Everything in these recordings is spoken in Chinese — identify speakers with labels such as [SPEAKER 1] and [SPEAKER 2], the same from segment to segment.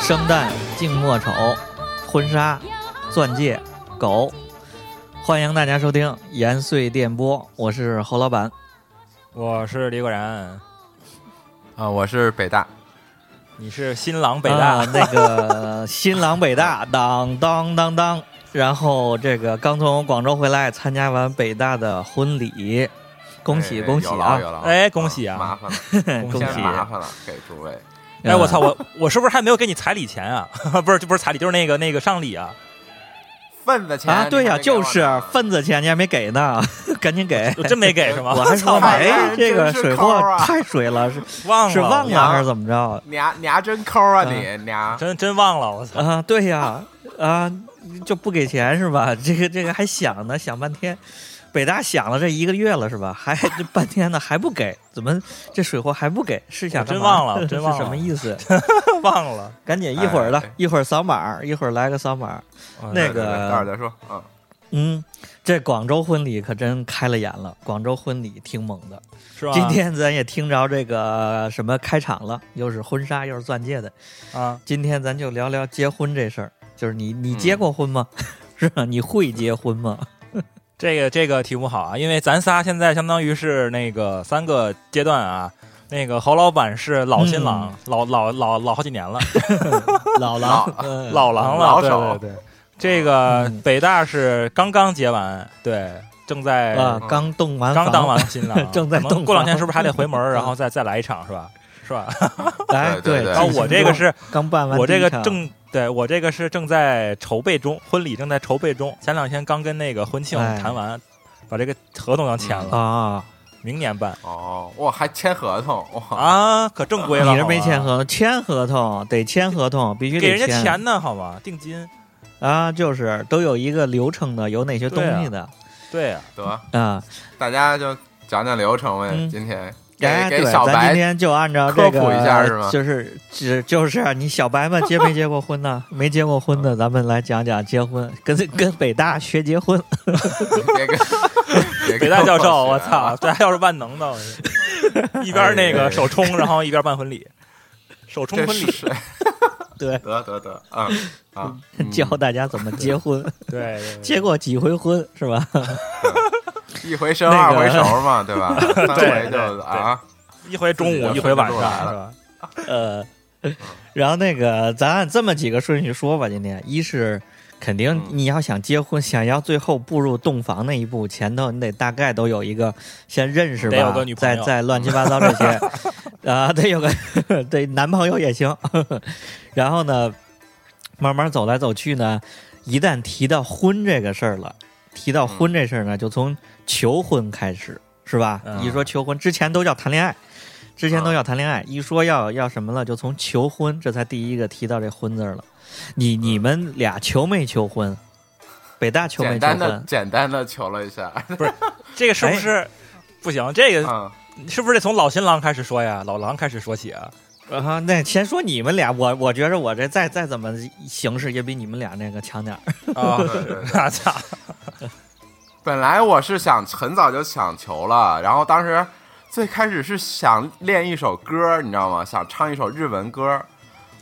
[SPEAKER 1] 生旦净末丑、婚纱、钻戒、狗。欢迎大家收听延绥电波，我是侯老板。
[SPEAKER 2] 我是李果然，
[SPEAKER 3] 啊，我是北大，
[SPEAKER 2] 你是新郎北大，
[SPEAKER 1] 啊那个新郎北大，当当当当。然后这个刚从广州回来，参加完北大的婚礼，恭喜
[SPEAKER 3] 哎
[SPEAKER 1] 恭喜
[SPEAKER 3] 有
[SPEAKER 1] 啊
[SPEAKER 3] 劳！有劳
[SPEAKER 2] 哎恭喜啊
[SPEAKER 3] 麻烦了，
[SPEAKER 1] 恭
[SPEAKER 2] 恭
[SPEAKER 1] 喜！
[SPEAKER 3] 先麻烦了，给诸位，
[SPEAKER 1] 呃
[SPEAKER 2] 哎，我操，
[SPEAKER 1] 啊
[SPEAKER 2] 我 我是不是还没有给你彩礼钱啊？ 不是，不是彩礼，就是那个那个上 礼啊。
[SPEAKER 3] 份子钱
[SPEAKER 1] 啊！对
[SPEAKER 2] 哎
[SPEAKER 1] 呀、就是
[SPEAKER 3] 份，
[SPEAKER 1] 份子钱你还没给呢， 赶紧给！
[SPEAKER 2] 我真没给是吗？
[SPEAKER 1] 我还 说呢，
[SPEAKER 3] 操
[SPEAKER 1] 哎，这个
[SPEAKER 3] 真是
[SPEAKER 1] 水
[SPEAKER 3] 抠
[SPEAKER 1] 货
[SPEAKER 3] 啊
[SPEAKER 1] 太水了，是
[SPEAKER 2] 忘了，
[SPEAKER 1] 是忘
[SPEAKER 2] 我
[SPEAKER 1] 了还是怎么着？
[SPEAKER 3] 你丫你丫真抠啊你，你丫
[SPEAKER 2] 真真忘了，我操！
[SPEAKER 1] 啊，对呀，啊，就不给钱是吧？ 这个这个还想呢，想半天。北大想了这一个月了是吧？还这半天呢还不给，怎么这水货还不给？是想
[SPEAKER 2] 我真
[SPEAKER 1] 干嘛
[SPEAKER 2] 忘了真忘
[SPEAKER 1] 是什么
[SPEAKER 2] 了
[SPEAKER 1] 意 思？
[SPEAKER 2] 忘了
[SPEAKER 1] 赶紧一会儿的
[SPEAKER 3] 哎，
[SPEAKER 1] 一会儿扫码，一会儿来个扫码。那个
[SPEAKER 3] 对对对待会儿再说，嗯，
[SPEAKER 1] 嗯，这广州婚礼可真开了眼了，广州婚礼挺猛的。
[SPEAKER 2] 是吧？
[SPEAKER 1] 今天咱也听着这个什么开场了，又是婚纱又是钻戒的。
[SPEAKER 2] 啊，
[SPEAKER 1] 今天咱就聊聊结婚这事儿，就是你你结过婚 吗？是吧？你会结婚吗？
[SPEAKER 2] 这个这个题目好啊，因为咱仨现在相当于是那个三个阶段啊。那个侯老板是老新
[SPEAKER 1] 嗯
[SPEAKER 2] 郎，老老老老好几 年了，
[SPEAKER 1] 老
[SPEAKER 3] 狼
[SPEAKER 1] 狼，
[SPEAKER 2] 老狼了，
[SPEAKER 3] 老
[SPEAKER 2] 对
[SPEAKER 3] 手
[SPEAKER 2] 对对。这个
[SPEAKER 1] 嗯
[SPEAKER 2] 北大是刚刚结完，对，正在
[SPEAKER 1] 啊，刚动完
[SPEAKER 2] 刚
[SPEAKER 1] 房
[SPEAKER 2] 当，完新郎，
[SPEAKER 1] 正在
[SPEAKER 2] 可能
[SPEAKER 1] 洞
[SPEAKER 2] 啊过两
[SPEAKER 1] 房
[SPEAKER 2] 天是不是还得回 门儿，然后再再来一场是吧？是吧？
[SPEAKER 1] 哎，
[SPEAKER 3] 对对对
[SPEAKER 1] 对，
[SPEAKER 2] 然后
[SPEAKER 3] 啊
[SPEAKER 2] 哦我这个是
[SPEAKER 1] 刚办完第
[SPEAKER 2] 我
[SPEAKER 1] 一场，
[SPEAKER 2] 这个正对我这个是正在筹备中，婚礼正在筹备中，前两天刚跟那个婚庆
[SPEAKER 1] 哎
[SPEAKER 2] 谈完，把这个合同要签了，
[SPEAKER 1] 啊，
[SPEAKER 2] 明年办
[SPEAKER 3] 哦，哇，还签合同，哇，
[SPEAKER 2] 啊，可正规了。
[SPEAKER 1] 你是没签
[SPEAKER 2] 好吗，
[SPEAKER 1] 合同，签合同得签合同，必须
[SPEAKER 2] 给
[SPEAKER 1] 得
[SPEAKER 2] 人家
[SPEAKER 1] 签
[SPEAKER 2] 钱呢，好吗？定金，
[SPEAKER 1] 啊，就是都有一个流程的，有哪些东西的
[SPEAKER 2] 对啊，
[SPEAKER 3] 得
[SPEAKER 1] 啊？
[SPEAKER 3] 大家就讲讲流程呗，
[SPEAKER 1] 嗯
[SPEAKER 3] 今天
[SPEAKER 1] 哎，
[SPEAKER 3] 给给
[SPEAKER 1] 对，
[SPEAKER 3] 小
[SPEAKER 1] 咱今
[SPEAKER 3] 白
[SPEAKER 1] 天就按照这个，
[SPEAKER 3] 科普一下是吗
[SPEAKER 1] 就是只就是你小白们结没结过婚呢？没结过婚的，咱们来讲讲结婚，跟跟北大学结婚。
[SPEAKER 3] 别跟
[SPEAKER 2] 北
[SPEAKER 3] 别跟
[SPEAKER 2] 大教授，
[SPEAKER 3] 我
[SPEAKER 2] 我
[SPEAKER 3] 学
[SPEAKER 2] 操，
[SPEAKER 3] 啊，
[SPEAKER 2] 这还要是万能的，我 这一边那
[SPEAKER 3] 哎
[SPEAKER 2] 个
[SPEAKER 3] 哎
[SPEAKER 2] 手冲，然后一边办婚礼，手冲
[SPEAKER 3] 这
[SPEAKER 2] 婚礼，
[SPEAKER 3] 是
[SPEAKER 1] 对，，
[SPEAKER 3] 得得得，嗯啊
[SPEAKER 2] 嗯
[SPEAKER 1] 教大家怎么结 婚，
[SPEAKER 2] 对，对对
[SPEAKER 1] 结过几回婚是吧？
[SPEAKER 3] 一回生
[SPEAKER 1] 那
[SPEAKER 3] 二
[SPEAKER 1] 个
[SPEAKER 3] 回熟嘛，对吧？三
[SPEAKER 2] 对对
[SPEAKER 3] 回就啊，
[SPEAKER 2] 一回中午，一回晚上，是吧？
[SPEAKER 1] 呃，然后那个咱按这么几个顺序说吧，今天一是肯定
[SPEAKER 3] 嗯
[SPEAKER 1] 你要想结婚，想要最后步入洞房那一步，前头你得大概都有一个先认识
[SPEAKER 2] 得有
[SPEAKER 1] 吧
[SPEAKER 2] 个女，朋
[SPEAKER 1] 再
[SPEAKER 2] 友
[SPEAKER 1] 再乱七八糟这 些，啊，得有个对男朋友也行， 然后呢，慢慢走来走去呢，一旦提到婚这个事儿了，提到婚这事儿呢，就从求婚开始，是吧？
[SPEAKER 2] 嗯
[SPEAKER 1] 一说求婚，之前都叫谈恋爱，之前
[SPEAKER 3] 啊
[SPEAKER 1] 都要谈恋爱，一说要要什么了，就从求婚，这才第一个提到这婚字儿了。你
[SPEAKER 3] 嗯
[SPEAKER 1] 你们俩求没求婚？北大求没
[SPEAKER 3] 简
[SPEAKER 1] 求
[SPEAKER 3] 单的
[SPEAKER 1] 婚？
[SPEAKER 3] 简单的求了一下，
[SPEAKER 2] 这个是
[SPEAKER 1] 哎
[SPEAKER 2] 不是不行？这个
[SPEAKER 3] 嗯，
[SPEAKER 2] 是不是得从老新郎开始说呀？老狼开始说起 啊？
[SPEAKER 1] 啊，那先说你们俩，我我觉着我这再再怎么形式也比你们俩那个强点儿。
[SPEAKER 2] 啊
[SPEAKER 3] 对对 对，
[SPEAKER 2] 我操！
[SPEAKER 3] 本来我是想很早就想求了，然后当时最开始是想练一首歌，你知道吗？想唱一首日文歌。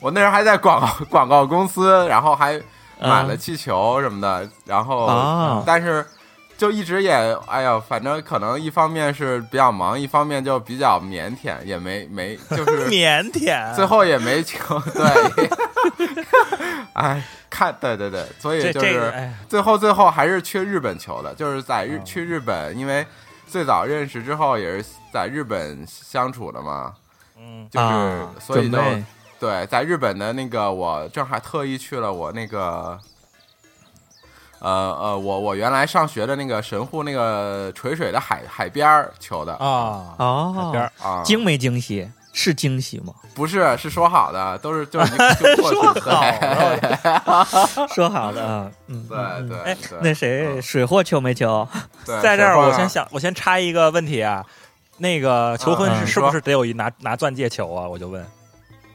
[SPEAKER 3] 我那时候还在广告广告公司，然后还买了气球什么的，然后、嗯
[SPEAKER 1] 啊
[SPEAKER 3] 但是就一直也哎呀，反正可能一方面是比较忙，一方面就比较腼腆，也没没就 是
[SPEAKER 2] 腼腆，
[SPEAKER 3] 最后也没 求。对， 哎，看对对对，所以
[SPEAKER 2] 这
[SPEAKER 3] 就
[SPEAKER 2] 这个
[SPEAKER 3] 是
[SPEAKER 2] 哎，
[SPEAKER 3] 最后最后还是去日本求的，就是在日、
[SPEAKER 2] 哦
[SPEAKER 3] 去日本，因为最早认识之后也是在日本相处的嘛，
[SPEAKER 2] 嗯
[SPEAKER 3] 就是、
[SPEAKER 1] 啊
[SPEAKER 3] 所
[SPEAKER 1] 准
[SPEAKER 3] 以就
[SPEAKER 1] 备
[SPEAKER 3] 对，在日本的那个我正还特意去了我那个。呃呃，我我原来上学的那个神户那个垂水的海海边儿求的
[SPEAKER 2] 啊，海
[SPEAKER 1] 哦
[SPEAKER 2] 边儿，
[SPEAKER 3] 啊，
[SPEAKER 1] 惊没惊喜？是惊喜吗？
[SPEAKER 3] 不是是说好的，都是就 是一就过去
[SPEAKER 2] 好
[SPEAKER 3] 对
[SPEAKER 2] 了，
[SPEAKER 1] 说好的啊，嗯，
[SPEAKER 3] 对对
[SPEAKER 2] 哎
[SPEAKER 3] 对，
[SPEAKER 1] 那谁
[SPEAKER 3] 嗯
[SPEAKER 1] 水货求没求？
[SPEAKER 3] 对
[SPEAKER 2] 在这儿
[SPEAKER 3] 神户
[SPEAKER 2] 我
[SPEAKER 3] 啊
[SPEAKER 2] 先想，我先插一个问题啊，那个求婚
[SPEAKER 1] 嗯
[SPEAKER 2] 是
[SPEAKER 1] 嗯
[SPEAKER 2] 是不是得有一拿拿钻戒求啊？我就问，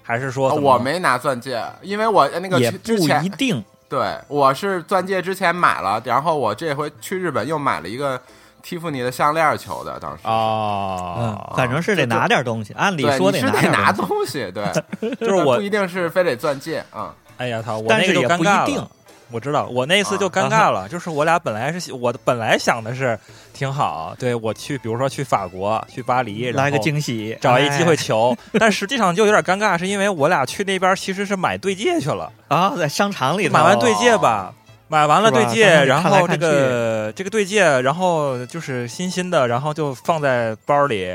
[SPEAKER 2] 还是说
[SPEAKER 3] 啊
[SPEAKER 2] 怎么
[SPEAKER 3] 我没拿钻戒，因为我呃那个
[SPEAKER 1] 也
[SPEAKER 3] 去
[SPEAKER 1] 不
[SPEAKER 3] 之前
[SPEAKER 1] 一定
[SPEAKER 3] 对，我是钻戒之前买了，然后我这回去日本又买了一个蒂芙尼的项链求的，当时
[SPEAKER 2] 哦
[SPEAKER 1] 嗯，，反正是得拿点东西，按理
[SPEAKER 3] 啊对，
[SPEAKER 1] 说
[SPEAKER 3] 你是
[SPEAKER 1] 拿
[SPEAKER 3] 得
[SPEAKER 1] 点
[SPEAKER 3] 拿
[SPEAKER 1] 东西，
[SPEAKER 3] 东西，对，
[SPEAKER 2] 就是
[SPEAKER 3] 不
[SPEAKER 2] 我，
[SPEAKER 3] 一定是非得钻戒啊。
[SPEAKER 2] 哎呀操，我
[SPEAKER 1] 但
[SPEAKER 2] 那
[SPEAKER 1] 是
[SPEAKER 2] 个就
[SPEAKER 1] 也
[SPEAKER 2] 尴
[SPEAKER 1] 不一
[SPEAKER 2] 尬
[SPEAKER 1] 定啊
[SPEAKER 2] 了。。我知道，我那次
[SPEAKER 3] 啊
[SPEAKER 2] 就尴尬了，就是我俩本来是我本来想的是挺好，对我去，比如说去法国、去巴黎，然
[SPEAKER 1] 来个
[SPEAKER 2] 后
[SPEAKER 1] 惊喜，
[SPEAKER 2] 找一机会
[SPEAKER 1] 哎
[SPEAKER 2] 求，但实际上就有点尴尬，是因为我俩去那边其实是买对戒去了，
[SPEAKER 1] 啊，在商场里头
[SPEAKER 2] 买完对戒吧，买完了对
[SPEAKER 1] 是吧
[SPEAKER 2] 戒，然
[SPEAKER 1] 看来
[SPEAKER 2] 后
[SPEAKER 1] 看
[SPEAKER 2] 这
[SPEAKER 1] 去
[SPEAKER 2] 个这个对戒，然后就是新新的，然后就放在包里，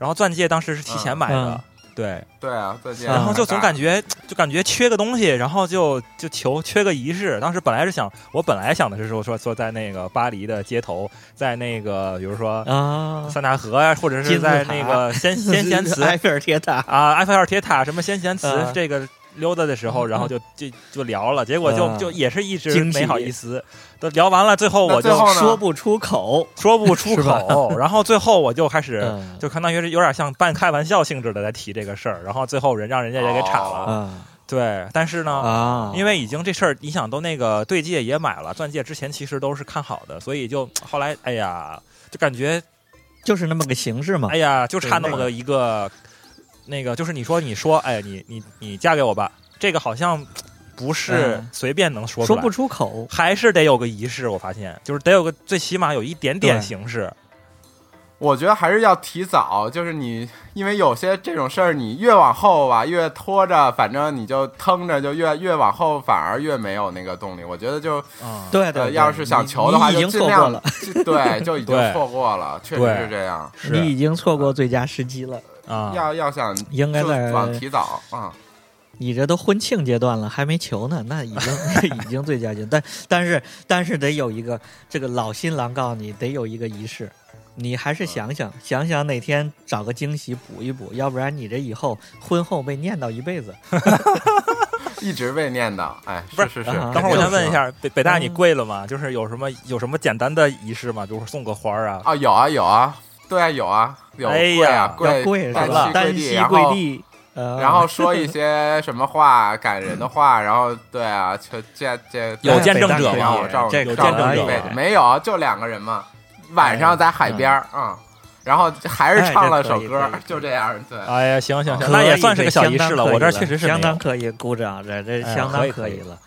[SPEAKER 2] 然后钻戒当时是提前买的，
[SPEAKER 1] 嗯
[SPEAKER 2] 对，
[SPEAKER 3] 对啊，钻戒。
[SPEAKER 1] 嗯
[SPEAKER 2] 然后就总感
[SPEAKER 3] 觉，
[SPEAKER 2] 觉就感觉缺个东西，然后就就求缺个仪式。当时本来是想，我本来想的是说说说在那个巴黎的街头，在那个比如说
[SPEAKER 1] 啊，
[SPEAKER 2] 塞纳河呀，或者
[SPEAKER 1] 金
[SPEAKER 2] 是
[SPEAKER 1] 字
[SPEAKER 2] 在
[SPEAKER 1] 塔哎
[SPEAKER 2] 那个先先 贤祠
[SPEAKER 1] 埃菲尔铁塔，
[SPEAKER 2] 啊，埃菲尔铁塔什么先贤祠、
[SPEAKER 1] 啊
[SPEAKER 2] 这个溜达的时候，然后就就就聊了，结果就、
[SPEAKER 1] 啊
[SPEAKER 2] 就也是一直
[SPEAKER 1] 惊喜
[SPEAKER 2] 没好意思，都聊完了，最后
[SPEAKER 3] 那
[SPEAKER 2] 我
[SPEAKER 3] 最后
[SPEAKER 2] 就
[SPEAKER 3] 呢
[SPEAKER 1] 说不出口，
[SPEAKER 2] 说不出
[SPEAKER 1] 是吧
[SPEAKER 2] 口，然后最后我就开始。
[SPEAKER 1] 嗯
[SPEAKER 2] 就相当于是有点像半开玩笑性质的在提这个事儿，然后最后人让人家也给岔了。
[SPEAKER 1] 啊
[SPEAKER 2] 对，但是呢，
[SPEAKER 1] 啊，
[SPEAKER 2] 因为已经这事儿，你想都那个对戒也买了，钻戒之前其实都是看好的，所以就后来哎呀，就感觉
[SPEAKER 1] 就是那么个形式嘛
[SPEAKER 2] 哎，呀，就差那
[SPEAKER 1] 啊对那
[SPEAKER 2] 么
[SPEAKER 1] 个
[SPEAKER 2] 个一个，那个就是你说你说，哎，你你你嫁给我吧，这个好像不是
[SPEAKER 1] 嗯
[SPEAKER 2] 随便能说出
[SPEAKER 1] 说
[SPEAKER 2] 来，
[SPEAKER 1] 不出口，
[SPEAKER 2] 还是得有个仪式。我发现就是得有个最起码有一点点
[SPEAKER 1] 对
[SPEAKER 2] 形式。
[SPEAKER 3] 我觉得还是要提早，就是你，因为有些这种事儿，你越往后吧，越拖着，反正你就腾着，就越越往后，反而越没有那个动力。我觉得就
[SPEAKER 2] 嗯，
[SPEAKER 1] 对对
[SPEAKER 3] 呃，
[SPEAKER 1] 对
[SPEAKER 3] 要是想求的话，
[SPEAKER 1] 你你已
[SPEAKER 3] 就
[SPEAKER 1] 经错
[SPEAKER 3] 尽
[SPEAKER 1] 过
[SPEAKER 3] 量
[SPEAKER 1] 了，
[SPEAKER 3] 就对，就 已经
[SPEAKER 2] 对
[SPEAKER 3] 错过了，确
[SPEAKER 2] 对
[SPEAKER 3] 实是这样。
[SPEAKER 1] 你
[SPEAKER 2] 是
[SPEAKER 1] 已经错过最佳时机了，
[SPEAKER 2] 啊，
[SPEAKER 3] 要要想就
[SPEAKER 1] 应该在
[SPEAKER 3] 往提早啊，
[SPEAKER 1] 你这都婚庆阶段了，还没求呢，那已经 已经最佳阶段。但但是但是得有一个这个老新郎告诉你得有一个仪式，你还是想想想想哪天找个惊喜补一补，要不然你这以后婚后被念叨一辈子。
[SPEAKER 3] 一直被念叨。哎，
[SPEAKER 2] 不
[SPEAKER 3] 是是是，
[SPEAKER 1] 啊
[SPEAKER 2] 等会儿我先问一
[SPEAKER 3] 肯定是
[SPEAKER 2] 下，北北大你
[SPEAKER 1] 嗯
[SPEAKER 2] 跪了吗？就是有什么有什么简单的仪式吗？比如说送个花儿啊，
[SPEAKER 3] 啊，有啊有啊，对啊有啊有
[SPEAKER 2] 哎
[SPEAKER 3] 跪
[SPEAKER 2] 呀
[SPEAKER 3] 啊跪
[SPEAKER 1] 要跪
[SPEAKER 3] 单
[SPEAKER 1] 是吧？
[SPEAKER 3] 膝跪
[SPEAKER 1] 单
[SPEAKER 3] 地，
[SPEAKER 1] 膝
[SPEAKER 3] 然
[SPEAKER 1] 跪
[SPEAKER 3] 后
[SPEAKER 1] 地，呃，
[SPEAKER 3] 然后说一些什么话感人的话，然后对啊，就这这
[SPEAKER 2] 有
[SPEAKER 3] 对
[SPEAKER 2] 见证者
[SPEAKER 3] 这
[SPEAKER 2] 吗
[SPEAKER 3] 样我照顾
[SPEAKER 1] 这个
[SPEAKER 2] 有
[SPEAKER 3] 照顾
[SPEAKER 2] 见证者
[SPEAKER 3] 一辈
[SPEAKER 2] 吗
[SPEAKER 3] 子没有，就两个人嘛。晚上在海边儿啊，然后还是唱了首歌
[SPEAKER 1] 哎哎这可以可以，
[SPEAKER 3] 就这样。对，
[SPEAKER 2] 哎呀，行行
[SPEAKER 1] 呃可以
[SPEAKER 2] 行，那也算是个小
[SPEAKER 1] 相
[SPEAKER 2] 仪
[SPEAKER 1] 当
[SPEAKER 2] 式了。
[SPEAKER 1] 可以
[SPEAKER 2] 我这儿确实是没有
[SPEAKER 1] 相当可以，鼓掌，这这
[SPEAKER 2] 哎呀
[SPEAKER 1] 相当
[SPEAKER 2] 可以可以
[SPEAKER 1] 以了。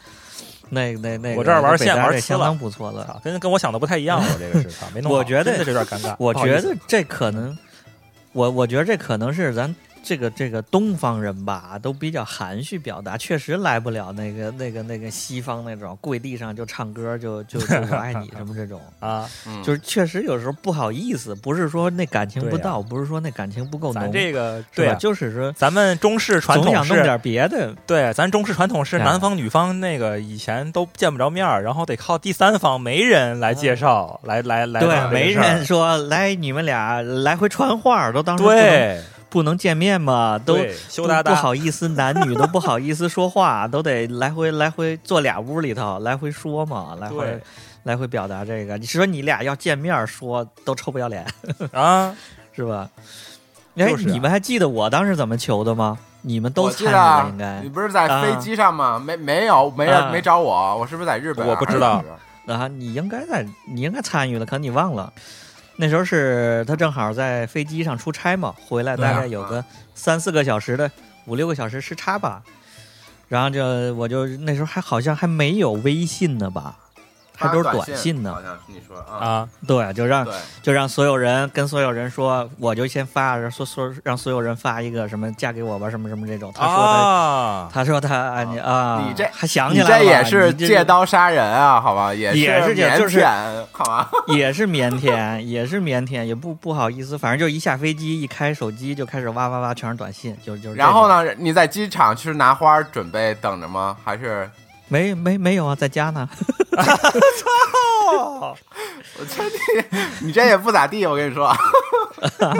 [SPEAKER 1] 那那那个，
[SPEAKER 2] 我这儿玩
[SPEAKER 1] 北大
[SPEAKER 2] 现玩
[SPEAKER 1] 这
[SPEAKER 2] 呲
[SPEAKER 1] 相
[SPEAKER 2] 了
[SPEAKER 1] 当不错了。
[SPEAKER 2] 啊跟跟我想的不太一样，我这个是啊，没弄好，
[SPEAKER 1] 我觉得
[SPEAKER 2] 真的是有点尴尬。
[SPEAKER 1] 我
[SPEAKER 2] 啊不好意
[SPEAKER 1] 觉
[SPEAKER 2] 思
[SPEAKER 1] 得这可能，我我觉得这可能是咱这个这个东方人吧，都比较含蓄表达，确实来不了那个那个那个西方那种跪地上就唱歌就就就我爱你什么这 种，
[SPEAKER 2] 啊，
[SPEAKER 3] 嗯
[SPEAKER 1] 就是确实有时候不好意思，不是说那感情不
[SPEAKER 2] 对呀
[SPEAKER 1] 到，不是说那感情不够浓，
[SPEAKER 2] 咱这个
[SPEAKER 1] 是
[SPEAKER 2] 对
[SPEAKER 1] 吧？
[SPEAKER 2] 啊，
[SPEAKER 1] 就是说
[SPEAKER 2] 咱们中式传
[SPEAKER 1] 总
[SPEAKER 2] 统
[SPEAKER 1] 想弄
[SPEAKER 2] 是，
[SPEAKER 1] 点别的，
[SPEAKER 2] 对，咱中式传统是
[SPEAKER 1] 哎
[SPEAKER 2] 男方女方那个以前都见不着面儿，然后得靠第三方媒人来介绍，来来来
[SPEAKER 1] 嗯对，
[SPEAKER 2] 弄这个
[SPEAKER 1] 没
[SPEAKER 2] 事儿
[SPEAKER 1] 人说来你们俩来回传话儿，都当时不能
[SPEAKER 2] 对
[SPEAKER 1] 不能见面嘛，都
[SPEAKER 2] 对羞
[SPEAKER 1] 不
[SPEAKER 2] 答
[SPEAKER 1] 不
[SPEAKER 2] 答，
[SPEAKER 1] 好意思，男女都不好意思说话， 都得来回来回坐俩屋里头，来回说嘛，来回
[SPEAKER 2] 对
[SPEAKER 1] 来回表达这个。你说你俩要见面说，都臭不要脸
[SPEAKER 2] 啊，
[SPEAKER 1] 是吧？哎，
[SPEAKER 2] 就是啊
[SPEAKER 1] 你们还记得我当时怎么求的吗？你们都
[SPEAKER 3] 我
[SPEAKER 1] 参
[SPEAKER 3] 记
[SPEAKER 1] 与
[SPEAKER 3] 得
[SPEAKER 1] 了
[SPEAKER 3] 啊
[SPEAKER 1] 应该
[SPEAKER 3] 你不是在飞机上吗？没没有没
[SPEAKER 1] 啊
[SPEAKER 3] 没找我，我是不是在日本啊？
[SPEAKER 2] 我不知道
[SPEAKER 3] 还是
[SPEAKER 1] 啊，你应该在，你应该参与了，可你忘了。那时候是他正好在飞机上出差嘛，回来
[SPEAKER 2] 对
[SPEAKER 1] 大
[SPEAKER 2] 啊
[SPEAKER 1] 概有个三四个小时的五六个小时时差吧。然后就我就那时候还好像还没有微信呢吧，还都是
[SPEAKER 3] 发
[SPEAKER 1] 短信呢
[SPEAKER 3] 好。像是你说啊，
[SPEAKER 2] 啊，
[SPEAKER 1] 对，就让
[SPEAKER 3] 对，
[SPEAKER 1] 就让所有人跟所有人说，我就先发，然后说说让所有人发一个什么嫁给我吧，什么什么这种。他说他、
[SPEAKER 2] 啊，
[SPEAKER 1] 他说他啊你啊，
[SPEAKER 3] 哦你这
[SPEAKER 1] 还想
[SPEAKER 3] 你
[SPEAKER 1] 起来
[SPEAKER 3] 这
[SPEAKER 1] 了，
[SPEAKER 3] 也是
[SPEAKER 1] 这
[SPEAKER 3] 借刀杀人啊，好吧？也
[SPEAKER 1] 也是
[SPEAKER 3] 是
[SPEAKER 1] 借
[SPEAKER 3] 腼
[SPEAKER 1] 就是
[SPEAKER 3] 腆，好吧？
[SPEAKER 1] 也是腼腆， 也是腼腆，也不不好意思，反正就一下飞机，一开手机就开始哇哇哇，全是短信，就就是。
[SPEAKER 3] 然后？呢？你在机场是拿花儿准备等着吗？还是
[SPEAKER 1] 没没没有啊，在家呢。
[SPEAKER 3] 我觉得你你这也不咋地，我跟你 说。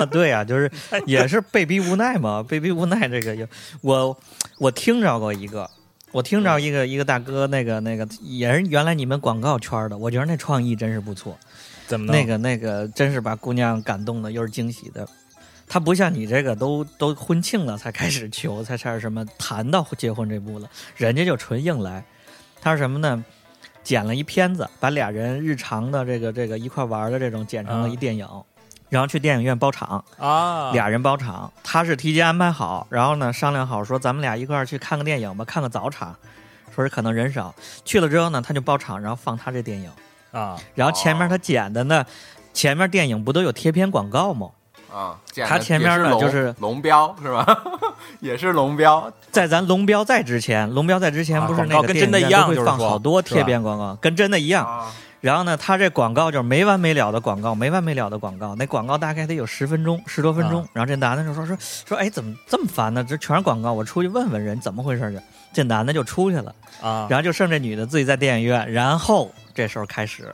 [SPEAKER 1] 对呀、就是也是被逼无奈嘛， 被逼无奈这个也，我我听着过一个，我听
[SPEAKER 3] 嗯
[SPEAKER 1] 着一个一个大哥，那个那个也是原来你们广告圈的，我觉得那创意真是不错。
[SPEAKER 2] 怎么弄
[SPEAKER 1] 那个那个，真是把姑娘感动的，又是惊喜的。他不像你这个都都婚庆了才开始求，才开始什么谈到结婚这步了，人家就纯硬来。他是什么呢？剪了一片子，把俩人日常的这个这个一块玩的这种剪成了一电影，然后去电影院包场，
[SPEAKER 2] 啊，
[SPEAKER 1] 俩人包场，他是提前安排好，然后呢商量好说咱们俩一块儿去看个电影吧，看个早场，说是可能人少，去了之后呢他就包场，然后放他这电影，
[SPEAKER 2] 啊，
[SPEAKER 1] 然后前面他剪的呢，前面电影不都有贴片广告吗？
[SPEAKER 3] 啊，剪
[SPEAKER 1] 他
[SPEAKER 3] 的
[SPEAKER 1] 前
[SPEAKER 3] 也
[SPEAKER 1] 面
[SPEAKER 3] 是
[SPEAKER 1] 呢
[SPEAKER 3] 龙
[SPEAKER 1] 就是
[SPEAKER 3] 龙标是吧？ 也是龙标，
[SPEAKER 1] 在咱龙标在之前，龙标在之前
[SPEAKER 2] 啊
[SPEAKER 1] 不是
[SPEAKER 2] 广
[SPEAKER 1] 那
[SPEAKER 2] 告
[SPEAKER 1] 个
[SPEAKER 2] 跟
[SPEAKER 1] 电
[SPEAKER 2] 真的
[SPEAKER 1] 影
[SPEAKER 2] 一
[SPEAKER 1] 院
[SPEAKER 2] 样
[SPEAKER 1] 都会
[SPEAKER 2] 就是
[SPEAKER 1] 放
[SPEAKER 2] 说
[SPEAKER 1] 好多
[SPEAKER 2] 是
[SPEAKER 1] 贴
[SPEAKER 2] 吧
[SPEAKER 1] 片广告，跟真的一样。
[SPEAKER 3] 啊
[SPEAKER 1] 然后呢，他这广告就是没完没了的广告，没完没了的广告。那广告大概得有十分钟，十多分
[SPEAKER 2] 啊
[SPEAKER 1] 钟。然后这男的就说说说，哎，怎么这么烦呢？这全是广告，我出去问问人怎么回事去。这男的就出去了，
[SPEAKER 2] 啊，
[SPEAKER 1] 然后就剩这女的自己在电影院。然后这时候开始，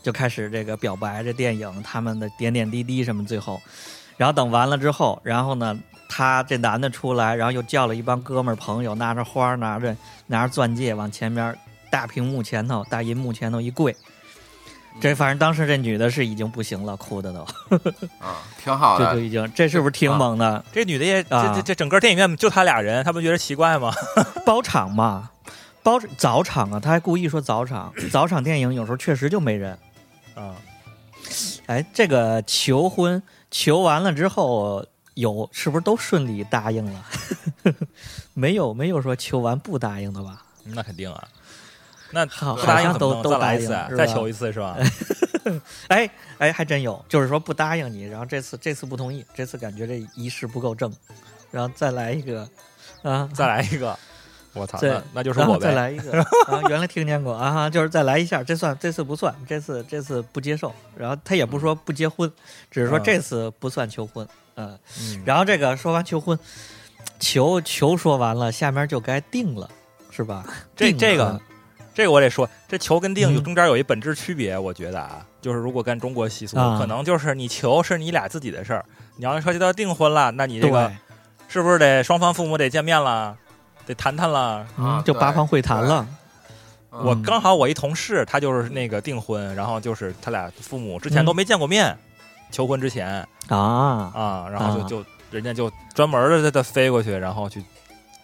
[SPEAKER 1] 就开始这个表白，这电影他们的点点滴滴什么，最后，然后等完了之后，然后呢，他这男的出来，然后又叫了一帮哥们儿朋友，拿着花儿，拿着拿着钻戒往前面大屏幕前头、大银幕前头一跪。这反正当时这女的是已经不行了，哭的都，
[SPEAKER 3] 啊，挺好
[SPEAKER 1] 这
[SPEAKER 3] 的
[SPEAKER 1] 就，已经，这是不是挺猛的？
[SPEAKER 2] 这女的也，这
[SPEAKER 1] 啊
[SPEAKER 2] 这这整个电影院就他俩人，他不觉得奇怪吗？
[SPEAKER 1] 包场嘛，包早场啊，他还故意说早场，早场电影有时候确实就没人。
[SPEAKER 2] 啊，
[SPEAKER 1] 哎，这个求婚求完了之后，有是不是都顺利答应了？ 没有，没有说求完不答应的吧？
[SPEAKER 2] 那肯定啊，那
[SPEAKER 1] 好，
[SPEAKER 2] 不
[SPEAKER 1] 好
[SPEAKER 2] 答应
[SPEAKER 1] 像
[SPEAKER 2] 怎么
[SPEAKER 1] 都
[SPEAKER 2] 弄
[SPEAKER 1] 都
[SPEAKER 2] 再来
[SPEAKER 1] 答
[SPEAKER 2] 一
[SPEAKER 1] 应
[SPEAKER 2] 次啊
[SPEAKER 1] 了，，是
[SPEAKER 2] 再
[SPEAKER 1] 吧
[SPEAKER 2] 求一次是吧？
[SPEAKER 1] 哎哎，还真有，就是说不答应你，然后这次这次不同意，这次感觉这仪式不够正，然后再来一个，啊，
[SPEAKER 2] 再来一个，我操，
[SPEAKER 1] 对
[SPEAKER 2] 那那就是
[SPEAKER 1] 然后
[SPEAKER 2] 我
[SPEAKER 1] 再
[SPEAKER 2] 呗。
[SPEAKER 1] 来一个 啊！原来听见过啊，就是再来一下，这算这次不算，这次这次不接受。然后他也不说不结婚，只是说
[SPEAKER 2] 嗯
[SPEAKER 1] 这次不算求婚。嗯，
[SPEAKER 2] 嗯
[SPEAKER 1] 然后这个说完求婚，求求说完了，下面就该定了，是吧？
[SPEAKER 2] 这
[SPEAKER 1] 定了
[SPEAKER 2] 这个这个我得说，这求跟定有
[SPEAKER 1] 嗯
[SPEAKER 2] 中间有一本质区别，我觉得啊，就是如果跟中国习俗，
[SPEAKER 1] 啊
[SPEAKER 2] 可能就是你求是你俩自己的事儿，你要是涉及到订婚了，那你这
[SPEAKER 1] 对，
[SPEAKER 2] 个是不是得双方父母得见面了，得谈谈了？
[SPEAKER 1] 嗯
[SPEAKER 3] 啊，
[SPEAKER 1] 就
[SPEAKER 3] 对
[SPEAKER 1] 八方会谈了。
[SPEAKER 3] 嗯
[SPEAKER 2] 我刚好我一同事，他就是那个订婚，然后就是他俩父母之前
[SPEAKER 1] 嗯
[SPEAKER 2] 都没见过面，求婚之前
[SPEAKER 1] 啊，
[SPEAKER 2] 啊，然后就
[SPEAKER 1] 啊
[SPEAKER 2] 就人家就专门的他飞过去，然后去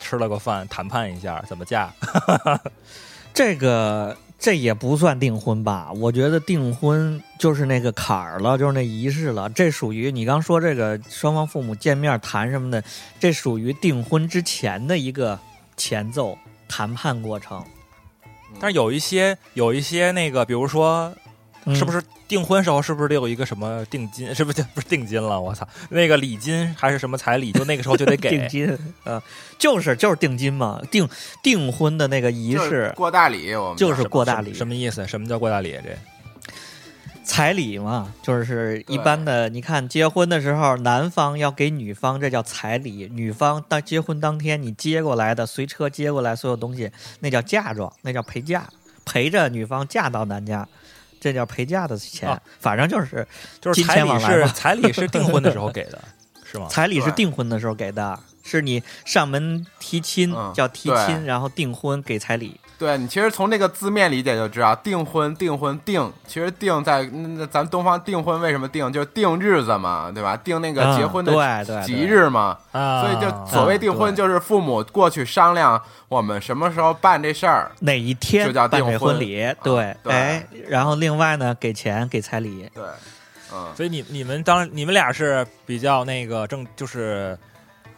[SPEAKER 2] 吃了个饭，谈判一下怎么嫁。
[SPEAKER 1] 这个这也不算订婚吧？我觉得订婚就是那个坎儿了，就是那仪式了。这属于你刚说这个双方父母见面谈什么的，这属于订婚之前的一个前奏谈判过程，
[SPEAKER 2] 但是有一些有一些那个，比如说是不
[SPEAKER 1] 是？
[SPEAKER 2] 是订婚时候是不是得有一个什么定金？是不是不是定金了？我操， 那个礼金还是什么彩礼？就那个时候就 得给
[SPEAKER 1] 定金，呃，就是就是定金嘛，订订婚的那个仪
[SPEAKER 3] 就是
[SPEAKER 1] 式
[SPEAKER 3] 过大礼，我们
[SPEAKER 1] 就
[SPEAKER 3] 叫
[SPEAKER 1] 是过大礼
[SPEAKER 2] 什么，什么意思？什么叫过大礼？这
[SPEAKER 1] 彩礼嘛，就是一
[SPEAKER 3] 对
[SPEAKER 1] 般的。你看结婚的时候，男方要给女方，这叫彩礼；女方当结婚当天你接过来的，随车接过来所有东西，那叫嫁妆，那叫陪嫁，陪着女方嫁到男家，这叫陪嫁的钱。
[SPEAKER 3] 哦
[SPEAKER 2] 啊
[SPEAKER 1] 反正就是
[SPEAKER 2] 就是
[SPEAKER 1] 金
[SPEAKER 2] 彩
[SPEAKER 1] 钱
[SPEAKER 2] 礼
[SPEAKER 1] 往来
[SPEAKER 2] 是
[SPEAKER 1] 嘛
[SPEAKER 2] 彩礼是订婚的 时候给的，是吗？
[SPEAKER 1] 彩礼是
[SPEAKER 3] 对
[SPEAKER 1] 订婚的时候给的，是你上门提亲、
[SPEAKER 3] 嗯
[SPEAKER 1] 叫提
[SPEAKER 3] 对
[SPEAKER 1] 亲，然后订婚给彩礼。
[SPEAKER 3] 对啊你其实从这个字面理解就知道，订婚订婚订，其实订在那那咱东方订婚为什么订，就是定日子嘛，对吧？定那个结婚的
[SPEAKER 1] 嗯、对对对
[SPEAKER 3] 吉日嘛，
[SPEAKER 2] 啊，
[SPEAKER 3] 所以就所谓订婚就是父母过去商量我们什么时候办这事儿，
[SPEAKER 1] 哪一天
[SPEAKER 3] 就叫
[SPEAKER 1] 办
[SPEAKER 3] 订
[SPEAKER 1] 这
[SPEAKER 3] 婚啊
[SPEAKER 1] 婚礼，
[SPEAKER 3] 对
[SPEAKER 1] 哎，然后另外呢，给钱给彩礼，
[SPEAKER 3] 对，嗯，
[SPEAKER 2] 所以你你们当你们俩是比较那个正就是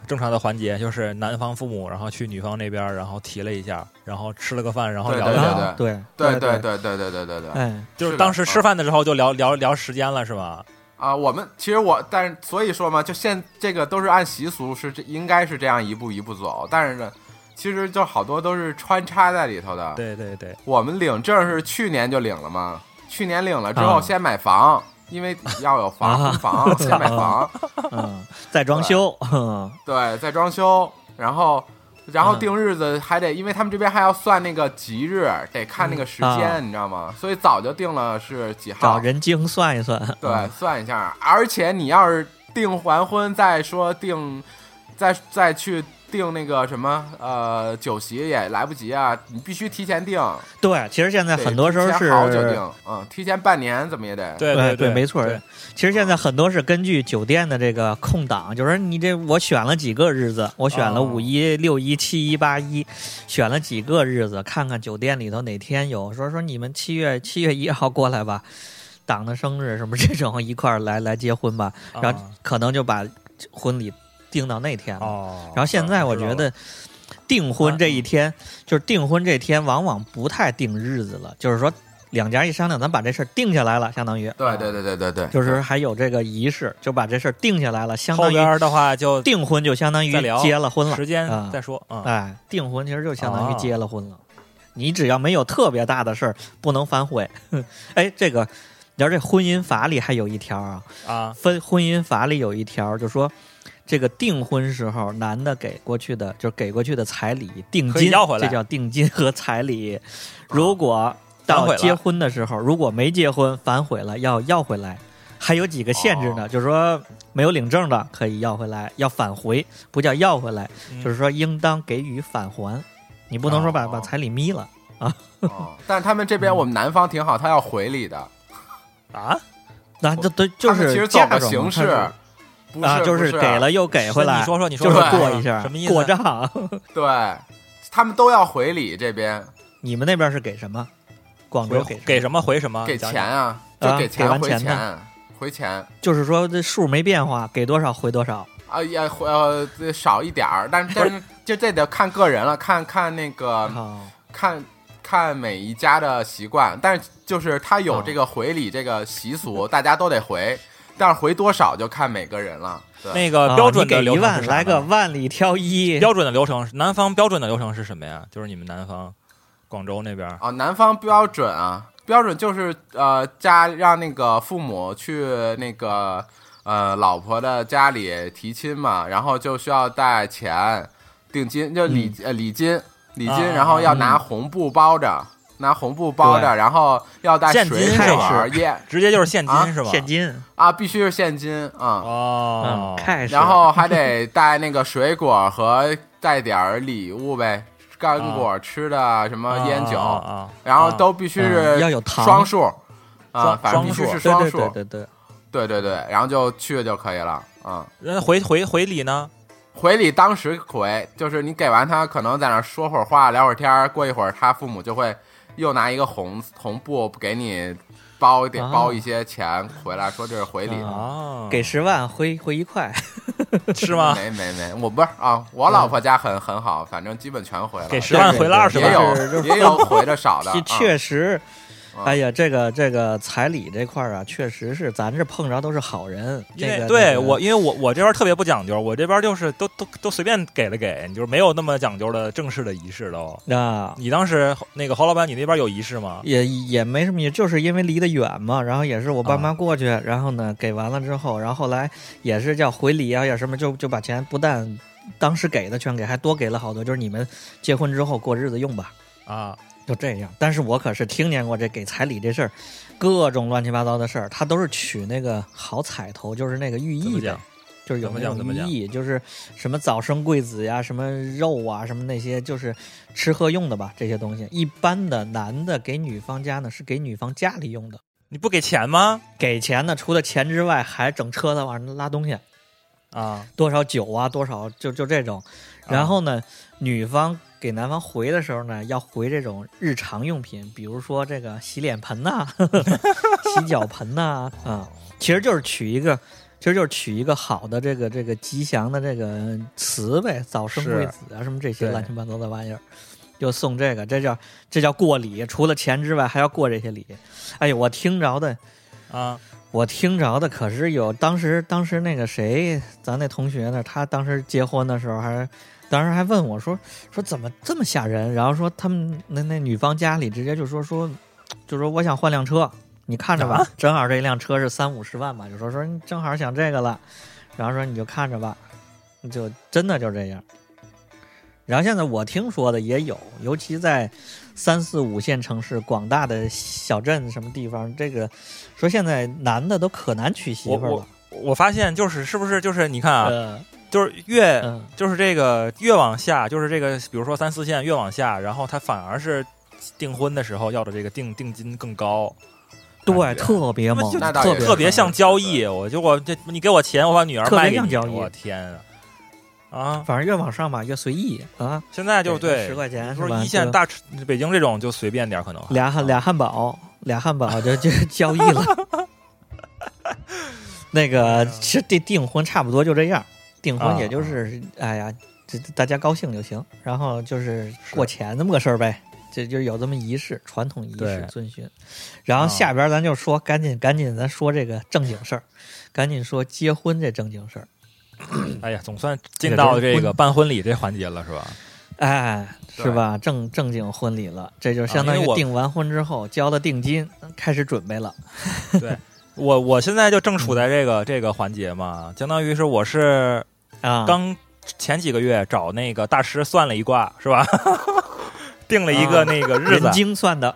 [SPEAKER 2] 正常的环节，就是男方父母然后去女方那边，然后提了一下，然后吃了个饭，然后聊
[SPEAKER 3] 对
[SPEAKER 2] 一
[SPEAKER 3] 对
[SPEAKER 2] 聊，
[SPEAKER 1] 啊对
[SPEAKER 3] 对
[SPEAKER 1] 对
[SPEAKER 3] 对，对对对对对对。
[SPEAKER 1] 哎，
[SPEAKER 2] 就是
[SPEAKER 3] 是的
[SPEAKER 2] 当时吃饭的时候就聊聊聊时间了，是吧？
[SPEAKER 3] 啊，我们其实我，但是所以说嘛，就现这个都是按习俗是这应该是这样一步一步走，但是呢，其实就好多都是穿插在里头的。
[SPEAKER 2] 对对对，
[SPEAKER 3] 我们领证是去年就领了嘛，去年领了之后
[SPEAKER 1] 啊
[SPEAKER 3] 先买房，因为要有房
[SPEAKER 1] 啊
[SPEAKER 3] 婚 房，先买房，
[SPEAKER 1] 嗯，在装修，嗯
[SPEAKER 3] 对，再装修，然后然后
[SPEAKER 1] 嗯
[SPEAKER 3] 定日子还得，因为他们这边还要算那个吉日，得看那个时间，
[SPEAKER 1] 啊
[SPEAKER 3] 你知道吗？所以早就定了是几
[SPEAKER 1] 找
[SPEAKER 3] 号，
[SPEAKER 1] 人精算一算，
[SPEAKER 3] 对，算一下。而且你要是订完婚再说订，再再去订那个什么呃酒席也来不及啊，你必须提前订。
[SPEAKER 1] 对，其实现在
[SPEAKER 3] 对
[SPEAKER 1] 很多时候
[SPEAKER 3] 提前
[SPEAKER 1] 是
[SPEAKER 3] 好久订，嗯，提前半年怎么也得。
[SPEAKER 2] 对
[SPEAKER 1] 对
[SPEAKER 2] 对，
[SPEAKER 1] 没错
[SPEAKER 2] 对。
[SPEAKER 1] 其实现在很多是根据酒店的这个空档，就是你这我选了几个日子，我选了
[SPEAKER 2] 哦
[SPEAKER 1] 五一、六一、七一、八一，选了几个日子，看看酒店里头哪天有，说说你们七月七月一号过来吧，党的生日什么这种一块儿来来结婚吧，然
[SPEAKER 2] 啊
[SPEAKER 1] 后可能就把婚礼定到那天了。
[SPEAKER 2] 哦，
[SPEAKER 1] 然后现在我
[SPEAKER 2] 知道
[SPEAKER 1] 觉
[SPEAKER 2] 了啊嗯
[SPEAKER 1] 得，订婚这一天、就是订婚这天，往往不太定日子了，就是说两家一商量，咱把这事儿定下来了，相当于
[SPEAKER 3] 对对对对对对，
[SPEAKER 1] 就是还有这个仪式，就把这事儿定下来了，相
[SPEAKER 2] 后
[SPEAKER 1] 当于
[SPEAKER 2] 边儿的话就
[SPEAKER 1] 订婚就相当于
[SPEAKER 2] 再聊
[SPEAKER 1] 结了婚了
[SPEAKER 2] 时，间
[SPEAKER 1] 啊
[SPEAKER 2] 再说啊。
[SPEAKER 1] 哎，订婚其实就相当于
[SPEAKER 2] 哦
[SPEAKER 1] 结了婚了。你只要没有特别大的事儿，不能反悔。 哎，这个，你知道这婚姻法里还有一条啊，
[SPEAKER 2] 啊，
[SPEAKER 1] 分婚姻法里有一条，就说这个订婚时候男的给过去的，就是给过去的彩礼定
[SPEAKER 2] 可以
[SPEAKER 1] 金，
[SPEAKER 2] 要回来哦
[SPEAKER 1] 这叫定金和彩礼。如果
[SPEAKER 2] 反
[SPEAKER 1] 到
[SPEAKER 2] 悔了
[SPEAKER 1] 结婚的时候，如果没结婚反悔了，要要回来。还有几个限
[SPEAKER 2] 哦
[SPEAKER 1] 制呢，就是说没有领证的可以要回来，要返回，不叫要回来，
[SPEAKER 2] 嗯
[SPEAKER 1] 就是说应当给予返还，你不能说把、
[SPEAKER 3] 哦
[SPEAKER 1] 把彩礼眯了。
[SPEAKER 3] 哦但是他们这
[SPEAKER 1] 嗯
[SPEAKER 3] 边我们南方挺好，他要回礼的，
[SPEAKER 2] 啊，
[SPEAKER 1] 那这都就
[SPEAKER 3] 他们
[SPEAKER 1] 是
[SPEAKER 3] 其实
[SPEAKER 1] 嫁妆
[SPEAKER 3] 走个
[SPEAKER 1] 嘛
[SPEAKER 3] 形式
[SPEAKER 1] 它是，
[SPEAKER 3] 不
[SPEAKER 1] 啊，就
[SPEAKER 3] 不是
[SPEAKER 1] 给了又给回来，
[SPEAKER 2] 你说说，你
[SPEAKER 1] 就
[SPEAKER 2] 说
[SPEAKER 1] 是
[SPEAKER 2] 说，哎
[SPEAKER 1] 过一下，
[SPEAKER 2] 什么意思？
[SPEAKER 1] 过 账。
[SPEAKER 3] 对，他们都要回礼这边
[SPEAKER 1] 你们那边是给什么？广州
[SPEAKER 2] 回
[SPEAKER 1] 什么？
[SPEAKER 2] 给什么回什么？
[SPEAKER 3] 给
[SPEAKER 2] 讲
[SPEAKER 3] 钱
[SPEAKER 2] 讲，
[SPEAKER 3] 啊，
[SPEAKER 1] 啊
[SPEAKER 3] 就给
[SPEAKER 1] 给完
[SPEAKER 3] 回
[SPEAKER 1] 钱
[SPEAKER 3] 钱，回钱
[SPEAKER 1] 就是说这数没变化，给多少回多少。
[SPEAKER 3] 啊也回呃少一点儿，但但是就这得看个人了，看看那
[SPEAKER 2] 啊
[SPEAKER 3] 个
[SPEAKER 1] 哦，
[SPEAKER 3] 看看每一家的习惯，但是就是他有
[SPEAKER 2] 嗯
[SPEAKER 1] 哦
[SPEAKER 3] 这个回礼这个习俗，大家都得回，但是回多少就看每个人了。对，
[SPEAKER 2] 那个呃标准
[SPEAKER 1] 啊
[SPEAKER 2] 的
[SPEAKER 1] 你给
[SPEAKER 2] 流
[SPEAKER 1] 一
[SPEAKER 2] 程是
[SPEAKER 1] 万，
[SPEAKER 2] 啥
[SPEAKER 1] 来
[SPEAKER 2] 呢
[SPEAKER 1] 个万里挑一。
[SPEAKER 2] 标准的流程是，南方标准的流程是什么呀？就是你们南方，广州那边儿
[SPEAKER 3] 啊，南方标准啊，标准就是呃家让那个父母去那个呃老婆的家里提亲嘛，然后就需要带钱、定金，就礼、呃礼金、礼金，
[SPEAKER 2] 嗯啊
[SPEAKER 3] 然后要拿红布包着，拿红布包着，
[SPEAKER 1] 对
[SPEAKER 3] 然后要带
[SPEAKER 2] 现
[SPEAKER 3] 水
[SPEAKER 2] 金
[SPEAKER 1] 是
[SPEAKER 3] 果
[SPEAKER 1] 吧
[SPEAKER 3] 儿、耶
[SPEAKER 2] 直接就是现金
[SPEAKER 3] 啊
[SPEAKER 2] 是吧？
[SPEAKER 1] 现金，
[SPEAKER 3] 啊，必须是现金啊。
[SPEAKER 2] 哦
[SPEAKER 1] 嗯，，开始。
[SPEAKER 3] 然后还得带那个水果和带点儿礼物呗，干果、吃的什么烟酒，
[SPEAKER 2] 啊啊啊
[SPEAKER 3] 然后都必须
[SPEAKER 1] 啊
[SPEAKER 3] 是
[SPEAKER 1] 要有糖
[SPEAKER 3] 双数，啊，
[SPEAKER 2] 双
[SPEAKER 3] 反正必须是
[SPEAKER 1] 对
[SPEAKER 3] 双
[SPEAKER 1] 对
[SPEAKER 3] 数，
[SPEAKER 1] 对对对，
[SPEAKER 3] 对对对然后就去就可以了，嗯。
[SPEAKER 2] 人家回回回礼呢？
[SPEAKER 3] 回礼当时回，就是你给完他，可能在那儿说会儿话，聊会儿天儿，过一会儿他父母就会又拿一个红红布给你包一点、
[SPEAKER 1] 啊
[SPEAKER 3] 包一些钱回来，说这是回礼，
[SPEAKER 1] 啊
[SPEAKER 2] 啊，
[SPEAKER 1] 给十万回回一块。
[SPEAKER 2] 是吗？嗯
[SPEAKER 3] 没没没，我不是啊，我老婆家很很好，反正基本全回了，
[SPEAKER 2] 给十万
[SPEAKER 1] 对对
[SPEAKER 2] 回了
[SPEAKER 1] 对
[SPEAKER 2] 二十
[SPEAKER 1] 是
[SPEAKER 3] 也
[SPEAKER 1] 吧
[SPEAKER 2] 万，
[SPEAKER 1] 就是，
[SPEAKER 3] 有也有回的少的 嗯
[SPEAKER 1] 确实，
[SPEAKER 3] 啊
[SPEAKER 1] 哎呀，这个这个彩礼这块儿啊，确实是咱这碰着都是好人。这
[SPEAKER 2] 因为
[SPEAKER 1] 个
[SPEAKER 2] 对
[SPEAKER 1] 这个
[SPEAKER 2] 我，因为我我这边特别不讲究，我这边就是都都都随便给了给，就是没有那么讲究的正式的仪式哦都。
[SPEAKER 1] 啊。
[SPEAKER 2] 你当时那个侯老板，你那边有仪式吗？
[SPEAKER 1] 也也没什么，也就是因为离得远嘛，然后也是我爸
[SPEAKER 2] 啊
[SPEAKER 1] 妈过去，然后呢给完了之后，然后后来也是叫回礼啊，也什么就就把钱不但当时给的全给，还多给了好多，就是你们结婚之后过日子用吧，
[SPEAKER 2] 啊，
[SPEAKER 1] 就这样。但是我可是听见过这给彩礼这事儿，各种乱七八糟的事儿，他都是取那个好彩头，就是那个寓
[SPEAKER 2] 怎么
[SPEAKER 1] 意的
[SPEAKER 2] 讲，？
[SPEAKER 1] 就是有那
[SPEAKER 2] 怎
[SPEAKER 1] 种
[SPEAKER 2] 么
[SPEAKER 1] 寓
[SPEAKER 2] 讲
[SPEAKER 1] 意，就是什么早生贵子呀，什么肉啊，什么那些就是吃喝用的吧，这些东西。一般的男的给女方家呢是给女方家里用的，
[SPEAKER 2] 你不给钱吗？
[SPEAKER 1] 给钱呢除了钱之外还整车子往上拉东西，
[SPEAKER 2] 啊，
[SPEAKER 1] 多少酒啊，多少就就这种。然后呢，女方给男方回的时候呢，要回这种日常用品，比如说这个洗脸盆呐、洗脚盆呐、啊，其实就是取一个，其实就是取一个好的这个这个吉祥的这个词呗，早生贵子啊，什么这些
[SPEAKER 2] 对
[SPEAKER 1] 乱七八糟的玩意儿。就送这个，这叫这叫过礼。除了钱之外，还要过这些礼。哎呦，我听着的，
[SPEAKER 2] 啊，
[SPEAKER 1] 我听着的可是有，当时当时那个谁，咱那同学呢，他当时结婚的时候还，当时还问我说说怎么这么吓人，然后说他们那那女方家里直接就说说，就说我想换辆车，你看着吧，
[SPEAKER 2] 啊
[SPEAKER 1] 正好这一辆车是三五十万吧，就说说你正好想这个了，然后说你就看着吧，就真的就这样。然后现在我听说的也有，尤其在三四五线城市、广大的小镇什么地方，这个说现在男的都可难娶媳妇儿了。
[SPEAKER 2] 我发现就是是不是就是你看啊，
[SPEAKER 1] 呃，
[SPEAKER 2] 就是越
[SPEAKER 1] 嗯
[SPEAKER 2] 就是这个越往下，就是这个，比如说三四线越往下，然后他反而是订婚的时候要的这个定定金更高，
[SPEAKER 1] 对，
[SPEAKER 2] 感觉
[SPEAKER 1] 特别猛，
[SPEAKER 2] 就
[SPEAKER 3] 那倒
[SPEAKER 1] 特
[SPEAKER 3] 也
[SPEAKER 1] 别
[SPEAKER 3] 是
[SPEAKER 2] 特别像交易。我就我这你给我钱，我把女儿
[SPEAKER 1] 特别
[SPEAKER 2] 卖给
[SPEAKER 1] 像
[SPEAKER 2] 你，
[SPEAKER 1] 交易
[SPEAKER 2] 我天啊！啊，
[SPEAKER 1] 反正越往上吧越随意啊，
[SPEAKER 2] 现在就对，
[SPEAKER 1] 十块钱
[SPEAKER 2] 说
[SPEAKER 1] 吧？
[SPEAKER 2] 一线
[SPEAKER 1] 就
[SPEAKER 2] 大城北京这种就随便点儿可能
[SPEAKER 1] 俩汉俩汉堡，俩汉堡就 就交易了。那个是订订婚差不多就这样，订婚
[SPEAKER 2] 哎啊
[SPEAKER 1] 也就是、哎呀，这这大家高兴就行，然后就是过钱这么个事儿呗，这就有这么仪式，传统仪
[SPEAKER 2] 对
[SPEAKER 1] 式遵循。然后下边咱就说，赶紧赶紧，咱说这个正经事儿，赶紧说结婚这正经事儿。
[SPEAKER 2] 哎呀，总算进到这个办婚礼这环节了，是吧？
[SPEAKER 1] 哎，
[SPEAKER 3] 对
[SPEAKER 1] 是吧？正正经婚礼了，这就相当
[SPEAKER 2] 啊因
[SPEAKER 1] 于
[SPEAKER 2] 为我
[SPEAKER 1] 订完婚之后交了定金，开始准备了。
[SPEAKER 2] 我我现在就正处在这个这个环节嘛，相当于是我是
[SPEAKER 1] 啊，
[SPEAKER 2] 刚前几个月找那个大师算了一卦，是吧？ 定了一个
[SPEAKER 1] 啊
[SPEAKER 2] 那个日子
[SPEAKER 1] 人，精算的，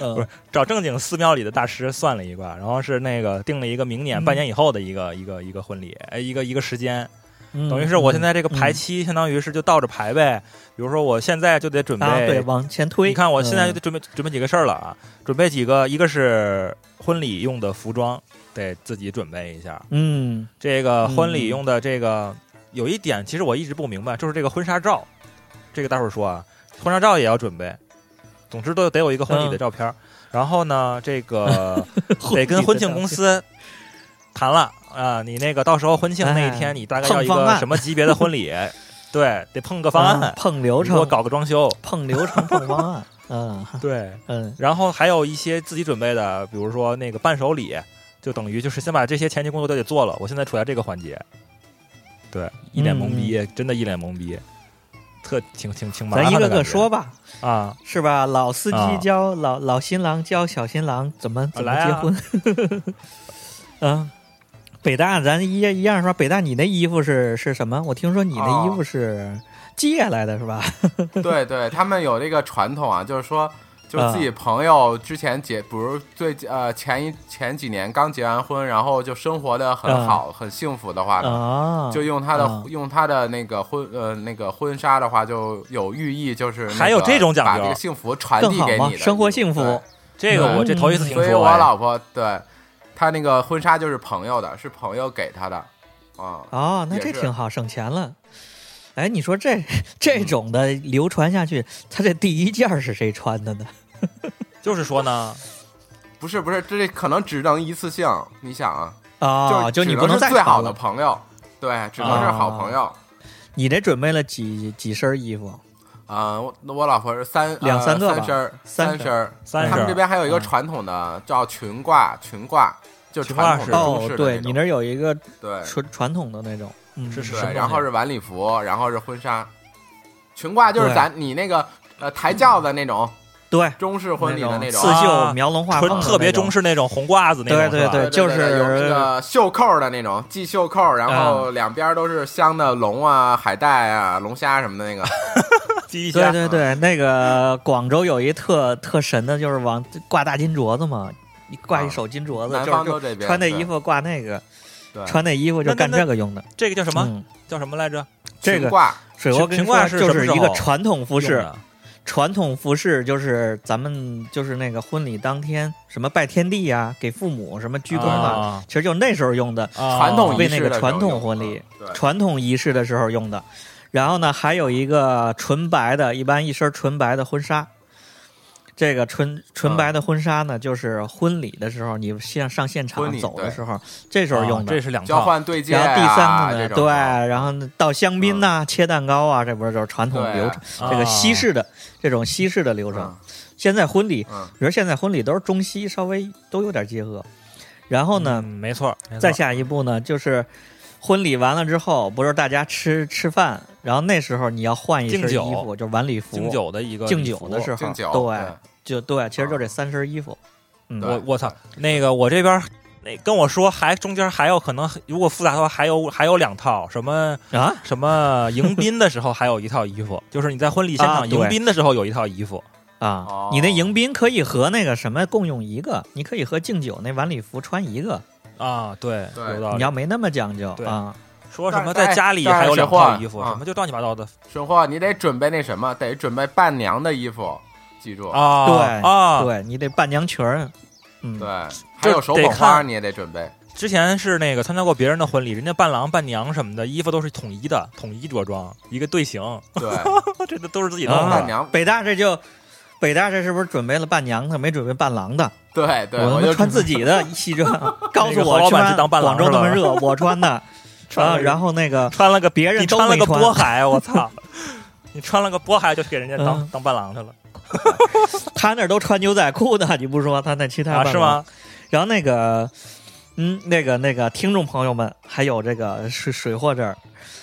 [SPEAKER 1] 嗯
[SPEAKER 2] 不是找正经寺庙里的大师算了一卦，然后是那个定了一个明年
[SPEAKER 1] 嗯
[SPEAKER 2] 半年以后的一个一个一个婚礼，哎，一个一个时间，
[SPEAKER 1] 嗯
[SPEAKER 2] 等于是我现在这个
[SPEAKER 1] 嗯
[SPEAKER 2] 排
[SPEAKER 1] 嗯
[SPEAKER 2] 期，相当于是就倒着排呗。比如说我现在就得准备
[SPEAKER 1] 啊，对，往前推。
[SPEAKER 2] 你看，我现在就
[SPEAKER 1] 嗯
[SPEAKER 2] 得准备、准备几个事儿了啊，准备几个，一个是婚礼用的服装，得自己准备一下。
[SPEAKER 1] 嗯，
[SPEAKER 2] 这个
[SPEAKER 1] 嗯
[SPEAKER 2] 婚礼用的这个、有一点，其实我一直不明白，就是这个婚纱照，这个待会儿说啊，婚纱照也要准备。总之都得有一个婚礼
[SPEAKER 1] 嗯
[SPEAKER 2] 的照片儿。然后呢，这个得跟婚庆公
[SPEAKER 1] 司
[SPEAKER 2] 司谈了啊，你那个到时候婚庆那一
[SPEAKER 1] 哎
[SPEAKER 2] 天，你大概
[SPEAKER 1] 碰
[SPEAKER 2] 要一
[SPEAKER 1] 方
[SPEAKER 2] 个
[SPEAKER 1] 案
[SPEAKER 2] 什么级别的 婚礼？对，得碰个方案，
[SPEAKER 1] 啊碰
[SPEAKER 2] 比
[SPEAKER 1] 流
[SPEAKER 2] 如说
[SPEAKER 1] 程，
[SPEAKER 2] 搞个装修，
[SPEAKER 1] 碰流程，碰方案。 嗯
[SPEAKER 2] 对。
[SPEAKER 1] 嗯，
[SPEAKER 2] 然后还有一些自己准备的，比如说那个伴手礼，就等于就是先把这些前期工作都得做了。我现在处在这个环节，对，一脸懵逼，真的一脸懵逼，特挺挺挺麻
[SPEAKER 1] 嗯
[SPEAKER 2] 烦
[SPEAKER 1] 咱
[SPEAKER 2] 的
[SPEAKER 1] 一个
[SPEAKER 2] 感
[SPEAKER 1] 个
[SPEAKER 2] 觉
[SPEAKER 1] 说吧，
[SPEAKER 2] 啊，
[SPEAKER 1] 是吧？老司
[SPEAKER 2] 啊
[SPEAKER 1] 机教老老新郎教小新郎怎么怎么
[SPEAKER 2] 来
[SPEAKER 1] 结
[SPEAKER 2] 啊
[SPEAKER 1] 婚。 嗯，北大咱一一样说，北大你那衣服是是什么？我听说你那
[SPEAKER 3] 哦
[SPEAKER 1] 衣服是借来的是吧？
[SPEAKER 3] 对对，他们有这个传统啊，就是说，
[SPEAKER 1] 嗯
[SPEAKER 3] 就是自己朋友之前结，比如最呃前一前几年刚结完婚，然后就生活的很好、很幸福的话呢，
[SPEAKER 1] 啊，
[SPEAKER 3] 就用他的、
[SPEAKER 1] 嗯
[SPEAKER 3] 用他的那个婚呃那个婚纱的话，就有寓意，就是那个
[SPEAKER 2] 还有这种讲究
[SPEAKER 3] 把这个幸福传
[SPEAKER 1] 更
[SPEAKER 3] 递
[SPEAKER 1] 好
[SPEAKER 3] 给
[SPEAKER 1] 嘛
[SPEAKER 3] 你，的
[SPEAKER 1] 生活
[SPEAKER 3] 意思
[SPEAKER 1] 幸福
[SPEAKER 3] 对
[SPEAKER 1] 嗯
[SPEAKER 2] 这个我这头一次听
[SPEAKER 3] 所以
[SPEAKER 2] 说
[SPEAKER 3] 我
[SPEAKER 2] 哎。
[SPEAKER 3] 老婆对她那个婚纱就是朋友的，是朋友给她的啊。
[SPEAKER 1] 哦，那
[SPEAKER 3] 也
[SPEAKER 1] 这
[SPEAKER 3] 是
[SPEAKER 1] 挺好，省钱了。哎，你说这这种的流传下去，他这第一件儿是谁穿的呢？
[SPEAKER 2] 就是说呢，
[SPEAKER 3] 不是不是，这可能只能一次性。你想啊，
[SPEAKER 1] 啊、
[SPEAKER 3] 就
[SPEAKER 1] 就是你
[SPEAKER 3] 只
[SPEAKER 1] 不能
[SPEAKER 3] 能是
[SPEAKER 1] 再
[SPEAKER 3] 最好
[SPEAKER 1] 穿
[SPEAKER 3] 的
[SPEAKER 1] 了。啊
[SPEAKER 3] 朋友，对，只能是好朋友。
[SPEAKER 1] 你这准备了几几身衣服？
[SPEAKER 3] 啊、我我老婆是三
[SPEAKER 1] 两
[SPEAKER 3] 呃
[SPEAKER 1] 三个吧
[SPEAKER 3] 三身儿
[SPEAKER 1] 三
[SPEAKER 3] 三身儿，
[SPEAKER 2] 三身
[SPEAKER 3] 他们
[SPEAKER 2] 儿
[SPEAKER 3] 这边还有一个
[SPEAKER 1] 嗯
[SPEAKER 3] 传统的叫裙褂，裙�褂就
[SPEAKER 2] 裙
[SPEAKER 3] 传
[SPEAKER 2] 褂
[SPEAKER 3] 统
[SPEAKER 2] 是
[SPEAKER 3] 的中
[SPEAKER 1] 哦
[SPEAKER 3] 式，的
[SPEAKER 1] 对
[SPEAKER 3] 那
[SPEAKER 1] 你
[SPEAKER 3] 种
[SPEAKER 1] 那儿有一个
[SPEAKER 3] 对
[SPEAKER 1] 传传统的那种，嗯，
[SPEAKER 2] 是是什么
[SPEAKER 3] 对，
[SPEAKER 2] 东
[SPEAKER 3] 然后
[SPEAKER 2] 西
[SPEAKER 3] 是晚礼服，然后是婚纱，裙褂就是
[SPEAKER 1] 对
[SPEAKER 3] 咱你那个呃抬轿的那种
[SPEAKER 1] 对，
[SPEAKER 3] 中式婚礼的那
[SPEAKER 1] 刺
[SPEAKER 3] 种，
[SPEAKER 1] 绣描龙画凤的啊那
[SPEAKER 2] 啊纯
[SPEAKER 1] 种，
[SPEAKER 2] 特别中式那种红褂子那种，
[SPEAKER 1] 对
[SPEAKER 2] 是吧
[SPEAKER 1] 对就是啊
[SPEAKER 3] 有那个袖扣的那种，系袖扣，然后两边都是镶的龙啊、海带啊、龙虾什么的那个。
[SPEAKER 2] 记一
[SPEAKER 1] 对
[SPEAKER 2] 下，啊
[SPEAKER 1] 对对，那个广州有一特特神的，就是往挂大金镯子嘛，一挂一手金镯子，
[SPEAKER 3] 南
[SPEAKER 1] 就
[SPEAKER 3] 方
[SPEAKER 1] 是
[SPEAKER 3] 都
[SPEAKER 1] 就
[SPEAKER 3] 这边
[SPEAKER 1] 穿那
[SPEAKER 3] 对
[SPEAKER 1] 衣服挂那个，
[SPEAKER 3] 对，
[SPEAKER 1] 穿那衣服就
[SPEAKER 2] 那
[SPEAKER 1] 干
[SPEAKER 2] 那
[SPEAKER 1] 这个用的。
[SPEAKER 2] 这个叫什
[SPEAKER 1] 什
[SPEAKER 2] 么？叫什么来着？
[SPEAKER 1] 这个啊
[SPEAKER 3] 裙褂
[SPEAKER 1] 水我跟你说，
[SPEAKER 2] 裙褂是什
[SPEAKER 1] 就
[SPEAKER 2] 么
[SPEAKER 1] 是
[SPEAKER 2] 时候
[SPEAKER 1] 一个传统服
[SPEAKER 2] 用
[SPEAKER 1] 饰，
[SPEAKER 2] 的
[SPEAKER 1] 传统服饰就是咱们就是那个婚礼当天什么拜天地呀、给父母什么鞠躬啊，
[SPEAKER 2] 啊，
[SPEAKER 1] 其实就那时候用的，
[SPEAKER 2] 啊
[SPEAKER 3] 传统
[SPEAKER 1] 为
[SPEAKER 3] 仪
[SPEAKER 1] 那
[SPEAKER 3] 式的
[SPEAKER 1] 个传
[SPEAKER 3] 时候
[SPEAKER 1] 统
[SPEAKER 3] 用
[SPEAKER 1] 婚礼
[SPEAKER 3] 嗯、对
[SPEAKER 1] 传统仪式的时候用的。然后呢，还有一个纯白的，一般一身纯白的婚纱。这个纯纯白的婚纱呢，就是婚礼的时候，你现上现
[SPEAKER 3] 婚
[SPEAKER 1] 场
[SPEAKER 3] 礼
[SPEAKER 1] 走的
[SPEAKER 3] 对哦
[SPEAKER 1] 时候，这时候用
[SPEAKER 2] 啊
[SPEAKER 1] 的。
[SPEAKER 2] 这是两
[SPEAKER 3] 交
[SPEAKER 2] 套。
[SPEAKER 3] 换对戒
[SPEAKER 1] 然后
[SPEAKER 3] 啊，
[SPEAKER 1] 第三个呢，
[SPEAKER 3] 这
[SPEAKER 1] 对，
[SPEAKER 3] 种的嗯
[SPEAKER 1] 然后呢倒香槟呐、切蛋糕啊，这不是就是传统
[SPEAKER 3] 对啊
[SPEAKER 1] 流程，这个西式的这种西式的流程
[SPEAKER 3] 嗯。
[SPEAKER 1] 现在婚礼，
[SPEAKER 3] 嗯，
[SPEAKER 1] 比如现在婚礼都是中西稍微都有点结合。然后呢
[SPEAKER 2] 嗯，没错，没错
[SPEAKER 1] 再下一步呢，就是婚礼完了之后，不是大家吃吃饭，然后那时候你要换一身
[SPEAKER 2] 敬酒
[SPEAKER 1] 衣服，就晚礼服。
[SPEAKER 2] 敬酒的一个
[SPEAKER 1] 敬
[SPEAKER 2] 礼
[SPEAKER 1] 酒
[SPEAKER 2] 服
[SPEAKER 1] 的时候
[SPEAKER 3] 敬，酒
[SPEAKER 1] 对，
[SPEAKER 2] 嗯
[SPEAKER 1] 就对，其实就这三身衣服。嗯，
[SPEAKER 2] 我
[SPEAKER 3] 对
[SPEAKER 2] 我操，那个我这边儿那跟我说还中间还有可能，如果复杂的话还有还有两套什么
[SPEAKER 1] 啊，
[SPEAKER 2] 什么迎宾的时候还有一套衣服，就是你在婚礼现
[SPEAKER 1] 啊
[SPEAKER 2] 场
[SPEAKER 1] 对
[SPEAKER 2] 迎宾的时候有一套衣服
[SPEAKER 1] 啊，
[SPEAKER 3] 哦
[SPEAKER 1] 你那迎宾可以和那个什么共用一个，你可以和敬酒那晚礼服穿一个。
[SPEAKER 2] 啊，对，
[SPEAKER 3] 对
[SPEAKER 2] 有道
[SPEAKER 1] 你
[SPEAKER 2] 理
[SPEAKER 1] 要没那么讲究
[SPEAKER 2] 对
[SPEAKER 1] 啊，
[SPEAKER 2] 说什么
[SPEAKER 3] 但是
[SPEAKER 2] 在
[SPEAKER 3] 哎
[SPEAKER 2] 家里
[SPEAKER 3] 但是嗯
[SPEAKER 2] 还有两套衣
[SPEAKER 3] 学
[SPEAKER 2] 服，
[SPEAKER 3] 坏
[SPEAKER 2] 什么就乱七八糟的
[SPEAKER 3] 顺货，你得准备那什么，得准备伴娘的衣服，记住。
[SPEAKER 2] 啊，
[SPEAKER 1] 对
[SPEAKER 2] 啊，
[SPEAKER 1] 对你得伴娘裙儿，嗯，
[SPEAKER 3] 对，还有手
[SPEAKER 2] 得
[SPEAKER 3] 捧花
[SPEAKER 2] 看
[SPEAKER 3] 你也得准备。
[SPEAKER 2] 之前是那个参加过别人的婚礼，人家伴郎伴娘什么的衣服都是统一的，统一着装，一个队形，
[SPEAKER 3] 对，
[SPEAKER 2] 这都都是自己弄
[SPEAKER 1] 啊
[SPEAKER 2] 的。
[SPEAKER 3] 伴娘
[SPEAKER 1] 北大这就北大这是不是准备了伴娘的，没准备伴郎的？
[SPEAKER 3] 对对，
[SPEAKER 1] 我他
[SPEAKER 3] 我
[SPEAKER 1] 妈
[SPEAKER 3] 就
[SPEAKER 1] 穿自己的西 装，告诉
[SPEAKER 2] 那个侯
[SPEAKER 1] 我
[SPEAKER 2] 老
[SPEAKER 1] 去
[SPEAKER 2] 板
[SPEAKER 1] 妈
[SPEAKER 2] 是当伴郎
[SPEAKER 1] 广州
[SPEAKER 2] 是
[SPEAKER 1] 那
[SPEAKER 2] 吧
[SPEAKER 1] 么热，我穿 的。
[SPEAKER 2] 穿
[SPEAKER 1] 啊，
[SPEAKER 2] 了个
[SPEAKER 1] 然后那 个
[SPEAKER 2] 穿了个
[SPEAKER 1] 别人
[SPEAKER 2] 你
[SPEAKER 1] 都
[SPEAKER 2] 穿了个
[SPEAKER 1] 没穿
[SPEAKER 2] 波海，我 操！你穿了个波海就给人家当、
[SPEAKER 1] 嗯
[SPEAKER 2] 当伴郎去了
[SPEAKER 1] 他那儿都穿牛仔裤呢，你不说他那其他
[SPEAKER 2] 啊？
[SPEAKER 1] 伴郎
[SPEAKER 2] 是？吗？
[SPEAKER 1] 然后那个，嗯，那个那个听众朋友们，还有这个水水货这儿，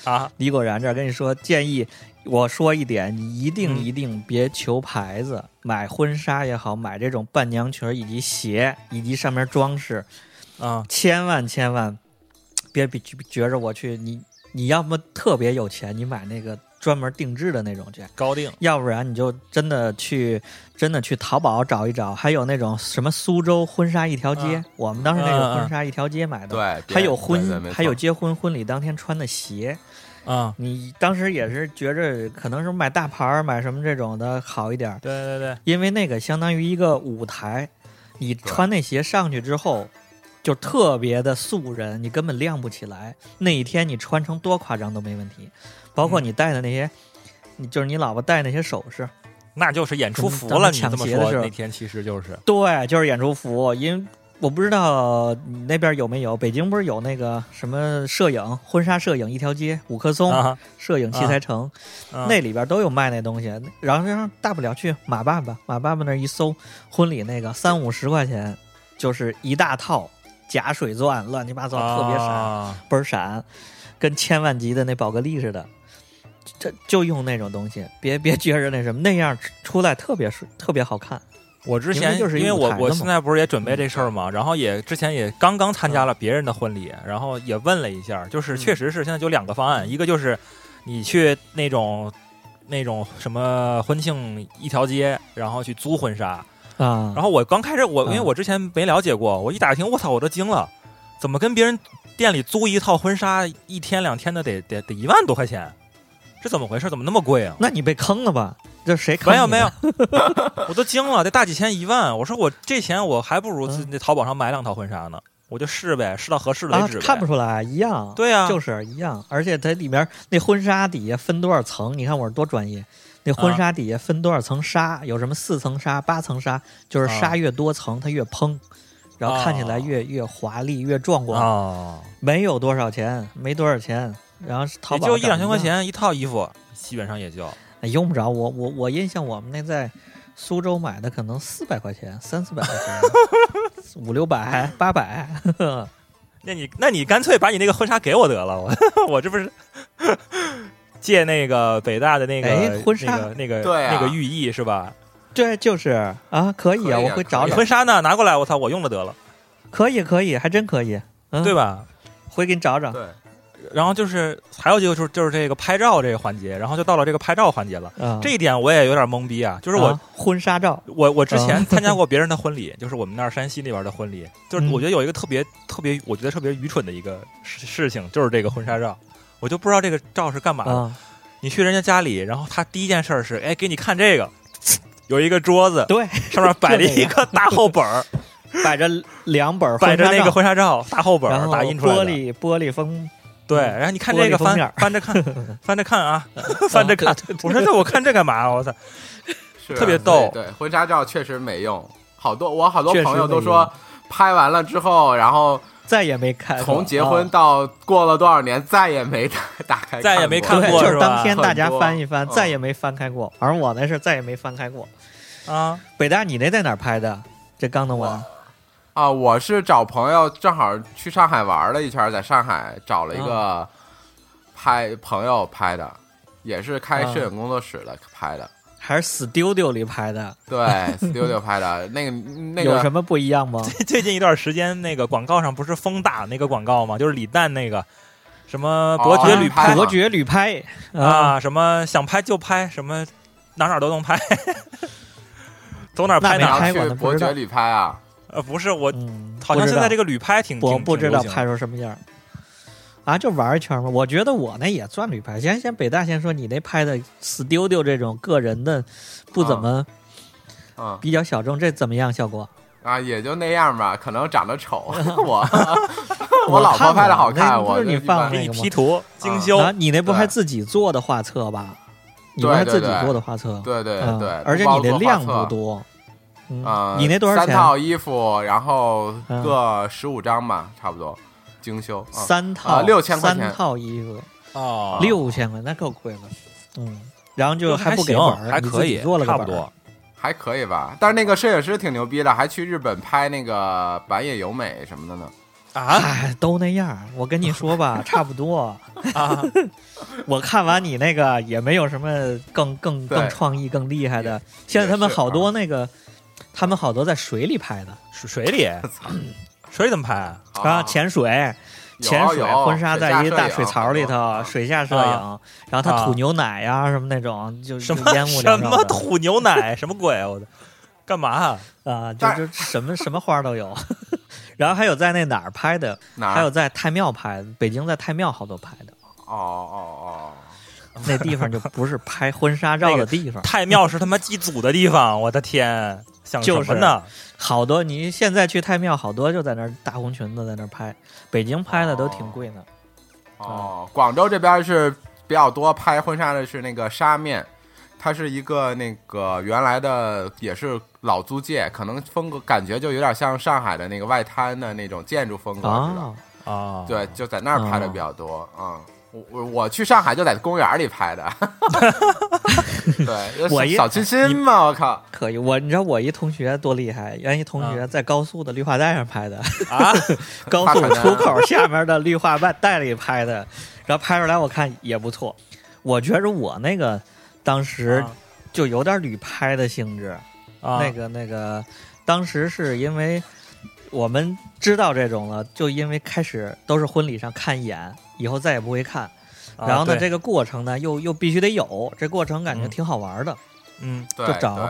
[SPEAKER 2] 啊，
[SPEAKER 1] 李果然这儿跟你说建议，我说一点，你一定
[SPEAKER 2] 嗯
[SPEAKER 1] 一定别求牌子，买婚纱也好，买这种伴娘裙儿以及鞋以及上面装饰，
[SPEAKER 2] 嗯，
[SPEAKER 1] 千万千万别比觉着我去你你要么特别有钱，你买那个专门定制的那种去。
[SPEAKER 2] 高定
[SPEAKER 1] 要不然你就真的去，真的去淘宝找一找，还有那种什么苏州婚纱一条街，
[SPEAKER 2] 嗯
[SPEAKER 1] 我们当时那个
[SPEAKER 2] 嗯嗯
[SPEAKER 1] 婚纱一条街买的，
[SPEAKER 3] 对，别
[SPEAKER 1] 还有
[SPEAKER 3] 对对
[SPEAKER 1] 婚，
[SPEAKER 3] 没错
[SPEAKER 1] 还有结婚婚礼当天穿的鞋，
[SPEAKER 2] 啊、嗯，
[SPEAKER 1] 你当时也是觉着可能是买大牌儿买什么这种的好一点儿，
[SPEAKER 2] 对对对，
[SPEAKER 1] 因为那个相当于一个舞台，你穿那鞋上去之后，就特别的素人，你根本亮不起来。那一天你穿成多夸张都没问题，包括
[SPEAKER 2] 嗯
[SPEAKER 1] 你戴的那些，你就是你老婆戴那些首饰，
[SPEAKER 2] 那就是演出服
[SPEAKER 1] 咱
[SPEAKER 2] 了。
[SPEAKER 1] 们
[SPEAKER 2] 你
[SPEAKER 1] 抢
[SPEAKER 2] 这么
[SPEAKER 1] 劫的
[SPEAKER 2] 说，
[SPEAKER 1] 时候
[SPEAKER 2] 那天其实就是
[SPEAKER 1] 对，就是演出服，因为我不知道你那边有没有，北京不是有那个什么摄影婚纱摄影一条街，五棵松、
[SPEAKER 2] 啊，
[SPEAKER 1] 摄影器材城，
[SPEAKER 2] 嗯
[SPEAKER 1] 那里边都有卖那东西。然后让大不了去马爸爸，马爸爸那儿一搜，婚礼那个三五十块钱就是一大套假水钻，乱七八糟，特别闪，
[SPEAKER 2] 啊
[SPEAKER 1] 倍儿、闪，跟千万级的那宝格丽似的。这就用那种东西，别别觉着那什么那样出来特别水特别好看。
[SPEAKER 2] 我之
[SPEAKER 1] 明
[SPEAKER 2] 前
[SPEAKER 1] 明就是一
[SPEAKER 2] 因为
[SPEAKER 1] 舞
[SPEAKER 2] 我
[SPEAKER 1] 台的
[SPEAKER 2] 我
[SPEAKER 1] 嘛嗯
[SPEAKER 2] 现在不是也准备这事儿嘛，然后也之前也刚刚参加了别人的婚礼，然后也问了一下，就是
[SPEAKER 1] 嗯
[SPEAKER 2] 确实是现在就两个方案，一个就是你去那种那种什么婚庆一条街，然后去租婚纱，
[SPEAKER 1] 啊，
[SPEAKER 2] 然后我刚开始我因为
[SPEAKER 1] 嗯
[SPEAKER 2] 我之前没了解过，我一打听，我操，我都惊了，怎么跟别人店里租一套婚纱一天两天的得得得一万多块钱，这怎么回事？怎么那么贵啊？
[SPEAKER 1] 那你被坑了吧？这谁坑
[SPEAKER 2] 没
[SPEAKER 1] 你的
[SPEAKER 2] 有没有， 我都惊了，这大几千一万，我说我这钱我还不
[SPEAKER 1] 嗯
[SPEAKER 2] 如自己那淘宝上买两套婚纱呢，我就试呗，试到合适的
[SPEAKER 1] 啊
[SPEAKER 2] 为止？呗。
[SPEAKER 1] 看不出来，一样。
[SPEAKER 2] 对啊，
[SPEAKER 1] 就是一样，而且它里面那婚纱底下分多少层？你看我是多专业。那婚纱底下分多少层纱？有什么四层纱、八层纱？就是
[SPEAKER 2] 啊
[SPEAKER 1] 纱越多层，它越蓬，然后看起来
[SPEAKER 2] 啊
[SPEAKER 1] 越越华丽、越壮观。
[SPEAKER 2] 啊，
[SPEAKER 1] 没有多少钱，没多少钱。然后淘
[SPEAKER 2] 也
[SPEAKER 1] 宝
[SPEAKER 2] 就一
[SPEAKER 1] 一
[SPEAKER 2] 两千块
[SPEAKER 1] 样，
[SPEAKER 2] 钱一套衣服，基本上也就
[SPEAKER 1] 哎用不着。我我我印象我们那在苏州买的可能四百块钱，三四百块钱， 五六百、八百。
[SPEAKER 2] 那你那你干脆把你那个婚纱给我得了，我 我这不是借那个北大的那个
[SPEAKER 1] 哎婚纱
[SPEAKER 2] 那个那
[SPEAKER 3] 对
[SPEAKER 2] 个、
[SPEAKER 3] 啊
[SPEAKER 2] 那个寓意是吧？
[SPEAKER 1] 对，就是啊，可以啊，
[SPEAKER 3] 可以啊
[SPEAKER 1] 我会找
[SPEAKER 3] 可
[SPEAKER 2] 你
[SPEAKER 3] 以
[SPEAKER 1] 找。
[SPEAKER 2] 婚纱呢拿过来，我操，我用了得了，
[SPEAKER 1] 可
[SPEAKER 2] 啊
[SPEAKER 1] 以，可以，还真可以。嗯，
[SPEAKER 2] 对吧？
[SPEAKER 1] 回给你找找。
[SPEAKER 3] 对，
[SPEAKER 2] 然后就是还有一个就是就是这个拍照这个环节，然后就到了这个拍照环节了。
[SPEAKER 1] 啊，
[SPEAKER 2] 这一点我也有点懵逼啊，就是我、
[SPEAKER 1] 啊婚纱照，
[SPEAKER 2] 我我之前
[SPEAKER 1] 啊
[SPEAKER 2] 参加过别人的婚礼，就是我们那儿山西那边的婚礼，就是
[SPEAKER 1] 嗯
[SPEAKER 2] 我觉得有一个特别特别，我觉得特别愚蠢的一个事事情，就是这个婚纱照，我就不知道这个照是干嘛的。
[SPEAKER 1] 啊，
[SPEAKER 2] 你去人家家里，然后他第一件事儿是，哎，给你看这个，有一个桌子，
[SPEAKER 1] 对，
[SPEAKER 2] 上面摆了一个大厚 本儿，
[SPEAKER 1] 摆着两本儿
[SPEAKER 2] 摆
[SPEAKER 1] 婚纱
[SPEAKER 2] 着
[SPEAKER 1] 照
[SPEAKER 2] 那个婚纱照，大厚本
[SPEAKER 1] 然
[SPEAKER 2] 儿
[SPEAKER 1] 后
[SPEAKER 2] 打印出来
[SPEAKER 1] 玻
[SPEAKER 2] 的。
[SPEAKER 1] 璃玻璃封，
[SPEAKER 2] 对，然后你看
[SPEAKER 1] 玻璃
[SPEAKER 2] 这个
[SPEAKER 1] 封面
[SPEAKER 2] 翻
[SPEAKER 1] 儿
[SPEAKER 2] 翻着 看，翻着看啊，翻着看
[SPEAKER 1] 啊。对对
[SPEAKER 2] 我说这我看这干嘛？啊我操！
[SPEAKER 3] 是
[SPEAKER 2] 特别
[SPEAKER 3] 对
[SPEAKER 2] 逗
[SPEAKER 3] 对，婚纱照确实没用，好多我好多
[SPEAKER 1] 确实
[SPEAKER 3] 朋友都
[SPEAKER 1] 没
[SPEAKER 3] 说
[SPEAKER 1] 用
[SPEAKER 3] 拍完了之后，然后
[SPEAKER 1] 再也没看过，
[SPEAKER 3] 从结婚
[SPEAKER 1] 啊
[SPEAKER 3] 到过了多少年，再也没打打开，
[SPEAKER 2] 再也没看
[SPEAKER 1] 对，
[SPEAKER 2] 过
[SPEAKER 1] 就是是
[SPEAKER 2] 吧
[SPEAKER 1] 当天大家
[SPEAKER 3] 很多
[SPEAKER 1] 翻一翻，
[SPEAKER 3] 嗯
[SPEAKER 1] 再也没翻开过。而我那是再也没翻开过。
[SPEAKER 2] 啊，
[SPEAKER 1] 北大，你那在哪儿拍的？这刚弄完，
[SPEAKER 3] 啊！我是找朋友，正好去上海玩了一圈，在上海找
[SPEAKER 1] 嗯
[SPEAKER 3] 了一个拍朋友拍的，也是开
[SPEAKER 1] 嗯
[SPEAKER 3] 摄影工作室的拍的，
[SPEAKER 1] 还是 Studio 里拍的，
[SPEAKER 3] 对，studio 拍的那个那
[SPEAKER 1] 有
[SPEAKER 3] 个
[SPEAKER 1] 什么不一 样吗？
[SPEAKER 2] 最近一段时间那个广告上不是风大那个广告吗？就是李诞那个什么伯爵
[SPEAKER 3] 哦
[SPEAKER 2] 旅
[SPEAKER 3] 拍
[SPEAKER 2] 拍
[SPEAKER 3] 嘛
[SPEAKER 1] 伯爵旅拍啊，
[SPEAKER 2] 啊，什么想拍就拍，什么哪哪都能 拍，走哪儿
[SPEAKER 1] 那
[SPEAKER 2] 拍
[SPEAKER 1] 没
[SPEAKER 2] 哪
[SPEAKER 1] 拍过
[SPEAKER 2] 儿。
[SPEAKER 3] 然后
[SPEAKER 1] 呢
[SPEAKER 3] 去
[SPEAKER 1] 不
[SPEAKER 3] 伯
[SPEAKER 1] 知道
[SPEAKER 3] 爵旅拍啊，
[SPEAKER 2] 呃，不是我，
[SPEAKER 1] 嗯，
[SPEAKER 2] 好像现在这
[SPEAKER 1] 个
[SPEAKER 2] 个旅拍挺
[SPEAKER 1] 我
[SPEAKER 2] 挺
[SPEAKER 1] 不知
[SPEAKER 2] 挺
[SPEAKER 1] 道
[SPEAKER 2] 流行的
[SPEAKER 1] 拍出什么样儿。啊，就玩一圈嘛。我觉得我那也算旅拍。先先北大先说，你那拍的死丢丢这种个人的，不怎么
[SPEAKER 3] 嗯
[SPEAKER 1] 比较小众，这怎么样效果？
[SPEAKER 3] 啊，也就那样吧，可能长得丑，我
[SPEAKER 1] 我
[SPEAKER 3] 老婆
[SPEAKER 1] 看
[SPEAKER 3] 拍
[SPEAKER 1] 过
[SPEAKER 3] 的好
[SPEAKER 1] 那
[SPEAKER 3] 看，
[SPEAKER 1] 不
[SPEAKER 3] 我
[SPEAKER 1] 是
[SPEAKER 3] 就
[SPEAKER 1] 你
[SPEAKER 3] 一
[SPEAKER 1] 放
[SPEAKER 3] 般
[SPEAKER 1] 那
[SPEAKER 2] 给你
[SPEAKER 1] 个吗
[SPEAKER 2] 批图精修
[SPEAKER 1] 啊，，你那不
[SPEAKER 3] 对
[SPEAKER 1] 还自己做的画册吧？你不
[SPEAKER 3] 对
[SPEAKER 1] 还
[SPEAKER 3] 对
[SPEAKER 1] 自己
[SPEAKER 3] 对
[SPEAKER 1] 做的画册？
[SPEAKER 3] 对对
[SPEAKER 1] 嗯
[SPEAKER 3] 对，
[SPEAKER 1] 而且
[SPEAKER 3] 包
[SPEAKER 1] 你的
[SPEAKER 3] 括画
[SPEAKER 1] 量
[SPEAKER 3] 册
[SPEAKER 1] 不多。嗯
[SPEAKER 3] 啊，
[SPEAKER 1] 你那多少
[SPEAKER 3] 三
[SPEAKER 1] 钱？
[SPEAKER 3] 套衣服，然后
[SPEAKER 1] 嗯
[SPEAKER 3] 各十五张吧，差不多，精修。嗯
[SPEAKER 1] 三套
[SPEAKER 3] 啊6000块钱
[SPEAKER 1] 三套衣服，
[SPEAKER 2] 哦
[SPEAKER 1] 六千块，那够贵了。嗯，然后就
[SPEAKER 2] 还
[SPEAKER 1] 不给
[SPEAKER 2] 行
[SPEAKER 1] 本儿，
[SPEAKER 2] 还
[SPEAKER 1] 你
[SPEAKER 2] 可
[SPEAKER 1] 自己
[SPEAKER 2] 以，
[SPEAKER 1] 做了个
[SPEAKER 2] 差不
[SPEAKER 1] 本儿
[SPEAKER 2] 多。
[SPEAKER 3] 还可以吧，但是那个摄影师挺牛逼的，还去日本拍那个板野友美什么的呢。
[SPEAKER 2] 啊
[SPEAKER 1] 哎，都那样儿。我跟你说吧，差不多。
[SPEAKER 2] 啊，
[SPEAKER 1] 我看完你那个，也没有什么更更
[SPEAKER 3] 对
[SPEAKER 1] 更创意、更厉害的。现在他们
[SPEAKER 3] 也是嗯
[SPEAKER 1] 好多那个，他们好多在水里拍的
[SPEAKER 2] 水水里，水里怎么拍啊？
[SPEAKER 1] 啊，潜水、
[SPEAKER 3] 有
[SPEAKER 1] 潜水、
[SPEAKER 3] 有
[SPEAKER 1] 婚纱在一
[SPEAKER 3] 水下摄
[SPEAKER 1] 大
[SPEAKER 3] 影
[SPEAKER 1] 水槽里头，
[SPEAKER 3] 啊
[SPEAKER 1] 水下摄
[SPEAKER 2] 啊
[SPEAKER 1] 影，然后他吐
[SPEAKER 2] 啊
[SPEAKER 1] 牛奶呀什么那种，就
[SPEAKER 2] 什么
[SPEAKER 1] 就烟雾缭
[SPEAKER 2] 什
[SPEAKER 1] 绕
[SPEAKER 2] 么
[SPEAKER 1] 的
[SPEAKER 2] 吐牛奶？什么鬼啊？我的，干嘛啊？
[SPEAKER 1] 啊，就
[SPEAKER 3] 但
[SPEAKER 1] 就什么什么花都有。 然后还有在那哪儿拍的，
[SPEAKER 3] 哪儿
[SPEAKER 1] 还有在太庙拍的，北京在太庙好多拍 的，
[SPEAKER 3] 哦哦
[SPEAKER 1] 那地方就不是拍婚纱照的地方，
[SPEAKER 2] 太庙是他妈祭祖的地方，我的天，想什
[SPEAKER 1] 就是
[SPEAKER 2] 么呢？
[SPEAKER 1] 好多你现在去太庙，好多就在那儿大红裙子在那儿拍，北京拍的都挺贵的。
[SPEAKER 3] 哦哦，广州这边是比较多拍婚纱的是那个沙面，它是一个那个原来的也是老租界，可能风格感觉就有点像上海的那个外滩的那种建筑风格似
[SPEAKER 1] 啊，
[SPEAKER 3] 的。
[SPEAKER 2] 啊，
[SPEAKER 3] 对，就在那儿拍的比较多。嗯，我我我去上海就在公园里拍 的。对，
[SPEAKER 1] 我一
[SPEAKER 3] 小清新嘛，我靠！
[SPEAKER 1] 可以。我你知道我一同学多厉害，原来一同学在高速的绿化带上拍的，
[SPEAKER 2] 啊，
[SPEAKER 1] 高速
[SPEAKER 3] 发传单
[SPEAKER 1] 出口下面的绿化带带里拍的，然后拍出来我看也不错。我觉着我那个当时就有点旅拍的性质，
[SPEAKER 2] 啊
[SPEAKER 1] 那个那个，当时是因为我们知道这种了，就因为开始都是婚礼上看一眼，以后再也不会看。
[SPEAKER 2] 啊
[SPEAKER 1] 然后呢，
[SPEAKER 2] 对
[SPEAKER 1] 这个过程呢，又又必须得有，这过程感觉
[SPEAKER 2] 嗯
[SPEAKER 1] 挺好玩的，
[SPEAKER 2] 嗯
[SPEAKER 3] 对
[SPEAKER 1] 就
[SPEAKER 3] 对
[SPEAKER 1] 找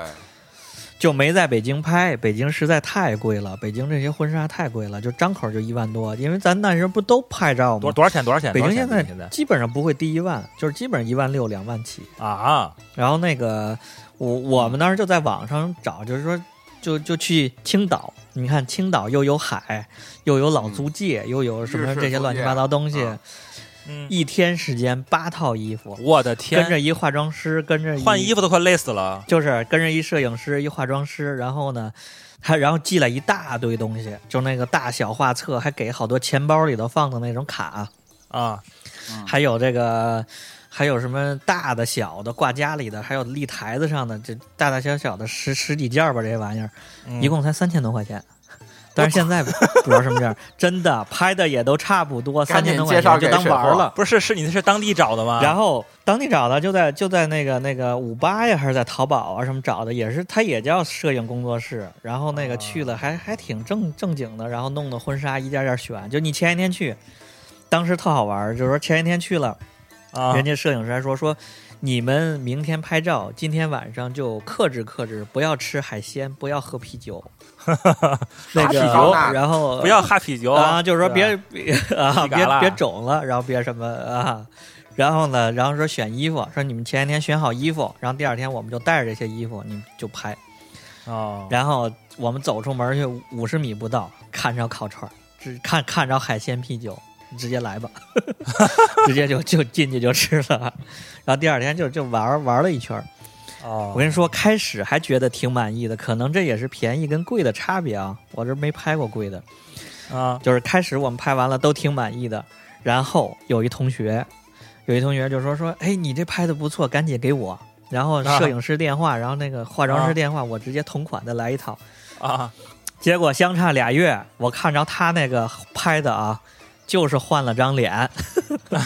[SPEAKER 1] 就没在北京拍。北京实在太贵了，北京这些婚纱太贵了，就张口就一万多，因为咱那时候不都拍照
[SPEAKER 2] 多
[SPEAKER 1] 吗？
[SPEAKER 2] 多少钱？多少钱？
[SPEAKER 1] 嗯北京
[SPEAKER 2] 多少
[SPEAKER 1] 现
[SPEAKER 2] 钱
[SPEAKER 1] 在
[SPEAKER 2] 现在
[SPEAKER 1] 基本上不会低一万，就是基本上一万六、两万起。
[SPEAKER 2] 啊，
[SPEAKER 1] 然后那个我我们当时就在网上找，就是说就就去青岛，你看青岛又有海，又有老租界，又有什么
[SPEAKER 3] 日式
[SPEAKER 1] 这些乱七
[SPEAKER 3] 租界
[SPEAKER 1] 八糟东西，
[SPEAKER 3] 嗯
[SPEAKER 2] 嗯，
[SPEAKER 1] 一天时间八套衣服，
[SPEAKER 2] 我的天，
[SPEAKER 1] 跟着一化妆师，跟着一
[SPEAKER 2] 换衣服都快累死了。
[SPEAKER 1] 就是跟着一摄影师、一化妆师，然后呢，他然后寄来一大堆东西，就那个大小画册，还给好多钱包里头放的那种卡，
[SPEAKER 2] 啊
[SPEAKER 3] 嗯
[SPEAKER 1] 还有这个，还有什么大的、小的挂家里的，还有立台子上的，这大大小小的十十几件儿吧，这些玩意儿，
[SPEAKER 2] 嗯
[SPEAKER 1] 一共才三千多块钱。但是现在不 知道什么价儿，真的拍的也都差不多，
[SPEAKER 3] 赶
[SPEAKER 1] 三
[SPEAKER 3] 紧
[SPEAKER 1] 千多块
[SPEAKER 3] 介绍
[SPEAKER 1] 钱
[SPEAKER 3] 给
[SPEAKER 1] 就当玩儿
[SPEAKER 3] 水
[SPEAKER 1] 了
[SPEAKER 3] 货。
[SPEAKER 2] 不是是你是当地找的吗？
[SPEAKER 1] 然后当地找的就在就在那个那个五八呀，还是在淘宝啊什么找的，也是他也叫摄影工作室。然后那个去
[SPEAKER 2] 哦
[SPEAKER 1] 了还还挺正正经的，然后弄的婚啊纱一件件选。就你前一天去，当时特好玩儿，就是说前一天去了，
[SPEAKER 2] 啊，
[SPEAKER 1] 人家摄影师还说说，你们明天拍照，今天晚上就克制克制，不要吃海鲜，不要喝啤酒，那个
[SPEAKER 3] 啥啤酒呢
[SPEAKER 1] 然后
[SPEAKER 2] 不要哈啤酒
[SPEAKER 1] 啊，就是说
[SPEAKER 2] 对 吧
[SPEAKER 1] 别别啊
[SPEAKER 2] 嘎
[SPEAKER 1] 别
[SPEAKER 2] 啦
[SPEAKER 1] 别肿了，然后别什么啊，然后呢，然后说选衣服，说你们前一天选好衣服，然后第二天我们就带着这些衣服你们就拍，
[SPEAKER 2] 哦
[SPEAKER 1] 然后我们走出门去五十米不到，看着烤串儿，只看看着海鲜啤酒，直接来吧， 直接就就进去就吃了，然后第二天就就玩儿玩了一圈儿。
[SPEAKER 2] 哦，
[SPEAKER 1] 我跟你说，开始还觉得挺满意的，可能这也是便宜跟贵的差别啊，我这没拍过贵的。
[SPEAKER 2] 啊
[SPEAKER 1] 就是开始我们拍完了都挺满意的，然后有一同学，有一同学就说说，哎，你这拍的不错，赶紧给我。然后
[SPEAKER 2] 啊
[SPEAKER 1] 摄影师电话，然后那个化妆
[SPEAKER 2] 啊
[SPEAKER 1] 师电话，我直接同款的来一套。
[SPEAKER 2] 啊
[SPEAKER 1] 结果相差俩月，我看着他那个拍的啊，就是换了张脸，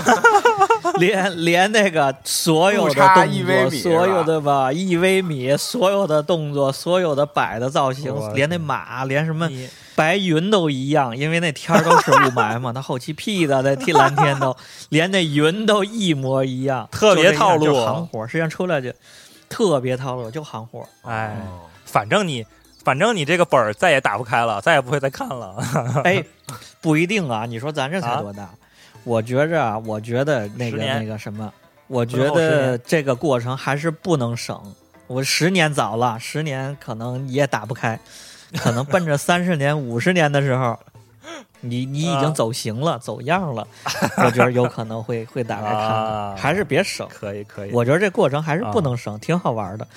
[SPEAKER 1] 连连那个所有的
[SPEAKER 3] 误差
[SPEAKER 1] 动
[SPEAKER 3] 一微
[SPEAKER 1] 作，
[SPEAKER 3] 米是吧
[SPEAKER 1] 所有的吧一微米，所有的动作，所有的摆的造型
[SPEAKER 2] 我，
[SPEAKER 1] 连那马，连什么
[SPEAKER 2] 你
[SPEAKER 1] 白云都一样，因为那天儿都是雾霾嘛，它后期 P 的那天蓝天 都，连那云都一模一样，
[SPEAKER 2] 特别
[SPEAKER 1] 就这样
[SPEAKER 2] 套路
[SPEAKER 1] 就
[SPEAKER 2] 啊
[SPEAKER 1] 行活，实际上出来就特别套路，就行活。
[SPEAKER 2] 哎，
[SPEAKER 3] 哦
[SPEAKER 2] 反正你反正你这个本儿再也打不开了，再也不会再看了。
[SPEAKER 1] 哎，不一定啊，你说咱这才多大？我觉着啊，我觉得那
[SPEAKER 2] 十
[SPEAKER 1] 个
[SPEAKER 2] 年
[SPEAKER 1] 那个什么，我
[SPEAKER 2] 不能
[SPEAKER 1] 觉
[SPEAKER 2] 后十
[SPEAKER 1] 得
[SPEAKER 2] 年
[SPEAKER 1] 这个过程还是不能省。我十年早了，十年可能也打不开，可能奔着三十年、五十年的时候， 你你已
[SPEAKER 2] 啊
[SPEAKER 1] 经走形了、走样了，我觉得有可能 会会打开看
[SPEAKER 2] 啊
[SPEAKER 1] 看，还是别省。
[SPEAKER 2] 可以可以。啊
[SPEAKER 1] 我觉得这过程还是不能省，挺好玩的，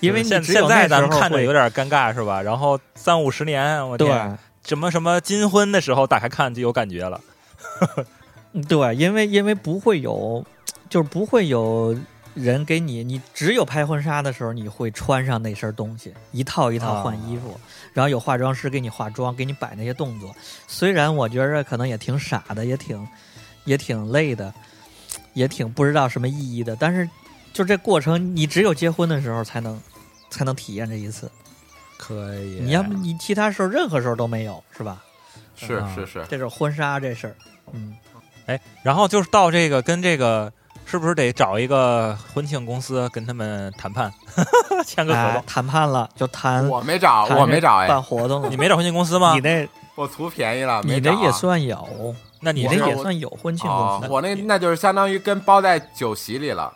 [SPEAKER 1] 因为你
[SPEAKER 2] 现
[SPEAKER 1] 只有
[SPEAKER 2] 现
[SPEAKER 1] 那
[SPEAKER 2] 在咱们
[SPEAKER 1] 时候
[SPEAKER 2] 看着
[SPEAKER 1] 会
[SPEAKER 2] 有点尴尬是吧？然后三五十年，我天，
[SPEAKER 1] 对
[SPEAKER 2] 什么什么金婚的时候打开看就有感觉了。
[SPEAKER 1] 嗯对，因为因为不会有，就是不会有人给你，你只有拍婚纱的时候，你会穿上那身东西，一套一套换衣服，然后有化妆师给你化妆，给你摆那些动作。虽然我觉着可能也挺傻的，也挺也挺累的，也挺不知道什么意义的，但是就这过程，你只有结婚的时候才能才能体验这一次。
[SPEAKER 2] 可以
[SPEAKER 1] 你要不你其他时候任何时候都没有，是吧？
[SPEAKER 3] 是
[SPEAKER 2] 啊
[SPEAKER 3] 是是，
[SPEAKER 1] 这就是婚纱这事儿，嗯。
[SPEAKER 2] 然后就是到这个跟这个，是不是得找一个婚庆公司跟他们谈判， 签个合
[SPEAKER 1] 哎
[SPEAKER 2] 同？
[SPEAKER 1] 谈判了就谈
[SPEAKER 3] 我没找，
[SPEAKER 1] 谈
[SPEAKER 3] 我没找哎
[SPEAKER 1] 办，活动了。
[SPEAKER 2] 你没找婚庆公司吗
[SPEAKER 1] 你？那
[SPEAKER 3] 我图便宜了，
[SPEAKER 1] 你
[SPEAKER 3] 没找
[SPEAKER 1] 那
[SPEAKER 3] 啊。
[SPEAKER 1] 也算有，
[SPEAKER 2] 那
[SPEAKER 1] 你
[SPEAKER 2] 你
[SPEAKER 3] 我
[SPEAKER 1] 那
[SPEAKER 3] 是
[SPEAKER 1] 也算有婚庆公
[SPEAKER 3] 哦
[SPEAKER 1] 司。，
[SPEAKER 3] 我那那就是相当于跟包在酒席里了。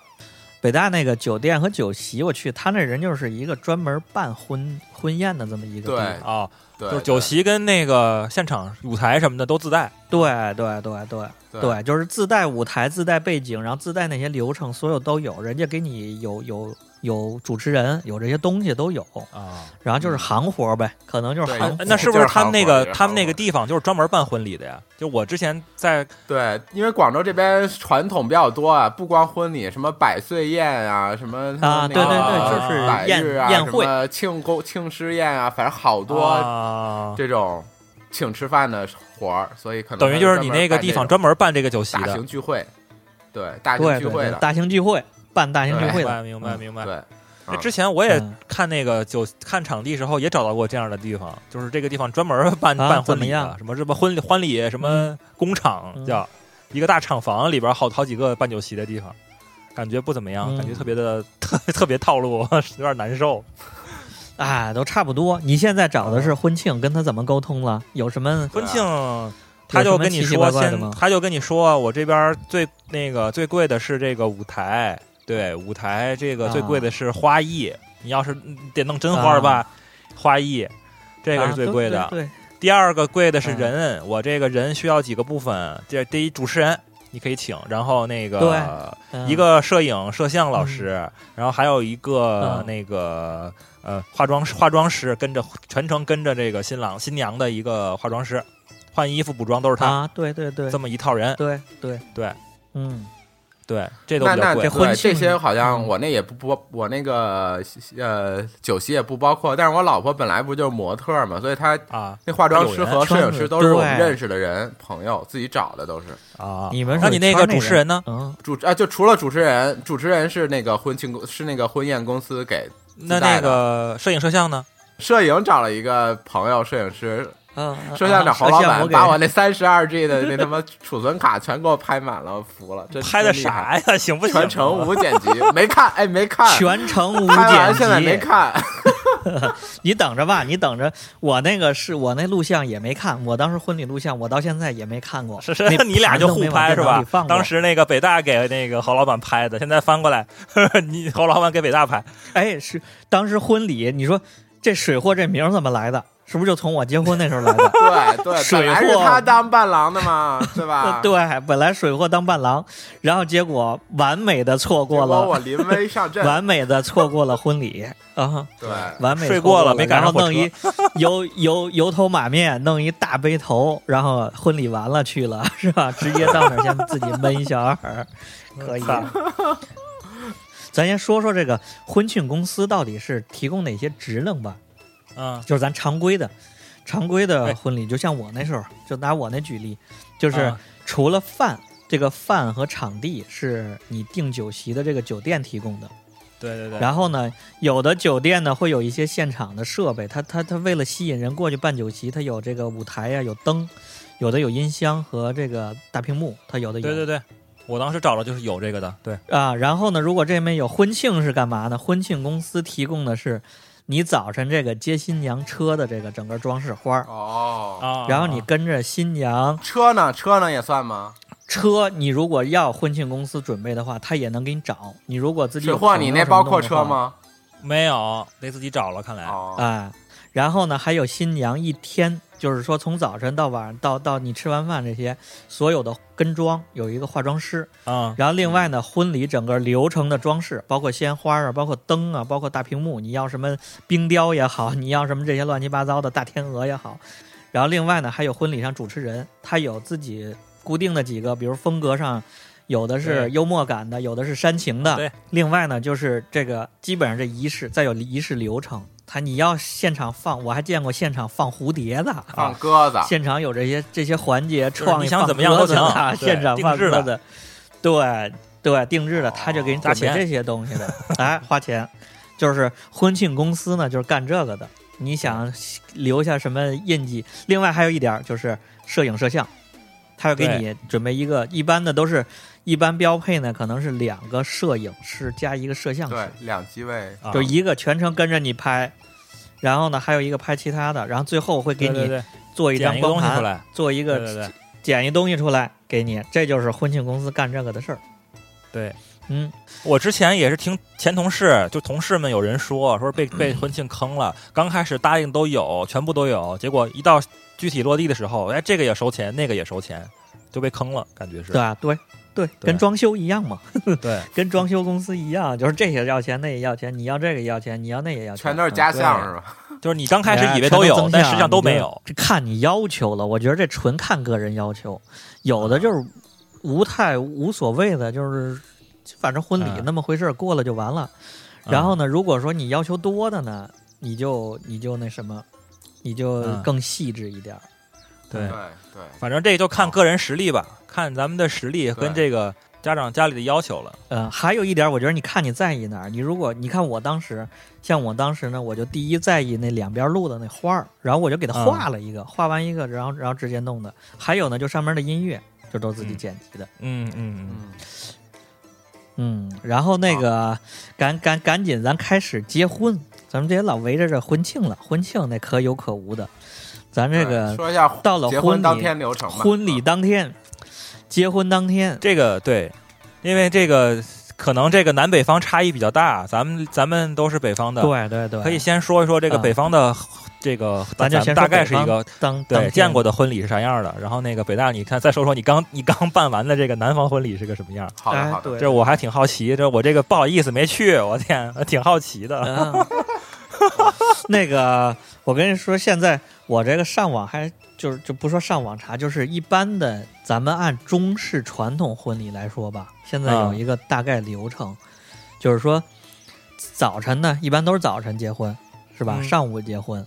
[SPEAKER 1] 北大那个酒店和酒席，我去，他那人就是一个专门办婚婚宴的这么一个地方。
[SPEAKER 3] 对
[SPEAKER 2] 哦，
[SPEAKER 3] 对，
[SPEAKER 2] 就是酒席跟那个现场舞台什么的都自带。
[SPEAKER 1] 对对对对
[SPEAKER 3] 对
[SPEAKER 1] 对，就是自带舞台、自带背景，然后自带那些流程，所有都有。人家给你有有有主持人，有这些东西都有。
[SPEAKER 2] 啊，
[SPEAKER 1] 然后就是行活呗，可能就是
[SPEAKER 3] 嗯对
[SPEAKER 1] 行活。
[SPEAKER 2] 那是不是他们那
[SPEAKER 3] 这
[SPEAKER 2] 个
[SPEAKER 3] 是韩国
[SPEAKER 2] 他们那个地方就是专门办婚礼的呀？就我之前在
[SPEAKER 3] 对，因为广州这边传统比较多啊，不光婚礼，什么百岁宴啊，什么
[SPEAKER 1] 啊
[SPEAKER 3] 他们那
[SPEAKER 1] 对对
[SPEAKER 3] 个
[SPEAKER 1] 对
[SPEAKER 2] 就
[SPEAKER 3] 啊
[SPEAKER 2] 是
[SPEAKER 3] 百
[SPEAKER 1] 宴
[SPEAKER 3] 日啊，
[SPEAKER 1] 宴会
[SPEAKER 3] 什么庆功庆师宴啊，反正好多
[SPEAKER 2] 啊，
[SPEAKER 3] 这种请吃饭的活儿，所以可能
[SPEAKER 2] 等于就是你那个地方专门办这个酒席
[SPEAKER 3] 大
[SPEAKER 2] 的
[SPEAKER 3] 型。聚会，对大型
[SPEAKER 1] 对
[SPEAKER 3] 聚
[SPEAKER 1] 对
[SPEAKER 3] 会
[SPEAKER 1] 对，
[SPEAKER 3] 的，
[SPEAKER 1] 大型聚会办大型聚
[SPEAKER 3] 对
[SPEAKER 1] 会
[SPEAKER 2] 明
[SPEAKER 1] 的，
[SPEAKER 2] 白明白明白。
[SPEAKER 3] 对，
[SPEAKER 2] 那
[SPEAKER 3] 嗯
[SPEAKER 2] 之前我也
[SPEAKER 1] 嗯
[SPEAKER 2] 看那个酒看场地时候也找到过这样的地方，就是这个地方专门办、
[SPEAKER 1] 啊
[SPEAKER 2] 办婚
[SPEAKER 1] 怎么
[SPEAKER 2] 礼的，
[SPEAKER 1] 样
[SPEAKER 2] 什么什么婚礼婚礼什么工厂、
[SPEAKER 1] 嗯
[SPEAKER 2] 叫一个大厂房里边好好几个办酒席的地方，感觉不怎么样，
[SPEAKER 1] 嗯
[SPEAKER 2] 感觉特别的特特别套路， 有点难受。
[SPEAKER 1] 啊，都差不多。你现在找的
[SPEAKER 2] 哦
[SPEAKER 1] 是婚庆，跟他怎么沟通了？有什么
[SPEAKER 2] 婚
[SPEAKER 3] 对啊
[SPEAKER 2] 庆。他就跟你
[SPEAKER 1] 有什么奇奇
[SPEAKER 2] 说
[SPEAKER 1] 怪怪的
[SPEAKER 2] 先
[SPEAKER 1] 吗，
[SPEAKER 2] 他就跟你说，我这边最那个最贵的是这个舞台，对舞台这个最贵
[SPEAKER 1] 啊
[SPEAKER 2] 的是花艺，你要是嗯得弄真花吧，花艺这个是最贵的。
[SPEAKER 1] 啊对嗯对
[SPEAKER 2] 第二个贵的是人，我这个人需要几个部分，这第一主持人你可以请，然后那个
[SPEAKER 1] 对嗯
[SPEAKER 2] 一个摄影摄像老师，然后还有一个
[SPEAKER 1] 嗯
[SPEAKER 2] 那个呃化妆师化妆师跟着全程跟着这个新郎新娘的一个化妆师，换衣服补妆都是他，
[SPEAKER 1] 啊，对对对
[SPEAKER 2] 这么一套人，
[SPEAKER 1] 对对
[SPEAKER 2] 对，
[SPEAKER 1] 嗯，
[SPEAKER 2] 对，这都
[SPEAKER 3] 那
[SPEAKER 2] 比较
[SPEAKER 3] 那
[SPEAKER 2] 贵
[SPEAKER 1] 这。婚
[SPEAKER 3] 对
[SPEAKER 1] 庆
[SPEAKER 3] 这些好像
[SPEAKER 1] 嗯
[SPEAKER 3] 我那也不包，我那个呃酒席也不包括，但是我老婆本来不就是模特嘛，所以她
[SPEAKER 2] 啊
[SPEAKER 3] 那化妆师和摄影师都是我们
[SPEAKER 1] 对
[SPEAKER 3] 认识的人，朋友自己找的都是
[SPEAKER 2] 啊！
[SPEAKER 1] 你们
[SPEAKER 2] 那你那个主持人呢？
[SPEAKER 1] 嗯，
[SPEAKER 3] 主啊，就除了主持人，主持人是那个婚庆公是那个婚宴公司给
[SPEAKER 2] 那
[SPEAKER 3] 自带
[SPEAKER 2] 那
[SPEAKER 3] 的
[SPEAKER 2] 个摄影摄像呢？
[SPEAKER 3] 摄影找了一个朋友，摄影师
[SPEAKER 1] 嗯嗯，
[SPEAKER 3] 摄像找
[SPEAKER 1] 啊
[SPEAKER 3] 侯老
[SPEAKER 1] 摄像
[SPEAKER 3] 板
[SPEAKER 1] 我给
[SPEAKER 3] 把我那三十二 G 的那他妈储存卡全给我拍满了，我服了，真
[SPEAKER 2] 拍的
[SPEAKER 3] 真厉害
[SPEAKER 2] 啥呀？ 行不行？
[SPEAKER 3] 全程无剪辑，没看哎没看，
[SPEAKER 1] 全程无
[SPEAKER 3] 拍完现在没
[SPEAKER 1] 剪辑，
[SPEAKER 3] 看。
[SPEAKER 1] 你等着吧，你等着，我那个是我那录像也没看，我当时婚礼录像，我到现在也没看过，
[SPEAKER 2] 是是，
[SPEAKER 1] 那
[SPEAKER 2] 你俩就互拍是吧？当
[SPEAKER 1] 时
[SPEAKER 2] 时那个北大给那个侯老板拍的，现在翻过来， 你侯老板给北大拍，
[SPEAKER 1] 哎是当时婚礼，你说这水货这名儿怎么来的？是不是就从我结婚那时候来的？
[SPEAKER 3] 对对，本
[SPEAKER 1] 水
[SPEAKER 3] 来是
[SPEAKER 1] 货
[SPEAKER 3] 他当伴郎的嘛，对吧？
[SPEAKER 2] 啊
[SPEAKER 1] 呃 对，本来水货当伴郎，然后结果完美的错
[SPEAKER 3] 结
[SPEAKER 1] 过
[SPEAKER 3] 果
[SPEAKER 1] 了，
[SPEAKER 3] 我临危上阵，
[SPEAKER 1] 完美的错过了婚礼啊，
[SPEAKER 3] 对
[SPEAKER 1] 完美
[SPEAKER 2] 睡
[SPEAKER 1] 错
[SPEAKER 2] 过了
[SPEAKER 1] 了，
[SPEAKER 2] 没赶上
[SPEAKER 1] 然后弄
[SPEAKER 2] 火
[SPEAKER 1] 一油油油头马面，弄一大背头，然后婚礼完了去了是吧？直接到那儿先自己闷一小耳 儿，可以
[SPEAKER 2] 操。
[SPEAKER 1] 咱先说说这个婚庆公司到底是提供哪些职能吧，
[SPEAKER 2] 嗯，
[SPEAKER 1] 就是咱常规的。常规
[SPEAKER 2] 哎
[SPEAKER 1] 的婚礼，就像我那时候，就拿我那举例，就
[SPEAKER 2] 就是
[SPEAKER 1] 除了饭，这个饭和场地是你订酒席的这个酒店提供的。
[SPEAKER 2] 对对对，
[SPEAKER 1] 然后呢，有的酒店呢会有一些现场的设备，它它它为了吸引人过去办酒席，它有这个舞台呀、有灯，有的有音箱和这个大屏幕，它有的有。
[SPEAKER 2] 对对对，我当时找了就是有这个的，对，
[SPEAKER 1] 啊，然后呢，如果这边有婚庆是干嘛呢？婚庆公司提供的是你早晨这个接新娘车的这个整个装饰花儿，
[SPEAKER 3] 哦，
[SPEAKER 2] 啊，
[SPEAKER 1] 然后你跟着新娘
[SPEAKER 3] 车呢？车呢也算吗？
[SPEAKER 1] 车你如果要婚庆公司准备的话，他也能给你找。你如果自己
[SPEAKER 3] 水
[SPEAKER 1] 有
[SPEAKER 3] 货，
[SPEAKER 1] 朋
[SPEAKER 3] 你
[SPEAKER 1] 友什
[SPEAKER 3] 那
[SPEAKER 1] 么
[SPEAKER 3] 包
[SPEAKER 1] 弄
[SPEAKER 3] 括
[SPEAKER 1] 的
[SPEAKER 3] 车
[SPEAKER 1] 话？
[SPEAKER 3] 吗？
[SPEAKER 2] 没有，得自己找了。看来，
[SPEAKER 3] 哦，
[SPEAKER 1] 啊，然后呢，还有新娘一天，就是说从早晨到晚上，到到你吃完饭这些，所有的跟妆有一个化妆师，
[SPEAKER 2] 嗯，
[SPEAKER 1] 然后另外呢，婚礼整个流程的装饰，包括鲜花啊，包括灯啊，包括大屏幕，你要什么冰雕也好，你要什么这些乱七八糟的大天鹅也好，然后另外呢，还有婚礼上主持人，他有自己固定的几个，比如风格上。有的是
[SPEAKER 2] 对
[SPEAKER 1] 幽默感的，有的是煽情的，
[SPEAKER 2] 对。
[SPEAKER 1] 另外呢，就是这个基本上这仪式，再有仪式流程，他你要现场放，我还见过现场放蝴蝶的
[SPEAKER 3] 放
[SPEAKER 1] 啊，
[SPEAKER 3] 鸽子，
[SPEAKER 1] 现场有这些这些环节，
[SPEAKER 2] 是
[SPEAKER 1] 创意
[SPEAKER 2] 你想
[SPEAKER 1] 放
[SPEAKER 2] 怎么样
[SPEAKER 1] 鸽
[SPEAKER 2] 都
[SPEAKER 1] 子
[SPEAKER 2] 行
[SPEAKER 1] 啊，
[SPEAKER 2] 对
[SPEAKER 1] 现场放
[SPEAKER 2] 定制的
[SPEAKER 1] 鸽子，对对，定制的，
[SPEAKER 3] 哦
[SPEAKER 1] 他就给你
[SPEAKER 2] 加
[SPEAKER 1] 准备
[SPEAKER 2] 钱
[SPEAKER 1] 这些东西 的，哎，花钱，就是婚庆公司呢，就是干这个的。你想留下什么印记？另外还有一点儿就是摄影摄像，他要给
[SPEAKER 2] 对
[SPEAKER 1] 你准备一个，一般的都是一般标配呢，可能是两个摄影师加一个摄像
[SPEAKER 3] 对
[SPEAKER 1] 师，，
[SPEAKER 3] 两机位，
[SPEAKER 2] 啊
[SPEAKER 1] 就一个全程跟着你拍，然后呢还有一个拍其他的，然后最后会给
[SPEAKER 2] 对对
[SPEAKER 1] 你
[SPEAKER 2] 对
[SPEAKER 1] 做一
[SPEAKER 2] 捡
[SPEAKER 1] 张
[SPEAKER 2] 一个
[SPEAKER 1] 光
[SPEAKER 2] 东西
[SPEAKER 1] 盘
[SPEAKER 2] 出，来，
[SPEAKER 1] 做一
[SPEAKER 2] 对
[SPEAKER 1] 个
[SPEAKER 2] 对对
[SPEAKER 1] 捡一东西出来给你，这就是婚庆公司干这个的事儿。
[SPEAKER 2] 对。
[SPEAKER 1] 嗯，
[SPEAKER 2] 我之前也是听前同事，就同事们有人说，
[SPEAKER 1] 嗯
[SPEAKER 2] 说被被婚庆坑了。刚开始答应都有，全部都有，结果一到具体落地的时候，哎，这个也收钱，那个也收钱，就被坑了，感觉是
[SPEAKER 1] 对。啊，对对，跟装修一样嘛，
[SPEAKER 2] 对，
[SPEAKER 1] 跟装修公司一样，就是这也要钱，那也要钱，你要这个也要钱，你要那也要钱，啊
[SPEAKER 3] 全都是加项是吧？
[SPEAKER 2] 就是你刚开始以为
[SPEAKER 1] 哎都
[SPEAKER 2] 有，但实际上都没有。。
[SPEAKER 1] 这看你要求了，我觉得这纯看个人要求，有的就是无太无所谓的，就是反正婚礼
[SPEAKER 2] 嗯
[SPEAKER 1] 那么回事儿过了就完了。然后呢，如果说你要求多的呢，你就你就那什么，你就
[SPEAKER 2] 嗯
[SPEAKER 1] 更细致一点儿。
[SPEAKER 2] 对
[SPEAKER 3] 对，对，
[SPEAKER 2] 反正这就看个人实力吧，看咱们的实力跟
[SPEAKER 3] 对
[SPEAKER 2] 这个家长家里的要求了。
[SPEAKER 1] 呃，还有一点，我觉得你看你在意哪儿。你如果你看我当时，像我当时呢，我就第一在意那两边路的那花儿，然后我就给它画了一
[SPEAKER 2] 嗯
[SPEAKER 1] 个，画完一个，然后然后直接弄的。还有呢，就上面的音乐，就都自己
[SPEAKER 2] 嗯
[SPEAKER 1] 剪辑的。
[SPEAKER 2] 嗯嗯
[SPEAKER 3] 嗯，
[SPEAKER 1] 嗯，然后那
[SPEAKER 2] 啊
[SPEAKER 1] 个赶赶赶紧，咱开始结婚。咱们这些老围着这婚庆了，婚庆那可有可无的。咱这
[SPEAKER 3] 对
[SPEAKER 2] 哎
[SPEAKER 1] 个
[SPEAKER 3] 说一下
[SPEAKER 1] 到了
[SPEAKER 3] 结
[SPEAKER 1] 婚
[SPEAKER 3] 婚
[SPEAKER 1] 礼
[SPEAKER 3] 当天流程吧，
[SPEAKER 1] 婚礼当天，结婚当天，
[SPEAKER 2] 这个对，因为这个可能这个南北方差异比较大，咱们咱们都是北方的，
[SPEAKER 1] 对对对，
[SPEAKER 2] 可以先说一说这个
[SPEAKER 1] 嗯
[SPEAKER 2] 北方的、这个，
[SPEAKER 1] 咱就
[SPEAKER 2] 们
[SPEAKER 1] 先
[SPEAKER 2] 大
[SPEAKER 1] 说
[SPEAKER 2] 概
[SPEAKER 1] 北
[SPEAKER 2] 是一
[SPEAKER 1] 方
[SPEAKER 2] 个
[SPEAKER 1] 当当
[SPEAKER 2] 对
[SPEAKER 1] 天
[SPEAKER 2] 见过的婚礼是啥样的。然后那个北大，你看再说说你刚你刚办完的这个南方婚礼是个什么样？
[SPEAKER 3] 好的
[SPEAKER 1] 哎
[SPEAKER 3] 好的，
[SPEAKER 1] 对
[SPEAKER 2] 这我还挺好奇，这我这个不好意思没去，我天，挺好奇的。
[SPEAKER 1] 啊， 那个，我跟你说，现在我这个上网还就是就不说上网查，就是一般的，咱们按中式传统婚礼来说吧，现在有
[SPEAKER 2] 嗯
[SPEAKER 1] 一个大概流程，就是说早晨呢，一般都是早晨结婚。是吧？
[SPEAKER 2] 嗯
[SPEAKER 1] 上午结婚，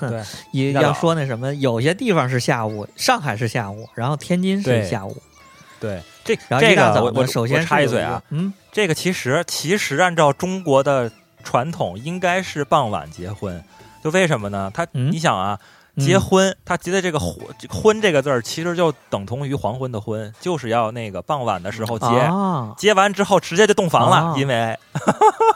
[SPEAKER 2] 对，
[SPEAKER 1] 也
[SPEAKER 2] 那倒
[SPEAKER 1] 要说那什么，有些地方是下午，上海是下午，然后天津是
[SPEAKER 2] 对
[SPEAKER 1] 下午，
[SPEAKER 2] 对，这
[SPEAKER 1] 然后
[SPEAKER 2] 这
[SPEAKER 1] 一大
[SPEAKER 2] 个
[SPEAKER 1] 早
[SPEAKER 2] 我
[SPEAKER 1] 呢
[SPEAKER 2] 我
[SPEAKER 1] 首先
[SPEAKER 2] 我
[SPEAKER 1] 是
[SPEAKER 2] 插一
[SPEAKER 1] 有
[SPEAKER 2] 嘴啊，
[SPEAKER 1] 个，嗯，
[SPEAKER 2] 这个其实其实按照中国的传统，应该是傍晚结婚。就为什么呢？他、
[SPEAKER 1] 嗯
[SPEAKER 2] 你想啊，
[SPEAKER 1] 嗯
[SPEAKER 2] 结婚，他结的这个婚这个婚这个字儿，其实就等同于黄昏的婚，就是要那个傍晚的时候结。
[SPEAKER 1] 啊，
[SPEAKER 2] 结完之后直接就洞房了，
[SPEAKER 1] 哦
[SPEAKER 2] 因为，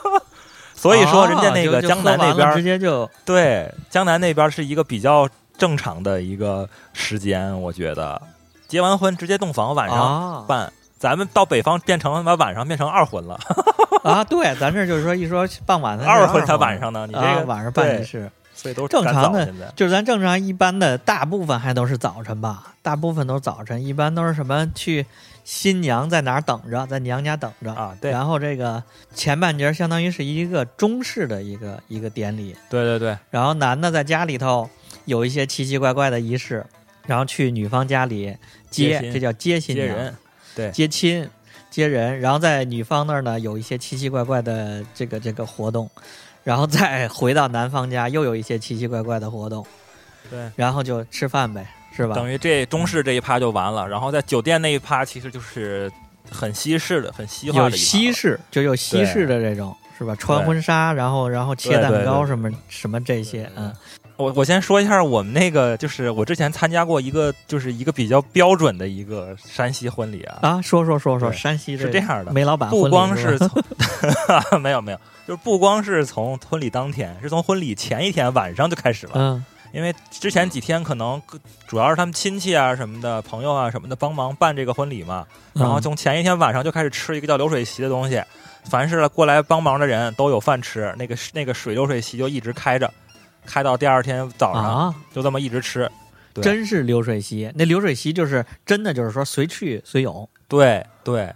[SPEAKER 2] 所以说人家那
[SPEAKER 1] 啊就
[SPEAKER 2] 个
[SPEAKER 1] 就
[SPEAKER 2] 江南
[SPEAKER 1] 喝
[SPEAKER 2] 那
[SPEAKER 1] 完
[SPEAKER 2] 边
[SPEAKER 1] 了
[SPEAKER 2] 儿
[SPEAKER 1] 直，接就
[SPEAKER 2] 对江南那边儿是一个比较正常的一个时间，我觉得结完婚直接洞房，晚上
[SPEAKER 1] 啊
[SPEAKER 2] 办。咱们到北方变成把晚上变成二婚了，
[SPEAKER 1] 啊，对，咱这就是说一说傍晚它
[SPEAKER 2] 二
[SPEAKER 1] 婚
[SPEAKER 2] 婚才晚上呢。你这
[SPEAKER 1] 啊，
[SPEAKER 2] 个
[SPEAKER 1] 晚上办
[SPEAKER 2] 对
[SPEAKER 1] 仪式，
[SPEAKER 2] 所以都是
[SPEAKER 1] 正
[SPEAKER 2] 赶
[SPEAKER 1] 常
[SPEAKER 2] 早
[SPEAKER 1] 的啊
[SPEAKER 2] 现在
[SPEAKER 1] 就是咱正常一般的大部分还都是早晨吧，大部分都是早晨，一般都是什么去新娘在哪儿等着，在娘家等着。
[SPEAKER 2] 啊，对
[SPEAKER 1] 然后这个前半截儿相当于是一个中式的一个一个典礼，
[SPEAKER 2] 对对对，
[SPEAKER 1] 然后男的在家里头有一些奇奇怪怪的仪式，然后去女方家里
[SPEAKER 2] 接
[SPEAKER 1] 接，
[SPEAKER 2] 亲
[SPEAKER 1] 这叫接新
[SPEAKER 2] 接
[SPEAKER 1] 娘。
[SPEAKER 2] 人
[SPEAKER 1] 接亲、接人，然后在女方那儿呢有一些奇奇怪怪的这个这个活动，然后再回到男方家又有一些奇奇怪怪的活动，
[SPEAKER 2] 对，
[SPEAKER 1] 然后就吃饭呗，是吧？
[SPEAKER 2] 等于这中式这一趴就完了，然后在酒店那一趴其实就是很西式的、很西化的
[SPEAKER 1] 有
[SPEAKER 2] 一趴
[SPEAKER 1] 西式，就有西式的这种，是吧？穿婚纱，然后然后切
[SPEAKER 2] 对对
[SPEAKER 1] 蛋糕
[SPEAKER 2] 对
[SPEAKER 1] 什么什么这些
[SPEAKER 2] 对，对
[SPEAKER 1] 嗯
[SPEAKER 2] 我我先说一下我们那个，就是我之前参加过一个，就是一个比较标准的一个山西婚礼啊，
[SPEAKER 1] 啊，说说说说，
[SPEAKER 2] 对
[SPEAKER 1] 山西
[SPEAKER 2] 是这样的
[SPEAKER 1] 煤老板婚礼
[SPEAKER 2] 不光
[SPEAKER 1] 是
[SPEAKER 2] 是
[SPEAKER 1] 吧
[SPEAKER 2] 从 没有没有，就是不光是从婚礼当天，是从婚礼前一天晚上就开始了。
[SPEAKER 1] 嗯
[SPEAKER 2] 因为之前几天可能主要是他们亲戚啊什么的、朋友啊什么的帮忙办这个婚礼嘛，然后
[SPEAKER 1] 嗯
[SPEAKER 2] 从前一天晚上就开始吃一个叫流水席的东西，凡是过来帮忙的人都有饭吃，那个那个水流水席就一直开着，开到第二天早上，
[SPEAKER 1] 啊，
[SPEAKER 2] 就这么一直吃。对
[SPEAKER 1] 真是流水席。那流水席就是真的，就是说随去随有，
[SPEAKER 2] 对对，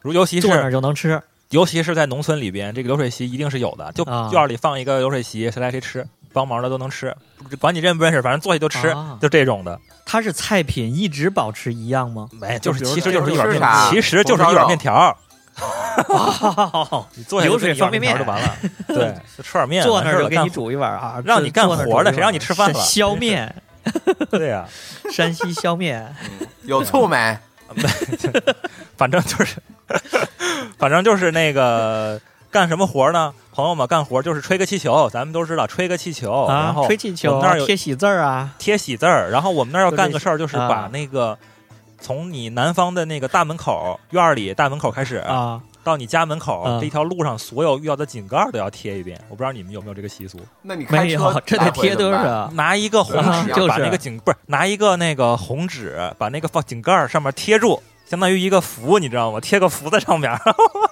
[SPEAKER 2] 如尤其
[SPEAKER 1] 坐那
[SPEAKER 2] 是
[SPEAKER 1] 儿就能吃。
[SPEAKER 2] 尤其是在农村里边，这个流水席一定是有的，就
[SPEAKER 1] 啊
[SPEAKER 2] 院儿里放一个流水席，谁来谁吃，帮忙的都能吃，不管你认不认识，反正坐下就吃，
[SPEAKER 1] 啊
[SPEAKER 2] 就这种的。
[SPEAKER 1] 它是菜品一直保持一样 吗？
[SPEAKER 2] 没，哎就是
[SPEAKER 3] 比如
[SPEAKER 2] 其实就是一碗
[SPEAKER 3] 吃
[SPEAKER 2] 面
[SPEAKER 3] 啥，
[SPEAKER 2] 其实就是一
[SPEAKER 3] 红烧
[SPEAKER 2] 碗
[SPEAKER 3] 肉
[SPEAKER 2] 面条，
[SPEAKER 1] 哦
[SPEAKER 2] 你坐下
[SPEAKER 1] 流
[SPEAKER 2] 就
[SPEAKER 1] 水
[SPEAKER 2] 是一碗
[SPEAKER 1] 方便
[SPEAKER 2] 面条
[SPEAKER 1] 面
[SPEAKER 2] 就完 了。对，就吃碗面，
[SPEAKER 1] 坐那
[SPEAKER 2] 完事
[SPEAKER 1] 儿
[SPEAKER 2] 儿
[SPEAKER 1] 就
[SPEAKER 2] 了
[SPEAKER 1] 给
[SPEAKER 2] 干
[SPEAKER 1] 你煮一碗啊，
[SPEAKER 2] 让
[SPEAKER 1] 这
[SPEAKER 2] 你干
[SPEAKER 1] 坐那儿
[SPEAKER 2] 活儿的
[SPEAKER 1] 煮一碗
[SPEAKER 2] 谁让你吃饭
[SPEAKER 1] 是
[SPEAKER 2] 了
[SPEAKER 1] 削 面，
[SPEAKER 2] 对呀、
[SPEAKER 1] 山西削面，
[SPEAKER 3] 有醋没？
[SPEAKER 2] 反正就是，反正就是那个干什么活儿呢？朋友们，干活儿就是吹个气球，咱们都知道吹个气球，哦然
[SPEAKER 1] 啊
[SPEAKER 2] 后，
[SPEAKER 1] 吹气球
[SPEAKER 2] 我们那
[SPEAKER 1] 啊
[SPEAKER 2] 儿，有
[SPEAKER 1] 贴喜字儿啊，
[SPEAKER 2] 贴喜字儿。然后我们那儿要
[SPEAKER 1] 就
[SPEAKER 2] 干
[SPEAKER 1] 这
[SPEAKER 2] 个事儿，就是
[SPEAKER 1] 啊
[SPEAKER 2] 把那个从你南方的那个大门口院儿里大门口开始，
[SPEAKER 1] 啊，
[SPEAKER 2] 到你家门口、
[SPEAKER 1] 啊
[SPEAKER 2] 这一条路上所有遇到的井盖儿都要贴一遍。我不知道你们有没有这个习俗，
[SPEAKER 3] 那你开
[SPEAKER 1] 没
[SPEAKER 3] 车
[SPEAKER 1] 有，这得
[SPEAKER 3] 来回
[SPEAKER 1] 贴
[SPEAKER 3] 怎
[SPEAKER 1] 多
[SPEAKER 3] 么办
[SPEAKER 1] 少？
[SPEAKER 2] 拿一个红
[SPEAKER 3] 啊
[SPEAKER 2] 纸、
[SPEAKER 1] 就是
[SPEAKER 2] 把那个井不是拿一个那个红纸把那个放井盖儿上面贴住，相当于一个符，你知道吗？贴个符在上面儿。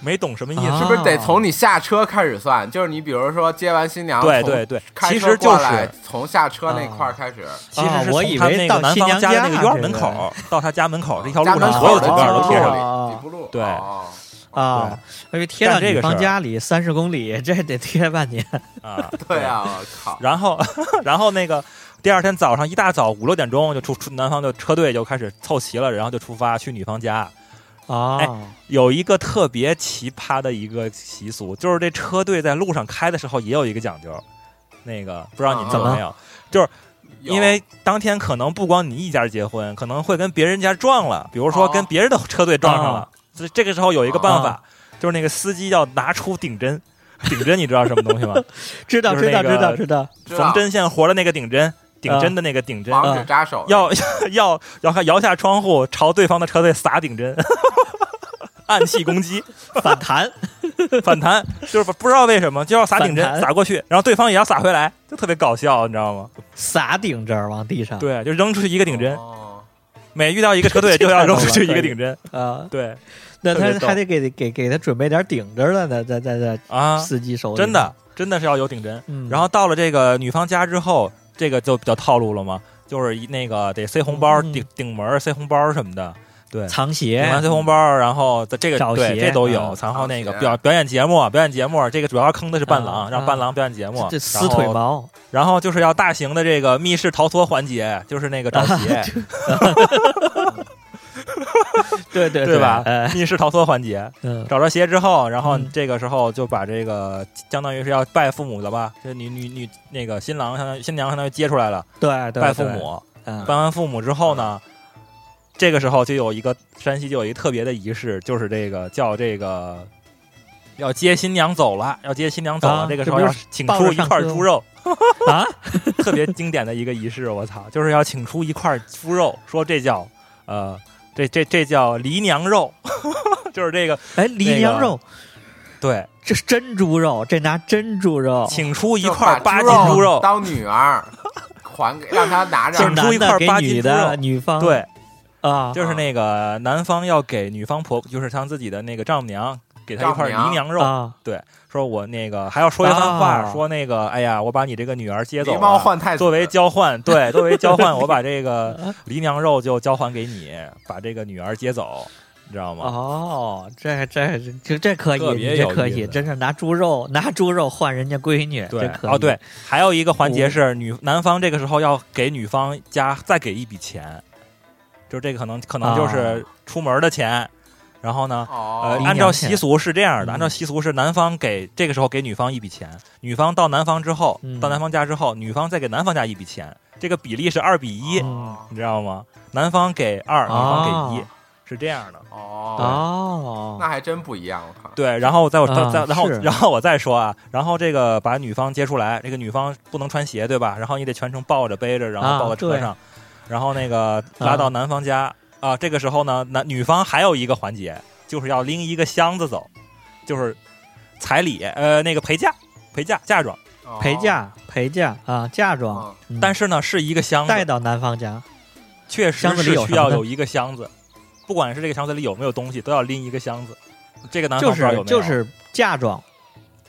[SPEAKER 2] 没懂什么意思，
[SPEAKER 1] 啊
[SPEAKER 3] 是不是得从你下车开始算？就是你比如说接完新娘，
[SPEAKER 2] 对
[SPEAKER 3] 从
[SPEAKER 2] 对对，
[SPEAKER 3] 啊开
[SPEAKER 2] 其
[SPEAKER 3] 车
[SPEAKER 2] 实就
[SPEAKER 3] 过来
[SPEAKER 2] 是啊
[SPEAKER 3] 从下车那块儿开始，
[SPEAKER 2] 其实是
[SPEAKER 1] 我
[SPEAKER 2] 从
[SPEAKER 1] 以
[SPEAKER 2] 他
[SPEAKER 1] 为
[SPEAKER 2] 那
[SPEAKER 1] 到
[SPEAKER 2] 个南
[SPEAKER 1] 新
[SPEAKER 2] 方
[SPEAKER 1] 娘
[SPEAKER 2] 家
[SPEAKER 1] 家
[SPEAKER 2] 那个院儿
[SPEAKER 1] 这
[SPEAKER 2] 门
[SPEAKER 1] 个
[SPEAKER 2] 口到他家门口这条路
[SPEAKER 3] 家门
[SPEAKER 2] 上所有
[SPEAKER 3] 口
[SPEAKER 2] 的
[SPEAKER 3] 的
[SPEAKER 2] 井盖儿都贴上，
[SPEAKER 1] 哦
[SPEAKER 3] 几步路，
[SPEAKER 2] 对
[SPEAKER 3] 哦
[SPEAKER 1] 啊，而且贴到
[SPEAKER 2] 干这
[SPEAKER 1] 女
[SPEAKER 2] 个事
[SPEAKER 1] 方
[SPEAKER 2] 儿
[SPEAKER 1] 家里三十公里，这得贴半年。
[SPEAKER 2] 啊，
[SPEAKER 3] 对啊，我靠，
[SPEAKER 2] 然后 然后那个第二天早上一大早五六点钟就出出南方的车队就开始凑齐了，然后就出发去女方家。
[SPEAKER 1] 哦，
[SPEAKER 2] 有一个特别奇葩的一个习俗，就是这车队在路上开的时候也有一个讲究，那个不知道你们
[SPEAKER 3] 怎
[SPEAKER 2] 有
[SPEAKER 1] 么
[SPEAKER 2] 没有？
[SPEAKER 3] 有
[SPEAKER 2] 因为当天可能不光你一家结婚，可能会跟别人家撞了，比如说
[SPEAKER 3] 哦
[SPEAKER 2] 跟别人的车队撞上了
[SPEAKER 1] 啊。
[SPEAKER 2] 这、这个时候有一个办法，就是那个司机要拿出顶针， 顶针你知道什么东西吗？
[SPEAKER 1] 知道
[SPEAKER 2] 就
[SPEAKER 1] 知
[SPEAKER 2] 是
[SPEAKER 1] 道
[SPEAKER 2] 那
[SPEAKER 1] 知道
[SPEAKER 2] 个
[SPEAKER 1] 知道，
[SPEAKER 3] 知道嗯
[SPEAKER 2] 缝针线活的那个顶针，顶针的那个顶针，
[SPEAKER 3] 防止扎手，
[SPEAKER 2] 嗯要 要要看摇下窗户，朝对方的车队撒顶针， 暗器攻击。
[SPEAKER 1] 反弹
[SPEAKER 2] 反弹，就是不知道为什么就要撒顶
[SPEAKER 1] 反
[SPEAKER 2] 针
[SPEAKER 1] 弹
[SPEAKER 2] 撒过去，然后对方也要撒回来，就特别搞笑，你知道吗？
[SPEAKER 1] 撒顶针儿往地上。
[SPEAKER 2] 对，就扔出去一个顶针，
[SPEAKER 3] 哦
[SPEAKER 2] 每遇到一个车队就要扔出去 一
[SPEAKER 1] 这太逗了
[SPEAKER 2] 个顶针，
[SPEAKER 1] 啊，
[SPEAKER 2] 对
[SPEAKER 1] 那
[SPEAKER 2] 特别
[SPEAKER 1] 他
[SPEAKER 2] 逗
[SPEAKER 1] 还得给给给他准备点顶针了呢，在在在
[SPEAKER 2] 啊，
[SPEAKER 1] 司机手里。
[SPEAKER 2] 真的，真的是要有顶针。
[SPEAKER 1] 嗯，
[SPEAKER 2] 然后到了这个女方家之后，这个就比较套路了嘛，就是一那个得塞红包、
[SPEAKER 1] 嗯
[SPEAKER 2] 顶顶门、塞红包什么的，对。
[SPEAKER 1] 藏
[SPEAKER 2] 顶
[SPEAKER 1] 鞋
[SPEAKER 2] 完塞红包，然后在这个
[SPEAKER 1] 找鞋
[SPEAKER 2] 对这都有
[SPEAKER 1] 嗯，
[SPEAKER 2] 然后那个
[SPEAKER 3] 找鞋
[SPEAKER 2] 表表演节目，表演节目这个主要坑的是伴
[SPEAKER 1] 嗯
[SPEAKER 2] 郎，让伴郎表演节目，
[SPEAKER 1] 这撕腿
[SPEAKER 2] 然后
[SPEAKER 1] 毛，
[SPEAKER 2] 然后就是要大型的这个密室逃脱环节，就是那 个找鞋，
[SPEAKER 1] 对对
[SPEAKER 2] 对吧
[SPEAKER 1] 哎
[SPEAKER 2] 密室逃脱环节，
[SPEAKER 1] 嗯，
[SPEAKER 2] 找着鞋之后，然后
[SPEAKER 1] 嗯
[SPEAKER 2] 这个时候就把这个相当于是要拜父母了吧？这女女女那个新郎相当于新娘相当于接出来了，
[SPEAKER 1] 对对，
[SPEAKER 2] 拜父
[SPEAKER 1] 对，
[SPEAKER 2] 母，
[SPEAKER 1] 嗯
[SPEAKER 2] 拜完父母之后呢，这个时候就有一个山西就有一个特别的仪式，就是这个叫这个要接新娘走了，要接新娘走了，
[SPEAKER 1] 啊
[SPEAKER 2] 这
[SPEAKER 1] 这
[SPEAKER 2] 个时候
[SPEAKER 1] 不
[SPEAKER 2] 要
[SPEAKER 1] 是
[SPEAKER 2] 请
[SPEAKER 1] 抱着
[SPEAKER 2] 出一
[SPEAKER 1] 上
[SPEAKER 2] 块
[SPEAKER 1] 车
[SPEAKER 2] 猪肉。
[SPEAKER 1] 啊，
[SPEAKER 2] 特别经典的一个仪式，我操，就是要请出一块猪肉，说这叫呃，这这这叫黎娘肉， 就是这个
[SPEAKER 1] 哎，黎
[SPEAKER 2] 那
[SPEAKER 1] 娘
[SPEAKER 2] 个
[SPEAKER 1] 肉，
[SPEAKER 2] 对，
[SPEAKER 1] 这是真猪肉，这拿真猪肉，
[SPEAKER 2] 请出一
[SPEAKER 3] 就
[SPEAKER 2] 块八
[SPEAKER 3] 把
[SPEAKER 2] 斤猪肉，
[SPEAKER 3] 当女儿还给让他拿
[SPEAKER 1] 就
[SPEAKER 3] 着
[SPEAKER 2] 是，拿出一
[SPEAKER 1] 男的
[SPEAKER 2] 块
[SPEAKER 1] 给
[SPEAKER 2] 八
[SPEAKER 1] 女
[SPEAKER 2] 斤猪
[SPEAKER 1] 的
[SPEAKER 2] 肉
[SPEAKER 1] 女方
[SPEAKER 2] 对，
[SPEAKER 1] 啊，
[SPEAKER 2] 就是那个男方要给女方婆，就是他自己的那个丈母娘，给她一块黎
[SPEAKER 3] 丈母娘
[SPEAKER 2] 娘肉，
[SPEAKER 1] 啊，
[SPEAKER 2] 说我那个还要说一番话，
[SPEAKER 1] 啊
[SPEAKER 2] 说那个哎呀，我把你这个女儿接走
[SPEAKER 3] 狸猫
[SPEAKER 2] 了。
[SPEAKER 3] 换太子，
[SPEAKER 2] 作为交 换，对，作为交换，我把这个黎娘肉就交还给你，把这个女儿接走，你知道吗？
[SPEAKER 1] 哦，这这这这可以，
[SPEAKER 2] 特
[SPEAKER 1] 你
[SPEAKER 2] 别
[SPEAKER 1] 这
[SPEAKER 2] 有
[SPEAKER 1] 可
[SPEAKER 2] 意
[SPEAKER 1] 以，
[SPEAKER 2] 思
[SPEAKER 1] 真是拿猪肉拿猪肉换人家闺女，
[SPEAKER 2] 对
[SPEAKER 1] 这，可以哦
[SPEAKER 2] 哦对，，还有一个环节是女男方这个时候要给女方家再给一笔钱，就是这个可能可能
[SPEAKER 1] 啊
[SPEAKER 2] 就是出门的钱，然后呢，呃
[SPEAKER 3] 哦，
[SPEAKER 1] 黎，娘
[SPEAKER 2] 按照
[SPEAKER 1] 钱
[SPEAKER 2] 习俗是这样的，
[SPEAKER 1] 嗯
[SPEAKER 2] 按照习俗是男方给这个时候给女方一笔钱，女方到男方之后，
[SPEAKER 1] 嗯
[SPEAKER 2] 到男方家之后，女方再给男方家一笔钱，这个比例是二比一、
[SPEAKER 3] 哦
[SPEAKER 2] 你知道吗？男方给二，女方给一、
[SPEAKER 1] 哦
[SPEAKER 2] 是这样的。
[SPEAKER 3] 哦，
[SPEAKER 1] 哦，
[SPEAKER 3] 那还真不一样，我靠，
[SPEAKER 2] 啊对，然后我再我再、
[SPEAKER 1] 啊
[SPEAKER 2] 再然后
[SPEAKER 1] 是
[SPEAKER 2] 然后我再说啊，然后这个把女方接出来，这个女方不能穿鞋对吧？然后你得全程抱着背着，然后抱
[SPEAKER 1] 啊
[SPEAKER 2] 到车上，然后那个拉到男方家啊这个时候呢，男女方还有一个环节，就是要
[SPEAKER 1] 嗯
[SPEAKER 2] 拎一个箱子走，就是彩礼呃那个陪嫁陪嫁嫁妆
[SPEAKER 3] 哦
[SPEAKER 1] 陪嫁陪嫁啊，嫁妆，
[SPEAKER 3] 嗯
[SPEAKER 1] 嗯
[SPEAKER 2] 哦但是呢，是一个箱
[SPEAKER 1] 带
[SPEAKER 2] 子，
[SPEAKER 1] 到男方家，
[SPEAKER 2] 确实
[SPEAKER 1] 箱子里
[SPEAKER 2] 是
[SPEAKER 1] 有
[SPEAKER 2] 需
[SPEAKER 1] 什么
[SPEAKER 2] 要
[SPEAKER 1] 呢
[SPEAKER 2] 有一个箱子，不管是这个箱子里有没有东西，都要拎一个箱子。这个男方
[SPEAKER 1] 就
[SPEAKER 2] 不知道有没啊
[SPEAKER 1] 是
[SPEAKER 2] 有
[SPEAKER 1] 就是嫁妆，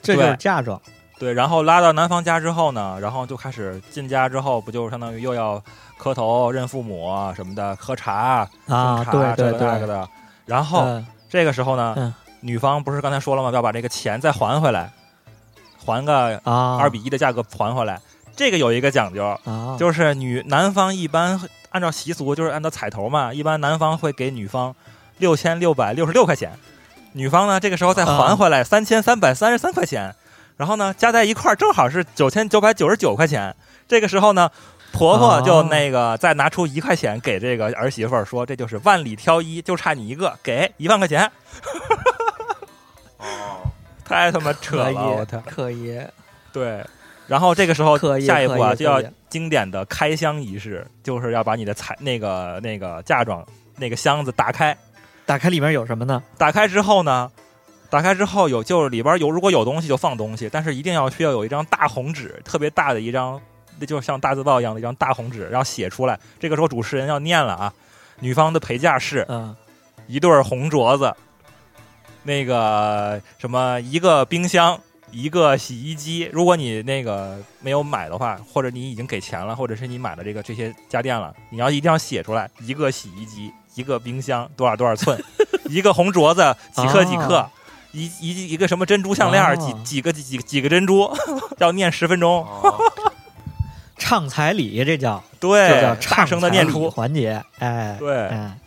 [SPEAKER 1] 这就是
[SPEAKER 2] 对
[SPEAKER 1] 嫁妆，
[SPEAKER 2] 对，然后拉到男方家之后呢，然后就开始进家之后，不就相当于又要磕头、认父母啊什么的，喝茶
[SPEAKER 1] 啊
[SPEAKER 2] 敬茶
[SPEAKER 1] 对对
[SPEAKER 2] 这个那
[SPEAKER 1] 对
[SPEAKER 2] 个的。然后
[SPEAKER 1] 嗯
[SPEAKER 2] 这个时候呢，
[SPEAKER 1] 嗯
[SPEAKER 2] 女方不是刚才说了吗？要把这个钱再还回来，还个
[SPEAKER 1] 啊，
[SPEAKER 2] 二比一的价格还回来。这个有一个讲究，
[SPEAKER 1] 啊，
[SPEAKER 2] 就是女男方一般按照习俗，就是按照彩头嘛，一般男方会给女方六千六百六十六块钱，女方呢这个时候再还
[SPEAKER 1] 啊
[SPEAKER 2] 回来三千三百三十三块钱，然后呢加在一块儿正好是九千九百九十九块钱。这个时候呢，婆婆就
[SPEAKER 1] 哦
[SPEAKER 2] 那个再拿出一块钱给这个儿媳妇儿说，这就是万里挑一，就差你一个，给一万块钱，
[SPEAKER 3] 哦，
[SPEAKER 2] 太他妈扯
[SPEAKER 1] 可以
[SPEAKER 2] 了，我操！
[SPEAKER 1] 可以，
[SPEAKER 2] 对，然后这个时候
[SPEAKER 1] 可以
[SPEAKER 2] 下一步啊
[SPEAKER 1] 可以
[SPEAKER 2] 就要
[SPEAKER 1] 可以
[SPEAKER 2] 经典的开箱仪式，就是要把你的彩那个那个嫁妆那个箱子打开，
[SPEAKER 1] 打开里面有什么呢？
[SPEAKER 2] 打开之后呢，打开之后有就是里边有如果有东西就放东西，但是一定要需要有一张大红纸，特别大的一张，那就像大字报一样的一张大红纸，然后写出来。这个时候主持人要念了啊，女方的陪嫁是
[SPEAKER 1] 嗯，
[SPEAKER 2] 一对儿红镯子，那个什么一个冰箱，一个洗衣机。如果你那个没有买的话，或者你已经给钱了，或者是你买了这个这些家电了，你要一定要写出来，一个洗衣机，一个冰箱多少多 少寸，一个红镯子几克几克。
[SPEAKER 1] 啊
[SPEAKER 2] 一一一个什么珍珠项链，
[SPEAKER 1] 啊
[SPEAKER 2] 几几个几几几个珍珠， 要念十分钟，
[SPEAKER 3] 哦
[SPEAKER 1] 唱彩礼这叫
[SPEAKER 2] 对
[SPEAKER 1] 这叫，
[SPEAKER 2] 哎大
[SPEAKER 1] 唱
[SPEAKER 2] 声的念
[SPEAKER 1] 彩礼
[SPEAKER 2] 出，
[SPEAKER 1] 环节，哎，
[SPEAKER 2] 对，
[SPEAKER 1] 哎，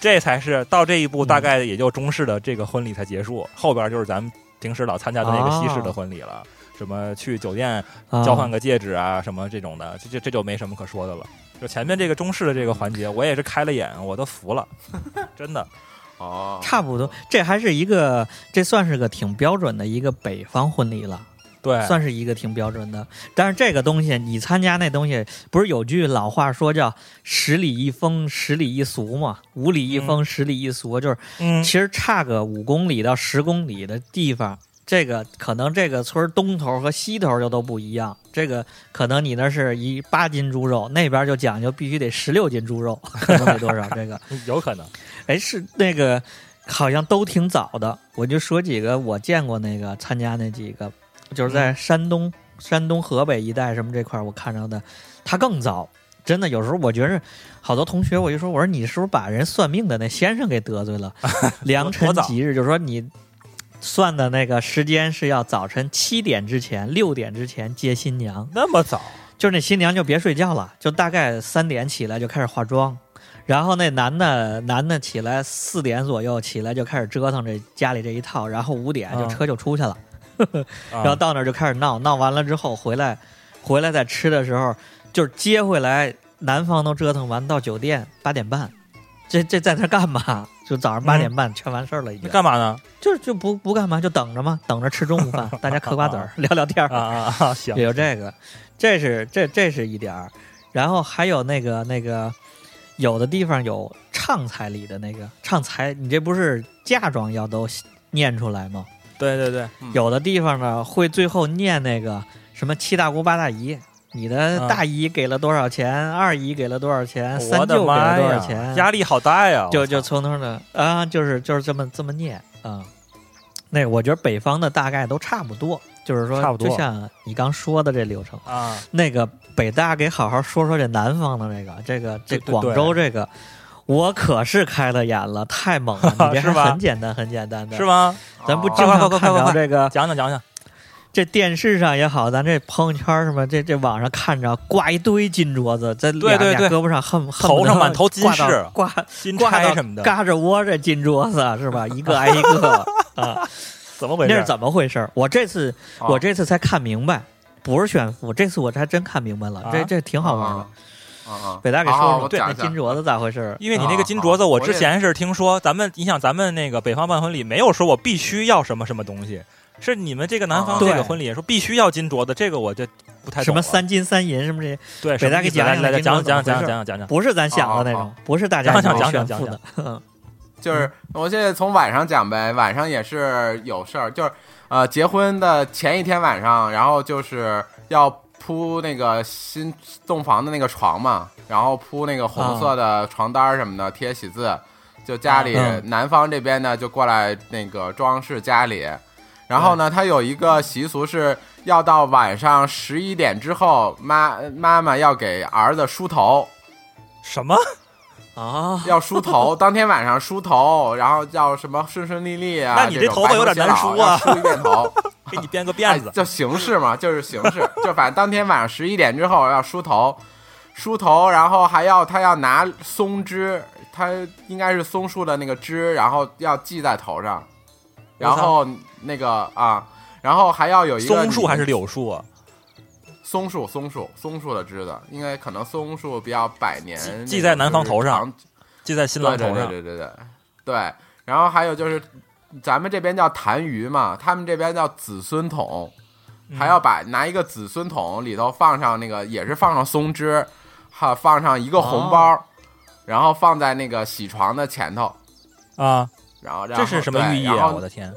[SPEAKER 2] 这才是到这一步，
[SPEAKER 1] 嗯
[SPEAKER 2] 大概也就中式的这个婚礼才结束，后边就是咱们平时老参加的那个西式的婚礼了，什么去酒店
[SPEAKER 1] 哦啊
[SPEAKER 2] 交换个戒指啊，什么这种的，这这这就没什么可说的了。就前面这个中式的这个环节，我也是开了眼，我都 服了，真的。
[SPEAKER 3] 哦，
[SPEAKER 1] 差不多，这还是一个，这算是个挺标准的一个北方婚礼了，
[SPEAKER 2] 对，
[SPEAKER 1] 算是一个挺标准的。但是这个东西，你参加那东西，不是有句老话说叫“十里一封，十里一俗”嘛？五里一封，十里一俗，就是
[SPEAKER 2] 嗯
[SPEAKER 1] 其，实差个五公里到十公里的地方，这个可能这个村儿东头和西头就都不一样。这个可能你那是一八斤猪肉，那边就讲究必须得十六斤猪肉，可能得多少这个。
[SPEAKER 2] 有可能。
[SPEAKER 1] 哎，是那个，好像都挺早的。我就说几个我见过那个参加那几个，就是
[SPEAKER 2] 嗯
[SPEAKER 1] 在山东、山东、河北一带什么这块儿我看着的，他更早。真的，有时候我觉着，好多同学我就说，我说你是不是把人算命的那先生给得罪 了？良辰
[SPEAKER 2] 多早
[SPEAKER 1] 吉日，就是说你算的那个时间是要早晨七点之前、六点之前接新娘。
[SPEAKER 2] 那么早，
[SPEAKER 1] 就是那新娘就别睡觉了，就大概三点起来就开始化妆，然后那男的男的起来四点左右起来就开始折腾这家里这一套，然后五点就
[SPEAKER 2] 嗯
[SPEAKER 1] 车就出去了，
[SPEAKER 2] 然
[SPEAKER 1] 然后到那儿就开始闹，闹完了之后回来，回来再吃的时候就是接回来，男方都折腾完到酒店八点半，这这在那儿干嘛？就早上八点半全完事儿了已经，
[SPEAKER 2] 干嘛 呢？
[SPEAKER 1] 就就不不干嘛，就等着嘛，等着吃中午饭，大家嗑瓜子儿聊聊天儿
[SPEAKER 2] 啊啊啊！行
[SPEAKER 1] 也，有这个，这是这这是一点儿，然后还有那个那个，有的地方有唱彩礼的那个唱彩，你这不是嫁妆要都念出来吗？
[SPEAKER 2] 对对对，
[SPEAKER 3] 嗯
[SPEAKER 1] 有的地方呢会最后念那个什么七大姑八大姨，你的
[SPEAKER 2] 嗯
[SPEAKER 1] 大姨给了多少钱，二姨给了多少钱，三
[SPEAKER 2] 我的
[SPEAKER 1] 舅给了
[SPEAKER 2] 妈
[SPEAKER 1] 多少
[SPEAKER 2] 呀，
[SPEAKER 1] 钱，
[SPEAKER 2] 压力好大呀！
[SPEAKER 1] 就
[SPEAKER 2] 我
[SPEAKER 1] 就
[SPEAKER 2] 操
[SPEAKER 1] 从头的啊，就是就是这么这么念啊。那我觉得北方的大概都差不多，就是说，
[SPEAKER 2] 差不多
[SPEAKER 1] 就像你刚说的这流程。
[SPEAKER 2] 啊，
[SPEAKER 1] 那个北大给好好说说这南方的这个这个这
[SPEAKER 2] 对对
[SPEAKER 1] 广州这个，我可是开了眼了，太猛 了！你这
[SPEAKER 2] 是
[SPEAKER 1] 还
[SPEAKER 2] 吧
[SPEAKER 1] 很简单很简单的，
[SPEAKER 2] 是？吗？
[SPEAKER 1] 咱不
[SPEAKER 3] 哦
[SPEAKER 1] 经常
[SPEAKER 2] 快快快
[SPEAKER 1] 看
[SPEAKER 2] 快
[SPEAKER 1] 着
[SPEAKER 2] 快
[SPEAKER 1] 这个
[SPEAKER 2] 讲讲讲讲，
[SPEAKER 1] 这电视上也好，咱这朋友圈什么这这网上看着挂一堆金镯子，在
[SPEAKER 2] 对
[SPEAKER 1] 俩
[SPEAKER 2] 对
[SPEAKER 1] 俩
[SPEAKER 2] 对
[SPEAKER 1] 胳膊上恨恨
[SPEAKER 2] 头
[SPEAKER 1] 不
[SPEAKER 2] 上
[SPEAKER 1] 得
[SPEAKER 2] 满头金
[SPEAKER 1] 挂到
[SPEAKER 2] 饰
[SPEAKER 1] 挂
[SPEAKER 2] 金
[SPEAKER 1] 挂
[SPEAKER 2] 钗
[SPEAKER 1] 到
[SPEAKER 2] 什么的，
[SPEAKER 1] 嘎着窝这金镯子是吧？一个挨一 个啊，
[SPEAKER 2] 怎么回
[SPEAKER 1] 那
[SPEAKER 2] 事？
[SPEAKER 1] 是怎么回事儿？我这次
[SPEAKER 3] 哦
[SPEAKER 1] 我这次才看明白，不是炫富，这次我才真看明白了，这
[SPEAKER 2] 啊
[SPEAKER 1] 这挺好玩的
[SPEAKER 3] 啊。啊啊！
[SPEAKER 1] 北大给说
[SPEAKER 3] 啊
[SPEAKER 1] 说
[SPEAKER 3] 我
[SPEAKER 1] 对
[SPEAKER 3] 讲
[SPEAKER 1] 那
[SPEAKER 3] 一下
[SPEAKER 1] 金镯子咋回事？
[SPEAKER 2] 因为你那个金镯子，
[SPEAKER 3] 啊
[SPEAKER 2] 我
[SPEAKER 3] 我
[SPEAKER 2] 之
[SPEAKER 3] 也
[SPEAKER 2] 前是听说咱们，你想咱们那个北方办婚礼没有说我必须要什么什么东西，是你们这个南
[SPEAKER 3] 啊
[SPEAKER 2] 方这个
[SPEAKER 1] 对
[SPEAKER 2] 婚礼说必须要金镯子，这个我就不太懂
[SPEAKER 1] 什么
[SPEAKER 2] 了
[SPEAKER 1] 三金三银什么这些，
[SPEAKER 2] 对，
[SPEAKER 1] 北大给讲
[SPEAKER 2] 讲
[SPEAKER 1] 讲
[SPEAKER 2] 来来
[SPEAKER 1] 金镯
[SPEAKER 2] 讲
[SPEAKER 1] 子怎么
[SPEAKER 2] 讲
[SPEAKER 1] 回事
[SPEAKER 2] 讲讲 讲讲，
[SPEAKER 1] 不是咱想的那
[SPEAKER 3] 啊
[SPEAKER 1] 种，不是大家
[SPEAKER 2] 讲
[SPEAKER 1] 想
[SPEAKER 2] 讲
[SPEAKER 1] 炫
[SPEAKER 2] 讲
[SPEAKER 1] 富的
[SPEAKER 2] 讲。
[SPEAKER 1] 嗯
[SPEAKER 3] 就是我现在从晚上讲呗，晚上也是有事儿，就是呃，结婚的前一天晚上，然后就是要铺那个新洞房的那个床嘛，然后铺那个红色的床单儿什么的，贴喜字。就家里、
[SPEAKER 1] 嗯
[SPEAKER 3] 男方这边呢，就过来那个装饰家里。然后呢，他有一个习俗是要到晚上十一点之后，妈妈妈要给儿子梳头，
[SPEAKER 2] 什么？
[SPEAKER 1] 啊，
[SPEAKER 3] 要梳头，当天晚上梳头，然后要什么顺顺利利啊。
[SPEAKER 2] 那你
[SPEAKER 3] 这
[SPEAKER 2] 这头发有点难梳
[SPEAKER 3] 梳
[SPEAKER 2] 啊
[SPEAKER 3] 梳一遍 头。
[SPEAKER 2] 给你编个
[SPEAKER 3] 哎
[SPEAKER 2] 辫子，
[SPEAKER 3] 就形式嘛，就是形式，就反正当天晚上十一点之后要梳头，梳头，然后还要他要拿松枝，他应该是松树的那个枝，然后要系在头上，然后那个啊，然后还要有一个
[SPEAKER 2] 松树还是柳树啊？
[SPEAKER 3] 松树松树松树的枝子，应该可能松树比较百年那种，
[SPEAKER 2] 系在男方头上
[SPEAKER 3] 就是长
[SPEAKER 2] 系在新郎头上。
[SPEAKER 3] 对对对对对对。然后还有就是，咱们这边叫痰盂嘛，他们这边叫子孙桶，
[SPEAKER 2] 嗯
[SPEAKER 3] 还要把拿一个子孙桶里头放上那个，也是放上松枝，还放上一个红包，
[SPEAKER 2] 哦
[SPEAKER 3] 然后放在那个喜床的前头，
[SPEAKER 2] 啊，
[SPEAKER 3] 然后然
[SPEAKER 2] 这
[SPEAKER 3] 后
[SPEAKER 2] 是什么
[SPEAKER 3] 对
[SPEAKER 2] 寓意
[SPEAKER 3] 然
[SPEAKER 2] 啊？
[SPEAKER 3] 后
[SPEAKER 2] 我的天！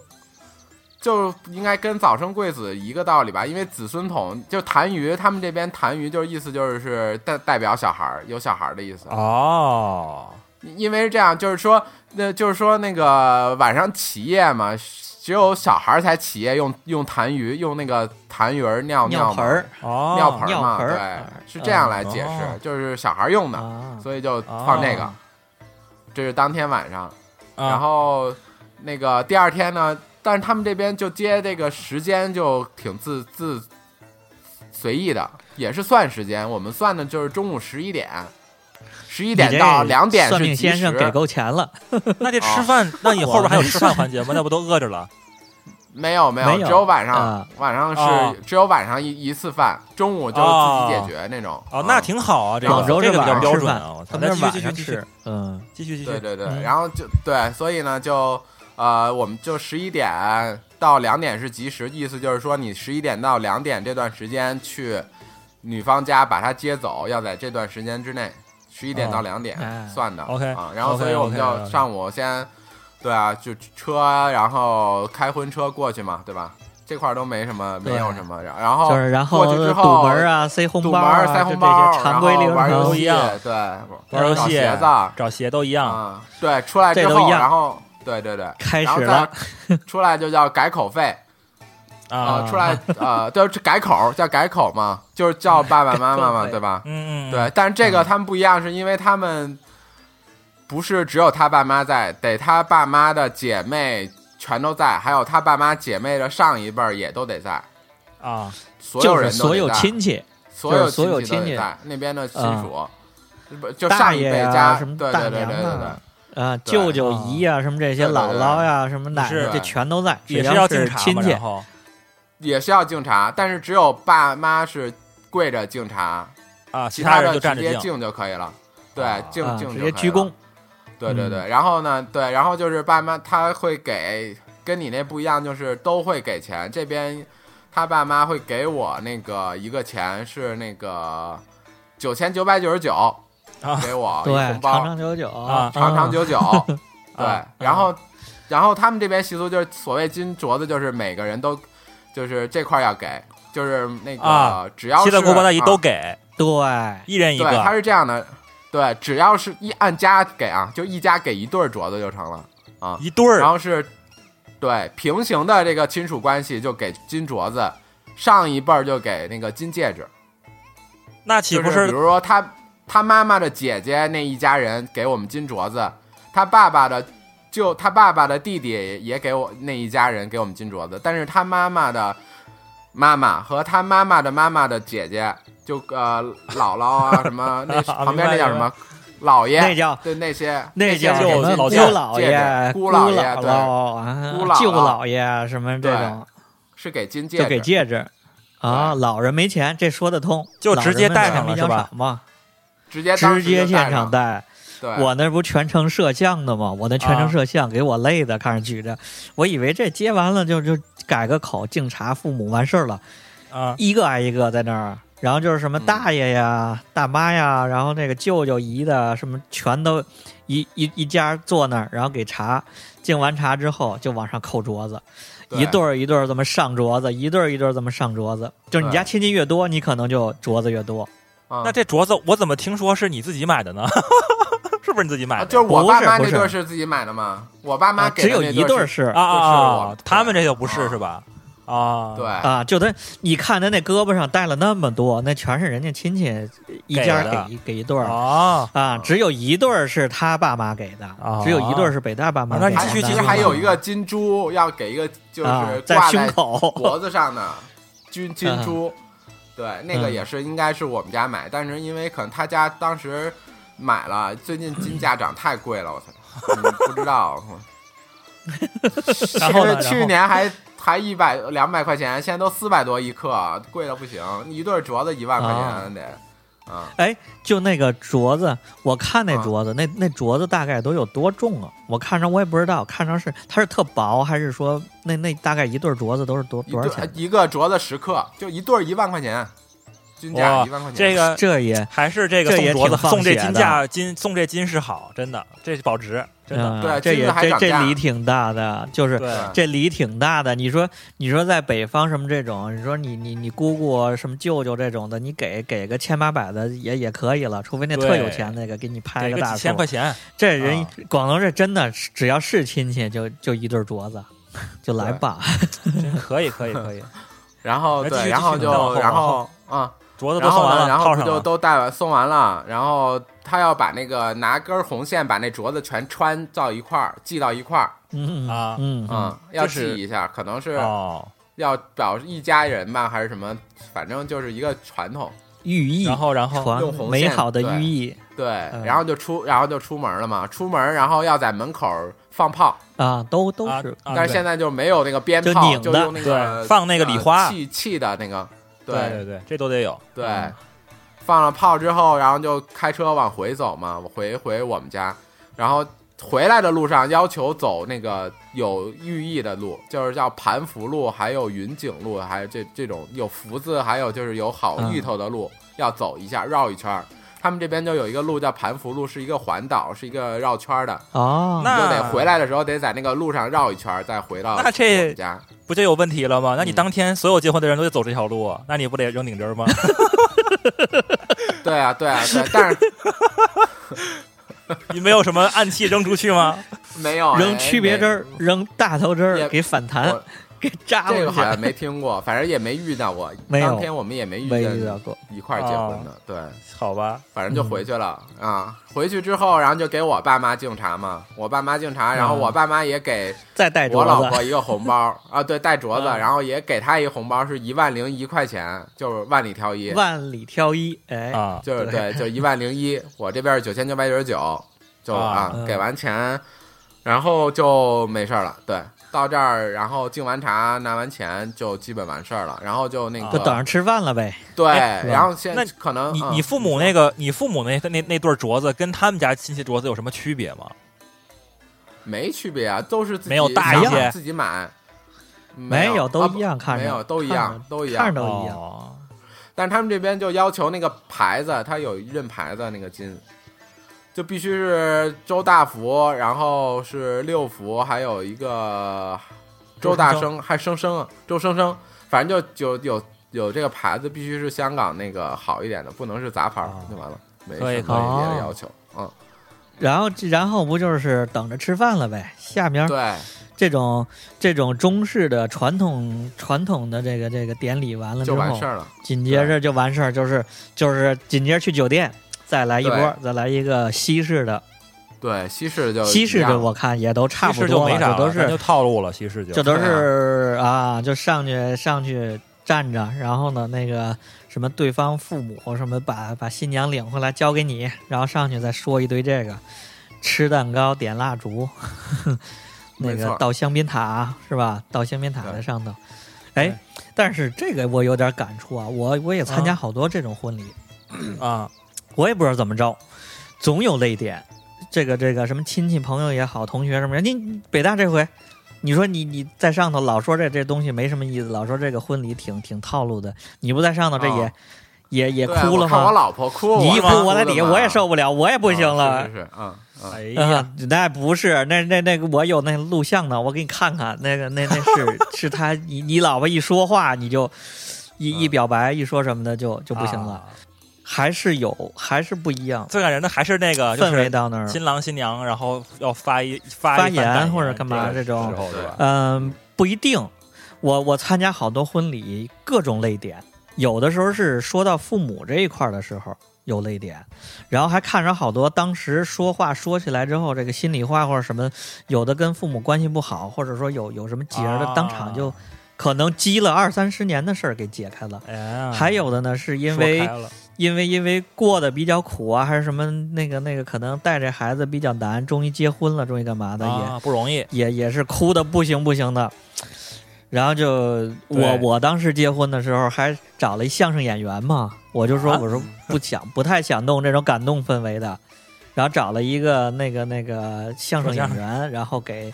[SPEAKER 3] 就应该跟早生贵子一个道理吧，因为子孙桶就痰盂，他们这边痰盂就是意思就是是代代表小孩儿，有小孩儿的意思。
[SPEAKER 2] 哦，
[SPEAKER 3] 因为是这样，就是说，那就是说那个晚上起夜嘛，只有小孩儿才起夜用用痰盂，用那个痰盂儿尿
[SPEAKER 1] 尿
[SPEAKER 3] 嘛
[SPEAKER 1] 盆儿
[SPEAKER 2] 哦，
[SPEAKER 3] 尿盆儿
[SPEAKER 1] 尿
[SPEAKER 3] 嘛，
[SPEAKER 1] 盆儿嗯
[SPEAKER 3] 对，是这样来解释，
[SPEAKER 2] 哦
[SPEAKER 3] 就是小孩儿用的，
[SPEAKER 1] 啊，
[SPEAKER 3] 所以就放这个。
[SPEAKER 2] 哦
[SPEAKER 3] 这是当天晚上，
[SPEAKER 2] 啊
[SPEAKER 3] 然后那个第二天呢，但是他们这边就接这个时间就挺自自随意的，也是算时间，我们算的就是中午十一点。十一
[SPEAKER 1] 一
[SPEAKER 3] 点到两点
[SPEAKER 1] 算
[SPEAKER 3] 是
[SPEAKER 1] 命
[SPEAKER 3] 吉
[SPEAKER 1] 先
[SPEAKER 3] 时
[SPEAKER 1] 生，给够钱了，
[SPEAKER 2] 那这吃饭，那你后边还有吃饭环节吗？那不都饿着了？
[SPEAKER 3] 没有没有，
[SPEAKER 1] 没有
[SPEAKER 3] 只有晚上、
[SPEAKER 1] 啊
[SPEAKER 3] 晚上是、
[SPEAKER 2] 哦
[SPEAKER 3] 只有晚上一一次饭，中午就自己解决那种。
[SPEAKER 2] 哦
[SPEAKER 3] 嗯，
[SPEAKER 2] 那挺好啊，这
[SPEAKER 1] 广州
[SPEAKER 2] 个这个
[SPEAKER 1] 晚
[SPEAKER 2] 比
[SPEAKER 1] 上
[SPEAKER 2] 较标
[SPEAKER 1] 吃
[SPEAKER 2] 准
[SPEAKER 1] 饭
[SPEAKER 2] 啊。我，操
[SPEAKER 1] 他们这
[SPEAKER 2] 来继
[SPEAKER 1] 晚
[SPEAKER 2] 续
[SPEAKER 1] 上
[SPEAKER 2] 继续继续
[SPEAKER 1] 吃，嗯，
[SPEAKER 2] 继续继续，
[SPEAKER 3] 对对对，
[SPEAKER 1] 嗯
[SPEAKER 3] 然后就对，所以呢就呃，我们就十一点到两点是及时，意思就是说你十一点到两点这段时间去女方家把她接走，要在这段时间之内，十一点
[SPEAKER 2] 哦
[SPEAKER 3] 到两点
[SPEAKER 1] 哎
[SPEAKER 3] 算的。
[SPEAKER 2] OK，
[SPEAKER 3] 啊，然后
[SPEAKER 2] OK，
[SPEAKER 3] 所以我们
[SPEAKER 2] OK，OK，OK
[SPEAKER 3] 就上午先。对啊，就车，然后开婚车过去嘛，对吧？这块儿都没什么，没
[SPEAKER 1] 对
[SPEAKER 3] 有什么。然然后
[SPEAKER 1] 就是然后
[SPEAKER 3] 哦过去之后
[SPEAKER 1] 堵门儿啊，塞红
[SPEAKER 3] 堵
[SPEAKER 1] 包
[SPEAKER 3] 门
[SPEAKER 1] 啊，
[SPEAKER 3] 儿、
[SPEAKER 1] 就
[SPEAKER 3] 塞
[SPEAKER 1] 这
[SPEAKER 3] 红包
[SPEAKER 1] 些
[SPEAKER 3] 儿，
[SPEAKER 1] 常规
[SPEAKER 3] 然后
[SPEAKER 1] 流
[SPEAKER 3] 玩
[SPEAKER 1] 程
[SPEAKER 3] 游
[SPEAKER 2] 都一
[SPEAKER 3] 戏，
[SPEAKER 2] 样
[SPEAKER 3] 对，
[SPEAKER 2] 玩游
[SPEAKER 3] 找
[SPEAKER 2] 戏
[SPEAKER 3] 鞋子啊，
[SPEAKER 2] 找鞋都一样。
[SPEAKER 3] 对，出来之
[SPEAKER 1] 这都
[SPEAKER 3] 后，
[SPEAKER 1] 一样
[SPEAKER 3] 然后对对对，
[SPEAKER 1] 开
[SPEAKER 3] 然后
[SPEAKER 1] 始
[SPEAKER 3] 再
[SPEAKER 1] 了，
[SPEAKER 3] 出来就叫改口费啊、
[SPEAKER 2] 啊，
[SPEAKER 3] 出来呃，就是改口叫改 口嘛，就是叫爸爸妈妈
[SPEAKER 1] 改口
[SPEAKER 3] 嘛，
[SPEAKER 1] 费
[SPEAKER 3] 对吧？
[SPEAKER 2] 嗯，嗯嗯，
[SPEAKER 3] 对，但是这个他们不一样，是因为他们不是只有他爸妈在，得他爸妈的姐妹全都在，还有他爸妈姐妹的上一辈儿也都得在，
[SPEAKER 2] 啊，
[SPEAKER 3] 所有
[SPEAKER 1] 就
[SPEAKER 3] 人
[SPEAKER 1] 是
[SPEAKER 3] 都得
[SPEAKER 1] 所有
[SPEAKER 3] 在
[SPEAKER 1] 亲戚，
[SPEAKER 3] 所有
[SPEAKER 1] 就是所有
[SPEAKER 3] 亲
[SPEAKER 1] 亲
[SPEAKER 3] 戚
[SPEAKER 1] 戚
[SPEAKER 3] 都得在那边的亲
[SPEAKER 1] 啊
[SPEAKER 3] 属，不就
[SPEAKER 1] 大
[SPEAKER 3] 上一
[SPEAKER 1] 爷
[SPEAKER 3] 辈
[SPEAKER 1] 啊
[SPEAKER 3] 家，
[SPEAKER 1] 什么
[SPEAKER 3] 对
[SPEAKER 1] 大
[SPEAKER 3] 对对对
[SPEAKER 1] 娘
[SPEAKER 3] 对
[SPEAKER 1] 啊
[SPEAKER 3] 对。
[SPEAKER 1] 啊，舅舅姨啊，什么这些
[SPEAKER 3] 对对
[SPEAKER 1] 姥
[SPEAKER 3] 对
[SPEAKER 1] 姥呀，什么奶
[SPEAKER 2] 也
[SPEAKER 1] 奶，
[SPEAKER 2] 是
[SPEAKER 1] 这全都在，
[SPEAKER 2] 也
[SPEAKER 1] 只
[SPEAKER 2] 要
[SPEAKER 1] 要
[SPEAKER 2] 敬茶
[SPEAKER 1] 亲
[SPEAKER 2] 嘛，
[SPEAKER 1] 戚
[SPEAKER 2] 然，后
[SPEAKER 3] 也是要敬茶，但是只有爸妈是跪着敬茶，
[SPEAKER 2] 啊，其
[SPEAKER 3] 其
[SPEAKER 2] 他
[SPEAKER 3] 他
[SPEAKER 2] 人
[SPEAKER 3] 的
[SPEAKER 2] 就站
[SPEAKER 3] 直
[SPEAKER 2] 着
[SPEAKER 3] 接
[SPEAKER 2] 敬。
[SPEAKER 3] 敬就可以了。对
[SPEAKER 2] 啊，
[SPEAKER 3] 敬
[SPEAKER 1] 啊
[SPEAKER 3] 敬
[SPEAKER 1] 直
[SPEAKER 3] 就
[SPEAKER 1] 接
[SPEAKER 3] 可以
[SPEAKER 1] 鞠
[SPEAKER 3] 了
[SPEAKER 1] 躬。
[SPEAKER 3] 对对
[SPEAKER 2] 嗯
[SPEAKER 3] 对，然后呢，对，然后就是爸妈他会给，跟你那不一样，就是都会给钱。这边他爸妈会给我那个一个钱是那个九千九百九十九
[SPEAKER 2] 啊，
[SPEAKER 3] 给我一
[SPEAKER 1] 对，
[SPEAKER 3] 红
[SPEAKER 1] 长
[SPEAKER 3] 包，
[SPEAKER 1] 长久嗯久
[SPEAKER 2] 啊
[SPEAKER 3] 长长久久。对
[SPEAKER 2] 啊，
[SPEAKER 3] 然后，然后他们这边习俗就是所谓金镯子，就是每个人都，就是这块儿要给，就是那个、
[SPEAKER 2] 啊
[SPEAKER 3] 只要
[SPEAKER 2] 七
[SPEAKER 3] 是
[SPEAKER 2] 大姑八大姨都
[SPEAKER 3] 啊
[SPEAKER 2] 给，
[SPEAKER 1] 对，
[SPEAKER 2] 一人一
[SPEAKER 3] 对，他
[SPEAKER 2] 个。
[SPEAKER 3] 是这样的，对，只要是一按家给啊，就一家给一对儿镯子就成了，
[SPEAKER 2] 一对儿
[SPEAKER 3] 然后是，对平行的这个亲属关系就给金镯子，上一辈儿就给那个金戒指，
[SPEAKER 2] 那岂不
[SPEAKER 3] 就是比
[SPEAKER 2] 是
[SPEAKER 3] 如说他他妈妈的姐姐那一家人给我们金镯子，他爸爸的就他爸爸的弟弟也给我那一家人给我们金镯子，但是他妈妈的妈妈和他妈妈的妈妈的姐姐就呃姥姥啊 什么那
[SPEAKER 2] 啊
[SPEAKER 3] 旁边那叫什么姥爷
[SPEAKER 1] 那叫
[SPEAKER 3] 对那些
[SPEAKER 1] 那
[SPEAKER 3] 些
[SPEAKER 1] 叫
[SPEAKER 2] 舅
[SPEAKER 1] 什
[SPEAKER 3] 给
[SPEAKER 1] 么
[SPEAKER 3] 金
[SPEAKER 2] 老
[SPEAKER 1] 姑
[SPEAKER 3] 戒
[SPEAKER 1] 姥
[SPEAKER 3] 指
[SPEAKER 1] 爷、
[SPEAKER 3] 姑
[SPEAKER 1] 姥
[SPEAKER 3] 姥爷
[SPEAKER 1] 姥
[SPEAKER 3] 对
[SPEAKER 1] 啊
[SPEAKER 3] 姑姥姥
[SPEAKER 1] 舅姥爷什么这种，
[SPEAKER 3] 是给金戒
[SPEAKER 1] 就
[SPEAKER 3] 指，
[SPEAKER 1] 给戒指啊。老人没钱，这说得通，
[SPEAKER 2] 就直接戴上
[SPEAKER 1] 老
[SPEAKER 2] 了
[SPEAKER 1] 人们
[SPEAKER 2] 是吧
[SPEAKER 1] 上场嘛，
[SPEAKER 3] 直接当
[SPEAKER 1] 直
[SPEAKER 3] 时就
[SPEAKER 1] 接
[SPEAKER 3] 戴
[SPEAKER 1] 现场
[SPEAKER 3] 上
[SPEAKER 1] 戴。
[SPEAKER 3] 对
[SPEAKER 1] 我那不全程摄像的吗？我那全程摄像给我累的，看着举着，我以为这接完了就就改个口敬茶父母完事儿了，
[SPEAKER 2] 啊
[SPEAKER 1] 一个挨一个在那儿，然后就是什么
[SPEAKER 3] 嗯
[SPEAKER 1] 大爷呀、大妈呀，然后那个舅舅姨的什么全都一一一家坐那儿，然后给茶，敬完茶之后就往上扣镯子，
[SPEAKER 3] 对
[SPEAKER 1] 一对儿一对儿这么上镯子，一对儿一对儿这么上镯子，就是你家亲戚越多，你可能就镯子越多。
[SPEAKER 3] 啊
[SPEAKER 2] 那这镯子我怎么听说是你自己买的呢？ 是不是你自己买
[SPEAKER 3] 啊
[SPEAKER 2] 的？
[SPEAKER 3] 就是我
[SPEAKER 1] 哎不
[SPEAKER 3] 爸
[SPEAKER 1] 是
[SPEAKER 3] 妈
[SPEAKER 1] 不
[SPEAKER 3] 那
[SPEAKER 1] 是
[SPEAKER 3] 对儿是自己买的吗？我爸妈
[SPEAKER 1] 啊
[SPEAKER 3] 给
[SPEAKER 1] 只
[SPEAKER 3] 的
[SPEAKER 1] 有
[SPEAKER 3] 那
[SPEAKER 1] 一
[SPEAKER 3] 对
[SPEAKER 1] 对
[SPEAKER 3] 儿
[SPEAKER 1] 儿
[SPEAKER 3] 是
[SPEAKER 1] 是
[SPEAKER 2] 啊啊
[SPEAKER 3] 我
[SPEAKER 2] 啊！他们这就不
[SPEAKER 3] 啊
[SPEAKER 2] 是是吧？啊，
[SPEAKER 3] 对，
[SPEAKER 1] 啊，就他你看他那胳膊上戴了那么多，那全是人家亲戚一家
[SPEAKER 2] 给的
[SPEAKER 1] 给一给一对
[SPEAKER 3] 哦
[SPEAKER 1] 儿。
[SPEAKER 2] 啊，
[SPEAKER 1] 啊，只有一对儿是他爸妈给的，
[SPEAKER 2] 哦
[SPEAKER 1] 只有一对儿是北大爸妈
[SPEAKER 2] 啊
[SPEAKER 1] 给的。
[SPEAKER 2] 那你
[SPEAKER 3] 还
[SPEAKER 2] 继续
[SPEAKER 3] 哦其
[SPEAKER 2] 继
[SPEAKER 3] 实
[SPEAKER 2] 续
[SPEAKER 3] 还
[SPEAKER 2] 吧
[SPEAKER 3] 有一个金珠要给一个，就是
[SPEAKER 1] 啊
[SPEAKER 3] 挂
[SPEAKER 1] 在胸口，
[SPEAKER 3] 脖子上的金金珠，对，那个
[SPEAKER 1] 嗯
[SPEAKER 3] 也是应该是我们家买，但是因为可能他家当时买了，最近金价涨太贵了，我操，嗯不 知道。
[SPEAKER 2] 然后呢？
[SPEAKER 3] 去
[SPEAKER 2] 然后
[SPEAKER 3] 年还还一百两百块钱，现在都四百多一克，贵的不行，一对镯子一万块
[SPEAKER 1] 啊
[SPEAKER 3] 钱得，啊，
[SPEAKER 1] 就那个镯子，我看那
[SPEAKER 3] 啊
[SPEAKER 1] 镯子，那那镯子大概都有多重啊？我看着我也不知道，看着是它是特薄，还是说那那大概一对儿镯子都是多
[SPEAKER 3] 一
[SPEAKER 1] 多少
[SPEAKER 3] 对
[SPEAKER 1] 钱？
[SPEAKER 3] 一个镯子十克，就一对一万块钱，均价
[SPEAKER 2] 哇
[SPEAKER 3] 一万块钱，
[SPEAKER 2] 这个
[SPEAKER 1] 这也
[SPEAKER 2] 还是这个
[SPEAKER 1] 这
[SPEAKER 2] 送
[SPEAKER 1] 也
[SPEAKER 2] 镯子
[SPEAKER 1] 挺放
[SPEAKER 2] 送这
[SPEAKER 1] 血
[SPEAKER 2] 金
[SPEAKER 1] 的
[SPEAKER 2] 价金送这金饰好，真的这保值，真的
[SPEAKER 1] 嗯
[SPEAKER 3] 对啊
[SPEAKER 1] 这
[SPEAKER 3] 金子
[SPEAKER 1] 也
[SPEAKER 3] 还
[SPEAKER 1] 这
[SPEAKER 3] 涨价
[SPEAKER 1] 这礼挺大的，就是
[SPEAKER 2] 对
[SPEAKER 3] 对啊
[SPEAKER 1] 这礼挺大的。你说，你说在北方什么这种，你说你你你姑姑什么舅舅这种的，你给给个千八百的也也可以了，除非那特
[SPEAKER 2] 对
[SPEAKER 1] 有钱那个给你拍
[SPEAKER 2] 给
[SPEAKER 1] 个
[SPEAKER 2] 个
[SPEAKER 1] 大
[SPEAKER 2] 几
[SPEAKER 1] 数
[SPEAKER 2] 千。块钱，
[SPEAKER 1] 这人、
[SPEAKER 3] 啊
[SPEAKER 1] 广东这真的是，只要是亲戚就就一对镯子，就来吧。
[SPEAKER 2] 真可以可以可以，
[SPEAKER 3] 然后
[SPEAKER 2] 哎来继
[SPEAKER 3] 对，
[SPEAKER 2] 续
[SPEAKER 3] 然
[SPEAKER 2] 继续
[SPEAKER 3] 后
[SPEAKER 2] 你再往后
[SPEAKER 3] 就然
[SPEAKER 2] 往后
[SPEAKER 3] 后啊。
[SPEAKER 2] 镯子
[SPEAKER 3] 然
[SPEAKER 2] 都送
[SPEAKER 3] 后
[SPEAKER 2] 完
[SPEAKER 3] 呢，
[SPEAKER 2] 了，
[SPEAKER 3] 然
[SPEAKER 2] 套
[SPEAKER 3] 后
[SPEAKER 2] 上
[SPEAKER 3] 就
[SPEAKER 2] 了，
[SPEAKER 3] 都带完送完了，然后他要把那个拿根红线把那镯子全穿到一块儿，系到一块儿
[SPEAKER 1] 嗯嗯
[SPEAKER 2] 啊
[SPEAKER 1] 嗯
[SPEAKER 3] 啊、
[SPEAKER 2] 嗯
[SPEAKER 3] 要
[SPEAKER 2] 就
[SPEAKER 3] 系
[SPEAKER 2] 是
[SPEAKER 3] 一下，可能是
[SPEAKER 2] 哦，
[SPEAKER 3] 要表示一家人吧，还是什么，反正就是一个传统。
[SPEAKER 1] 寓意
[SPEAKER 2] 然后然后
[SPEAKER 1] 传
[SPEAKER 3] 用红
[SPEAKER 1] 美
[SPEAKER 3] 线
[SPEAKER 1] 好的寓意
[SPEAKER 3] 对，
[SPEAKER 1] 嗯
[SPEAKER 3] 然后就出，然后就出门了嘛。出门，然后要在门口放炮，
[SPEAKER 1] 啊，都都
[SPEAKER 2] 啊
[SPEAKER 1] 是、
[SPEAKER 2] 啊
[SPEAKER 3] 但是现
[SPEAKER 2] 对
[SPEAKER 3] 在就没有那个鞭
[SPEAKER 1] 就
[SPEAKER 3] 炮，
[SPEAKER 1] 拧
[SPEAKER 3] 就
[SPEAKER 1] 的
[SPEAKER 3] 用那个
[SPEAKER 2] 对放那个礼花
[SPEAKER 3] 呃气气的那个，
[SPEAKER 2] 对对对，这都得有，
[SPEAKER 3] 对
[SPEAKER 2] 嗯，
[SPEAKER 3] 放了炮之后，然后就开车往回走嘛，我回回我们家，然后回来的路上要求走那个有寓意的路，就是叫盘福路，还有云景路，还有这这种有福字，还有就是有好
[SPEAKER 1] 嗯
[SPEAKER 3] 芋头的路，要走一下绕一圈儿。他们这边就有一个路叫盘福路，是一个环岛，是一个绕圈儿的，
[SPEAKER 1] 哦，
[SPEAKER 2] 那
[SPEAKER 3] 你就得回来的时候得在那个路上绕一圈儿，再回到我
[SPEAKER 2] 啊那这
[SPEAKER 3] 们家。
[SPEAKER 2] 不就有问题了吗？那你
[SPEAKER 3] 嗯
[SPEAKER 2] 当天所有结婚的人都得走这条路，啊那你不得扔顶针吗？
[SPEAKER 3] 对啊，对啊，对啊，但是
[SPEAKER 2] 你没有什么暗器扔出去吗？
[SPEAKER 3] 没有
[SPEAKER 1] 扔
[SPEAKER 3] 哎
[SPEAKER 1] 区别
[SPEAKER 3] 没
[SPEAKER 1] 针儿，扔大头针
[SPEAKER 3] 也
[SPEAKER 1] 儿给反弹
[SPEAKER 3] 我，
[SPEAKER 1] 给扎
[SPEAKER 3] 这个
[SPEAKER 1] 过
[SPEAKER 3] 好像
[SPEAKER 1] 去，
[SPEAKER 3] 没听过，反正也没遇到过。
[SPEAKER 1] 没有
[SPEAKER 3] 当天我们也没遇
[SPEAKER 1] 没
[SPEAKER 3] 见
[SPEAKER 1] 遇到过。哦嗯
[SPEAKER 3] 一块儿结婚的，对，
[SPEAKER 2] 好吧，
[SPEAKER 3] 反正就回去了、啊。回去之后，然后就给我爸妈敬茶嘛，我爸妈敬茶，然后
[SPEAKER 1] 嗯
[SPEAKER 3] 我爸妈也给
[SPEAKER 1] 再戴
[SPEAKER 3] 我老
[SPEAKER 1] 镯子，
[SPEAKER 3] 婆一个红包啊，对，带镯子，
[SPEAKER 2] 嗯
[SPEAKER 3] 然后也给她一个红包，是一万零一块钱，就是万里挑一，
[SPEAKER 1] 万里挑一，哎，
[SPEAKER 2] 啊，
[SPEAKER 3] 就是
[SPEAKER 1] 对
[SPEAKER 3] 对，就一万零一，我这边是九千九百九十九，就
[SPEAKER 2] 啊
[SPEAKER 3] 啊，
[SPEAKER 1] 嗯
[SPEAKER 3] 给完钱，然后就没事儿了，对。到这儿，然后敬完茶，拿完钱就基本完事儿了，然后就那个
[SPEAKER 1] 啊就等着吃饭了呗。
[SPEAKER 3] 对，
[SPEAKER 2] 哎
[SPEAKER 1] 是吧
[SPEAKER 3] 然后现
[SPEAKER 2] 那
[SPEAKER 3] 可能
[SPEAKER 2] 你
[SPEAKER 3] 嗯
[SPEAKER 2] 你父母那个你父母那那那对镯子跟他们家亲戚镯子有什么区别吗？
[SPEAKER 3] 没区别啊，都是自己
[SPEAKER 2] 没有大一
[SPEAKER 3] 想
[SPEAKER 2] 些
[SPEAKER 3] 自己买，
[SPEAKER 1] 没
[SPEAKER 3] 有
[SPEAKER 1] 有都
[SPEAKER 3] 啊不
[SPEAKER 1] 一样看着
[SPEAKER 3] 没有都一
[SPEAKER 1] 看
[SPEAKER 3] 样
[SPEAKER 1] 着，
[SPEAKER 3] 都一
[SPEAKER 1] 看
[SPEAKER 3] 样
[SPEAKER 1] 着。都一样
[SPEAKER 2] 哦
[SPEAKER 3] 但是他们这边就要求那个牌子，它有认牌子那个金，就必须是周大福，然后是六福，还有一个周大
[SPEAKER 2] 周生
[SPEAKER 3] 生，还生生啊周生生，反正就就有有这个牌子，必须是香港那个好一点的，不能是杂牌儿
[SPEAKER 2] 哦
[SPEAKER 3] 就完了，没什
[SPEAKER 2] 可以
[SPEAKER 3] 么别
[SPEAKER 1] 啊可以
[SPEAKER 3] 的要求。嗯，
[SPEAKER 1] 然后，然后不就是等着吃饭了呗？下面
[SPEAKER 3] 对，
[SPEAKER 1] 这种这种中式的传统传统的这个这个典礼完了之
[SPEAKER 3] 就
[SPEAKER 1] 后，
[SPEAKER 3] 完事儿了。
[SPEAKER 1] 紧接着就完事儿，就是就是紧接着去酒店，再来一波
[SPEAKER 3] 对，
[SPEAKER 1] 再来一个西式的。
[SPEAKER 3] 对，西式就
[SPEAKER 1] 西式
[SPEAKER 3] 一样
[SPEAKER 1] 的我看也都差
[SPEAKER 2] 西
[SPEAKER 1] 不
[SPEAKER 2] 式就
[SPEAKER 1] 多
[SPEAKER 2] 没
[SPEAKER 1] 了，
[SPEAKER 2] 啥了，
[SPEAKER 1] 这都
[SPEAKER 2] 咱
[SPEAKER 1] 是
[SPEAKER 2] 就套路了，西式就
[SPEAKER 1] 这都
[SPEAKER 3] 对啊
[SPEAKER 1] 是啊，就上去上去站着，然后呢，那个什么对方父母什么把把新娘领回来交给你，然后上去再说一堆这个，吃蛋糕、点蜡烛， 那
[SPEAKER 3] 没
[SPEAKER 1] 个
[SPEAKER 3] 错
[SPEAKER 1] 到香槟塔是吧？到香槟塔
[SPEAKER 3] 对
[SPEAKER 1] 在上头，
[SPEAKER 2] 对
[SPEAKER 1] 哎，但是这个我有点感触啊，我我也参加
[SPEAKER 2] 啊
[SPEAKER 1] 好多这种婚礼，
[SPEAKER 2] 啊，
[SPEAKER 1] 我也不知道怎么着，总有泪点。这个这个什么亲戚朋友也好，同学什么，你北大这回，你说你你在上头老说这这东西没什么意思，老说这个婚礼挺挺套路的，你不在上头这也、
[SPEAKER 3] 啊
[SPEAKER 1] 也也
[SPEAKER 3] 对啊
[SPEAKER 1] 哭
[SPEAKER 3] 我
[SPEAKER 1] 了
[SPEAKER 3] 看我
[SPEAKER 1] 吗？
[SPEAKER 3] 老婆哭，
[SPEAKER 1] 你一哭
[SPEAKER 3] 我
[SPEAKER 1] 我在底下，我也受
[SPEAKER 3] 不
[SPEAKER 1] 不了，我也不行了。
[SPEAKER 3] 是是是，嗯嗯，
[SPEAKER 2] 哎呀，
[SPEAKER 1] 啊，那不是，那那那个我有那录像呢，我给你看看。那个那那是是他，你你老婆一说话，你就一一
[SPEAKER 3] 嗯
[SPEAKER 1] 表白，一说什么的就就
[SPEAKER 2] 就
[SPEAKER 1] 不行了，
[SPEAKER 3] 啊
[SPEAKER 1] 还是有，还是不一样，
[SPEAKER 2] 啊最感人的还是那个就
[SPEAKER 1] 氛围
[SPEAKER 2] 是
[SPEAKER 1] 到那儿。
[SPEAKER 2] 新郎新娘，然后要发一发
[SPEAKER 1] 发
[SPEAKER 2] 一
[SPEAKER 1] 言
[SPEAKER 2] 番感
[SPEAKER 1] 或者干嘛
[SPEAKER 2] 这
[SPEAKER 1] 这种
[SPEAKER 2] 时候对吧？
[SPEAKER 1] 嗯，不一定。我我参加好多婚礼，各种泪点，有的时候是说到父母这一块儿的时候有泪点，然后还看着好多当时说话说起来之后，这个心里话或者什么，有的跟父母关系不好，或者说有有什么结儿的
[SPEAKER 2] 啊，
[SPEAKER 1] 当场就可能积了二三十年的事儿给解开了。
[SPEAKER 2] 哎呀，
[SPEAKER 1] 还有的呢，是因
[SPEAKER 2] 说
[SPEAKER 1] 为
[SPEAKER 2] 开了
[SPEAKER 1] 因为因为过得比较苦啊，还是什么那个那个，可能带这孩子比较难，终于结婚了，终于干嘛的也
[SPEAKER 2] 啊不容易，
[SPEAKER 1] 也也是哭的不行不行的。然后就我
[SPEAKER 2] 对
[SPEAKER 1] 我当时结婚的时候还找了一相声演员嘛，我就说
[SPEAKER 2] 啊
[SPEAKER 1] 我说不想不太想弄这种感动氛围的，然后找了一个那个那个相声演
[SPEAKER 2] 说
[SPEAKER 1] 员，然后给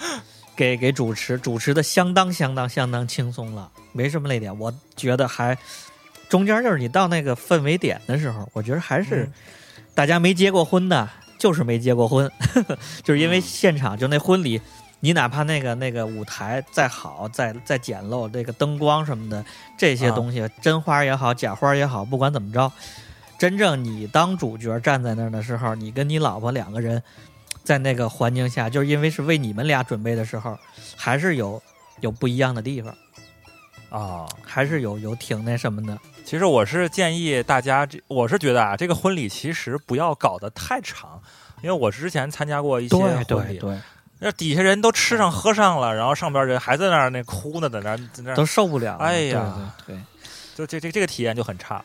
[SPEAKER 1] 给给主持主持的相当相当相当轻松了，没什么泪点。我觉得还中间就是你到那个氛围点的时候，我觉得还是
[SPEAKER 2] 嗯
[SPEAKER 1] 大家没结过婚的，就是没结过婚， 就是因为现场就那婚礼，你哪怕那个那个舞台再好、再再简陋，这个灯光什么的这些
[SPEAKER 2] 啊
[SPEAKER 1] 东西，真花也好，假花也好，不管怎么着，真正你当主角站在那儿的时候，你跟你老婆两个人在那个环境下，就是因为是为你们俩准备的时候，还是有有不一样的地方，
[SPEAKER 2] 啊。
[SPEAKER 1] 还是有有挺那什么的。
[SPEAKER 2] 其实我是建议大家，这我是觉得啊，这个婚礼其实不要搞得太长，因为我之前参加过一些婚
[SPEAKER 1] 对
[SPEAKER 2] 礼，
[SPEAKER 1] 对对，
[SPEAKER 2] 那底下人都吃上喝上了，然后上边人还在那儿那哭呢，在那儿在那儿
[SPEAKER 1] 都受不了了。
[SPEAKER 2] 哎呀
[SPEAKER 1] 对，对对。
[SPEAKER 2] 就这这这个体验就很差。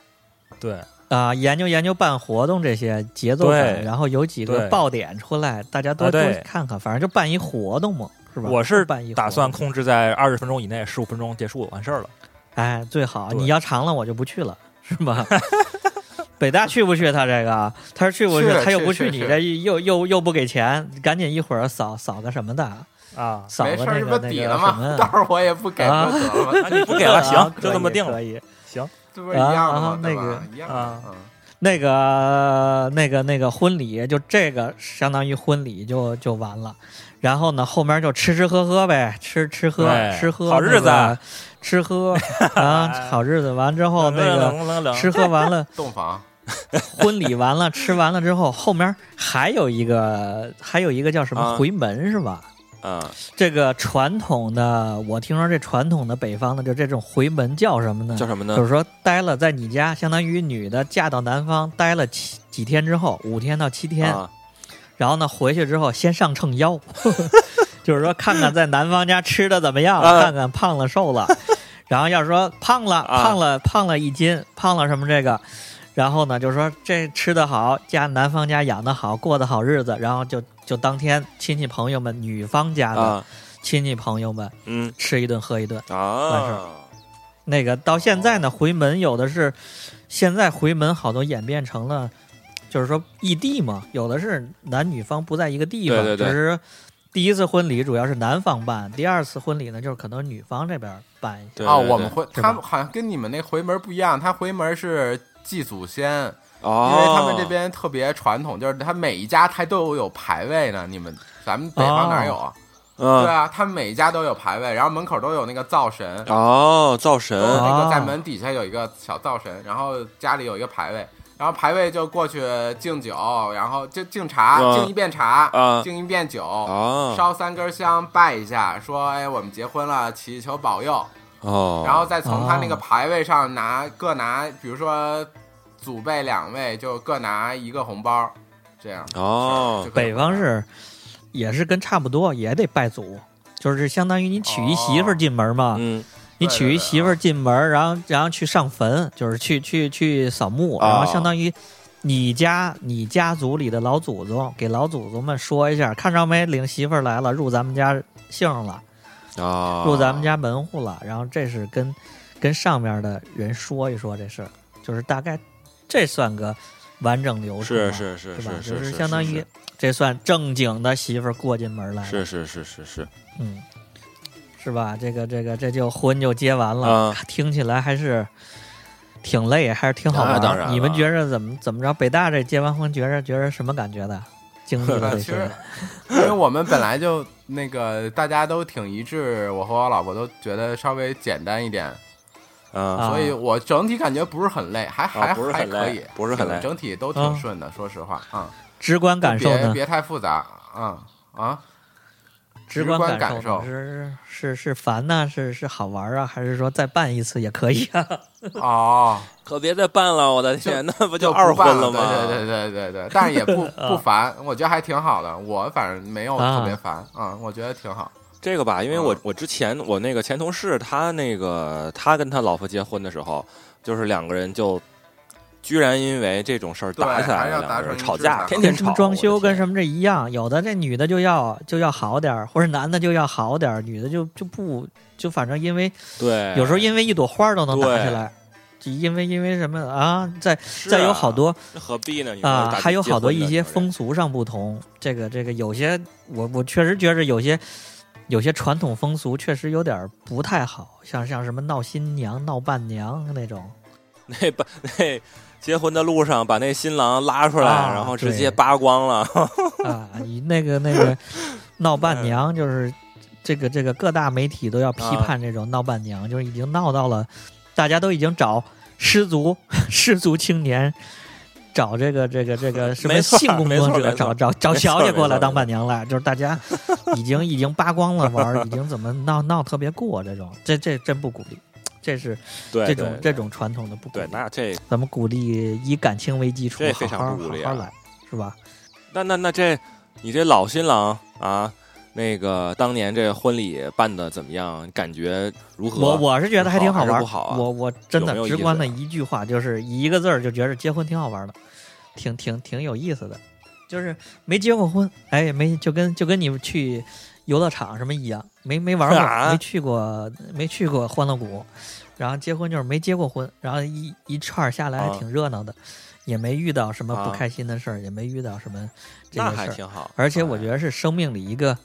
[SPEAKER 2] 对，
[SPEAKER 1] 啊、研究研究办活动这些节奏感，
[SPEAKER 2] 对
[SPEAKER 1] 然后有几个
[SPEAKER 2] 对
[SPEAKER 1] 爆点出来，大家多
[SPEAKER 2] 啊
[SPEAKER 1] 多
[SPEAKER 2] 对
[SPEAKER 1] 看看，反正就办一活动嘛，是吧？
[SPEAKER 2] 我是
[SPEAKER 1] 办一活动
[SPEAKER 2] 打算，控制在二十分钟以内，十五分钟结束完事儿了。
[SPEAKER 1] 哎，最好
[SPEAKER 2] 对
[SPEAKER 1] 你要长了我就不去了，是 吧？北大去不去？啊他这个，他是去不去？
[SPEAKER 3] 去
[SPEAKER 1] 他又不
[SPEAKER 3] 去
[SPEAKER 1] 去，
[SPEAKER 3] 去
[SPEAKER 1] 你这又又又不给钱，赶紧一会儿扫扫个什么的，
[SPEAKER 2] 啊
[SPEAKER 1] 扫
[SPEAKER 3] 没
[SPEAKER 1] 个
[SPEAKER 3] 事
[SPEAKER 1] 那
[SPEAKER 3] 儿，这不
[SPEAKER 1] 个那个
[SPEAKER 3] 抵了
[SPEAKER 1] 什
[SPEAKER 3] 吗？到
[SPEAKER 1] 么。
[SPEAKER 3] 时候我也不给
[SPEAKER 1] 啊
[SPEAKER 3] 不得 了
[SPEAKER 2] 啊，
[SPEAKER 3] 吗？
[SPEAKER 2] 你不给了，
[SPEAKER 1] 啊
[SPEAKER 2] 行，
[SPEAKER 1] 可
[SPEAKER 2] 就这么
[SPEAKER 1] 以
[SPEAKER 2] 定
[SPEAKER 1] 可
[SPEAKER 2] 了。
[SPEAKER 1] 以。
[SPEAKER 2] 行，
[SPEAKER 3] 这不是一样的
[SPEAKER 1] 啊
[SPEAKER 3] 吗
[SPEAKER 1] 啊？
[SPEAKER 3] 对
[SPEAKER 1] 那个
[SPEAKER 3] 吧？一样的
[SPEAKER 2] 啊，
[SPEAKER 3] 嗯
[SPEAKER 1] 那个那个那个婚礼，就这个相当于婚礼就就完了，然后呢，后面就吃吃喝喝呗，吃吃喝
[SPEAKER 2] 对
[SPEAKER 1] 吃喝，
[SPEAKER 2] 哎好日子啊
[SPEAKER 1] 那个吃喝 啊，好日子。完之
[SPEAKER 2] 哦
[SPEAKER 1] 后那个
[SPEAKER 2] 嗯冷冷冷
[SPEAKER 1] 吃喝完 了，
[SPEAKER 3] 洞房
[SPEAKER 1] 婚礼完了，吃完了之后，后面还有一个还有一个叫什么
[SPEAKER 4] 啊
[SPEAKER 1] 回门是吧？
[SPEAKER 4] 啊，
[SPEAKER 1] 这个传统的，我听说这传统的北方的就这种回门叫什么呢？
[SPEAKER 4] 叫什么呢啊
[SPEAKER 1] 就？是说待了在你家，相当于女的嫁到南方待了七几天之后，五天到七天，
[SPEAKER 4] 啊，
[SPEAKER 1] 然后呢回去之后先上 秤腰，就是说看看在南方家吃的怎么样，
[SPEAKER 4] 啊
[SPEAKER 1] 看看胖了瘦了， 然后要是说胖了
[SPEAKER 4] 啊
[SPEAKER 1] 胖了胖了一斤，胖了什么这个。然后呢，就说这吃得好，家南方家养得好，过得好日子，然后就就当天亲戚朋友们，女方家的
[SPEAKER 4] 啊，
[SPEAKER 1] 亲戚朋友们
[SPEAKER 4] 嗯
[SPEAKER 1] 吃一顿喝一顿，完事
[SPEAKER 4] 啊，
[SPEAKER 1] 那个到现在
[SPEAKER 4] 哦
[SPEAKER 1] 呢，回门有的是，现在回门好多演变成了，就是说异地嘛，有的是男女方不在一个地方，
[SPEAKER 4] 对对对
[SPEAKER 1] 就是第一次婚礼主要是男方办，第二次婚礼呢就是可能女方这边办一下。
[SPEAKER 4] 对
[SPEAKER 3] 啊，
[SPEAKER 4] 对
[SPEAKER 3] 我
[SPEAKER 4] 对
[SPEAKER 3] 们回
[SPEAKER 1] 是
[SPEAKER 3] 他
[SPEAKER 1] 吧
[SPEAKER 3] 们好像跟你们那回门不一样，他回门是祭祖先，
[SPEAKER 4] 哦，
[SPEAKER 3] 因为他们这边特别传统，就是他每一家他都有牌位呢。你们咱们北方哪有啊？对
[SPEAKER 4] 嗯，
[SPEAKER 3] 啊，他们每一家都有牌位，然后门口都有那个灶神，
[SPEAKER 4] 哦，灶神
[SPEAKER 3] 都有那
[SPEAKER 1] 哦
[SPEAKER 3] 个在门底下有一个小灶神，然后家里有一个牌位，然后牌位就过去敬酒，然后就敬茶，
[SPEAKER 4] 嗯
[SPEAKER 3] 敬一遍茶，
[SPEAKER 4] 嗯
[SPEAKER 3] 敬一遍酒。
[SPEAKER 4] 啊，
[SPEAKER 2] 嗯
[SPEAKER 3] 烧三根香，拜一下，说：“哎，我们结婚了，祈求保佑。”
[SPEAKER 4] 哦，
[SPEAKER 3] 然后再从他那个牌位上拿各拿，比如说祖辈两位就各拿一个红包，这样。
[SPEAKER 4] 哦
[SPEAKER 3] 就，可以
[SPEAKER 1] 北方是，也是跟差不多，也得拜祖，就是相当于你娶一媳妇儿进门
[SPEAKER 3] 啊
[SPEAKER 1] 嘛，
[SPEAKER 4] 嗯，
[SPEAKER 1] 你
[SPEAKER 3] 对
[SPEAKER 1] 娶
[SPEAKER 3] 对
[SPEAKER 1] 一
[SPEAKER 3] 对
[SPEAKER 1] 媳妇
[SPEAKER 4] 啊
[SPEAKER 1] 儿进门，然后然后去上坟，就是去去去扫墓，
[SPEAKER 4] 啊
[SPEAKER 1] 然后相当于你家你家族里的老祖宗给老祖宗们说一下，看着没，领媳妇儿来了，入咱们家姓了，
[SPEAKER 4] 啊，
[SPEAKER 1] 入咱们家门户了，然后这是跟跟上面的人说一说这事儿，就是大概这算个完整流程
[SPEAKER 4] 是
[SPEAKER 1] 吧，
[SPEAKER 4] 是是
[SPEAKER 1] 吧？
[SPEAKER 4] 是，
[SPEAKER 1] 就是相当于这算正经的媳妇儿过进门来了，
[SPEAKER 4] 是是是是是，
[SPEAKER 1] 嗯，是吧？这个这个这就婚就结完了，
[SPEAKER 4] 啊
[SPEAKER 1] 听起来还是挺累，还是挺好玩
[SPEAKER 2] 那
[SPEAKER 1] 儿。
[SPEAKER 2] 当然了
[SPEAKER 1] 你们觉着怎么怎么着？北大这接完婚，觉着觉着什么感觉的？经历了
[SPEAKER 3] 呃
[SPEAKER 1] 这
[SPEAKER 3] 其
[SPEAKER 1] 些
[SPEAKER 3] 实，因为我们本来就那个大家都挺一致，我和我老婆都觉得稍微简单一点，
[SPEAKER 2] 嗯
[SPEAKER 1] 啊
[SPEAKER 3] 所以我整体感觉不是很累，还还、
[SPEAKER 2] 啊不是
[SPEAKER 3] 还
[SPEAKER 2] 很累
[SPEAKER 3] 可以，嗯
[SPEAKER 2] 不是很累
[SPEAKER 3] 整体都挺顺的，说实话，嗯，
[SPEAKER 1] 直观感受
[SPEAKER 3] 别
[SPEAKER 1] 呢？
[SPEAKER 3] 别太复杂，嗯啊，
[SPEAKER 1] 直
[SPEAKER 3] 直观
[SPEAKER 1] 感
[SPEAKER 3] 感受
[SPEAKER 1] 呢是是是烦呢、是是好玩儿啊？还是说再办一次也可以啊？
[SPEAKER 3] 哦，
[SPEAKER 2] 可别再办了，我的天，那不
[SPEAKER 3] 就
[SPEAKER 2] 就二
[SPEAKER 3] 不办
[SPEAKER 2] 婚
[SPEAKER 3] 了
[SPEAKER 2] 吗？
[SPEAKER 3] 对对对对对对，但是也不不烦，我觉得还挺好的，我反正没有特别
[SPEAKER 1] 啊
[SPEAKER 3] 烦，嗯，我觉得挺好，
[SPEAKER 2] 这个吧，因为我
[SPEAKER 3] 嗯
[SPEAKER 2] 我之前我那个前同事，他那个他跟他老婆结婚的时候，就是两个人就居然因为这种事儿
[SPEAKER 3] 对
[SPEAKER 2] 打起
[SPEAKER 3] 还
[SPEAKER 2] 来
[SPEAKER 3] 要
[SPEAKER 2] 了，
[SPEAKER 3] 达
[SPEAKER 2] 两个人
[SPEAKER 3] 成
[SPEAKER 2] 吵
[SPEAKER 3] 一致
[SPEAKER 2] 架，
[SPEAKER 3] 的
[SPEAKER 2] 天
[SPEAKER 1] 跟
[SPEAKER 2] 天
[SPEAKER 1] 什
[SPEAKER 2] 吵
[SPEAKER 1] 么。装修
[SPEAKER 2] 我的
[SPEAKER 1] 跟
[SPEAKER 2] 天
[SPEAKER 1] 什么这一样，有的这女的就要就要好点儿，或者男的就要好点儿，女的就就不就反正因为
[SPEAKER 2] 对，
[SPEAKER 1] 有时候因为一朵花儿都能打
[SPEAKER 2] 哎对
[SPEAKER 1] 起来，就因为因为什么啊？再
[SPEAKER 2] 是
[SPEAKER 1] 再有
[SPEAKER 2] 啊
[SPEAKER 1] 好多
[SPEAKER 2] 那何必呢？你说
[SPEAKER 1] 啊、
[SPEAKER 2] 打
[SPEAKER 1] 还有
[SPEAKER 2] 结
[SPEAKER 1] 好多
[SPEAKER 2] 婚
[SPEAKER 1] 一
[SPEAKER 2] 的
[SPEAKER 1] 些
[SPEAKER 2] 你说
[SPEAKER 1] 风俗上不同，这个这个有些我我确实觉着有些有些传统风俗确实有点儿不太好，像像什么闹新娘、闹伴娘那种，
[SPEAKER 2] 这那把 那结婚的路上把那新郎拉出来，
[SPEAKER 1] 啊
[SPEAKER 2] 然后直
[SPEAKER 1] 对
[SPEAKER 2] 接扒光了，
[SPEAKER 1] 啊，你那个那个闹伴娘就是这个这个各大媒体都要批
[SPEAKER 2] 嗯啊
[SPEAKER 1] 判这种闹伴娘，就是已经闹到了大家都已经找失足失足青年。找这个这个这个什么
[SPEAKER 2] 没错
[SPEAKER 1] 性工
[SPEAKER 2] 没
[SPEAKER 1] 作
[SPEAKER 2] 错
[SPEAKER 1] 者，
[SPEAKER 2] 没
[SPEAKER 1] 找
[SPEAKER 2] 错
[SPEAKER 1] 找找
[SPEAKER 2] 没
[SPEAKER 1] 小
[SPEAKER 2] 错
[SPEAKER 1] 姐过
[SPEAKER 2] 没
[SPEAKER 1] 来
[SPEAKER 2] 错
[SPEAKER 1] 当
[SPEAKER 2] 没
[SPEAKER 1] 伴娘了，就是大 家已经已经扒光了玩儿，已经怎么闹闹特别过这种，这这真不鼓励，这是
[SPEAKER 2] 对
[SPEAKER 1] 这种
[SPEAKER 2] 对
[SPEAKER 1] 这种传统的不鼓
[SPEAKER 2] 对，
[SPEAKER 1] 励，
[SPEAKER 2] 那这
[SPEAKER 1] 咱们鼓励以感情为基础，
[SPEAKER 2] 这
[SPEAKER 1] 好
[SPEAKER 2] 非常
[SPEAKER 1] 好
[SPEAKER 2] 不鼓励
[SPEAKER 1] 好好
[SPEAKER 2] 啊
[SPEAKER 1] 来，是吧？
[SPEAKER 2] 那那那这你这老新郎啊，那个当年这婚礼办的怎么样？感觉如何？
[SPEAKER 1] 我我是觉得还挺好玩
[SPEAKER 2] 还
[SPEAKER 1] 儿，
[SPEAKER 2] 是不好啊
[SPEAKER 1] 我我真的
[SPEAKER 2] 有没有意思啊
[SPEAKER 1] 直观的一句话就是一个字儿，就觉着结婚挺好玩的，挺挺挺有意思的。就是没结过婚，哎，也没就跟就跟你们去游乐场什么一样，没没玩过，
[SPEAKER 2] 啊
[SPEAKER 1] 没去过，没去过欢乐谷，然后结婚就是没结过婚，然后一一串儿下来还
[SPEAKER 2] 啊
[SPEAKER 1] 挺热闹的，也没遇到什么不
[SPEAKER 2] 啊
[SPEAKER 1] 开心的事儿，也没遇到什么这
[SPEAKER 2] 那
[SPEAKER 1] 个
[SPEAKER 2] 还
[SPEAKER 1] 事儿，
[SPEAKER 2] 挺好。
[SPEAKER 1] 而且我觉
[SPEAKER 2] 得
[SPEAKER 1] 得是生命里一个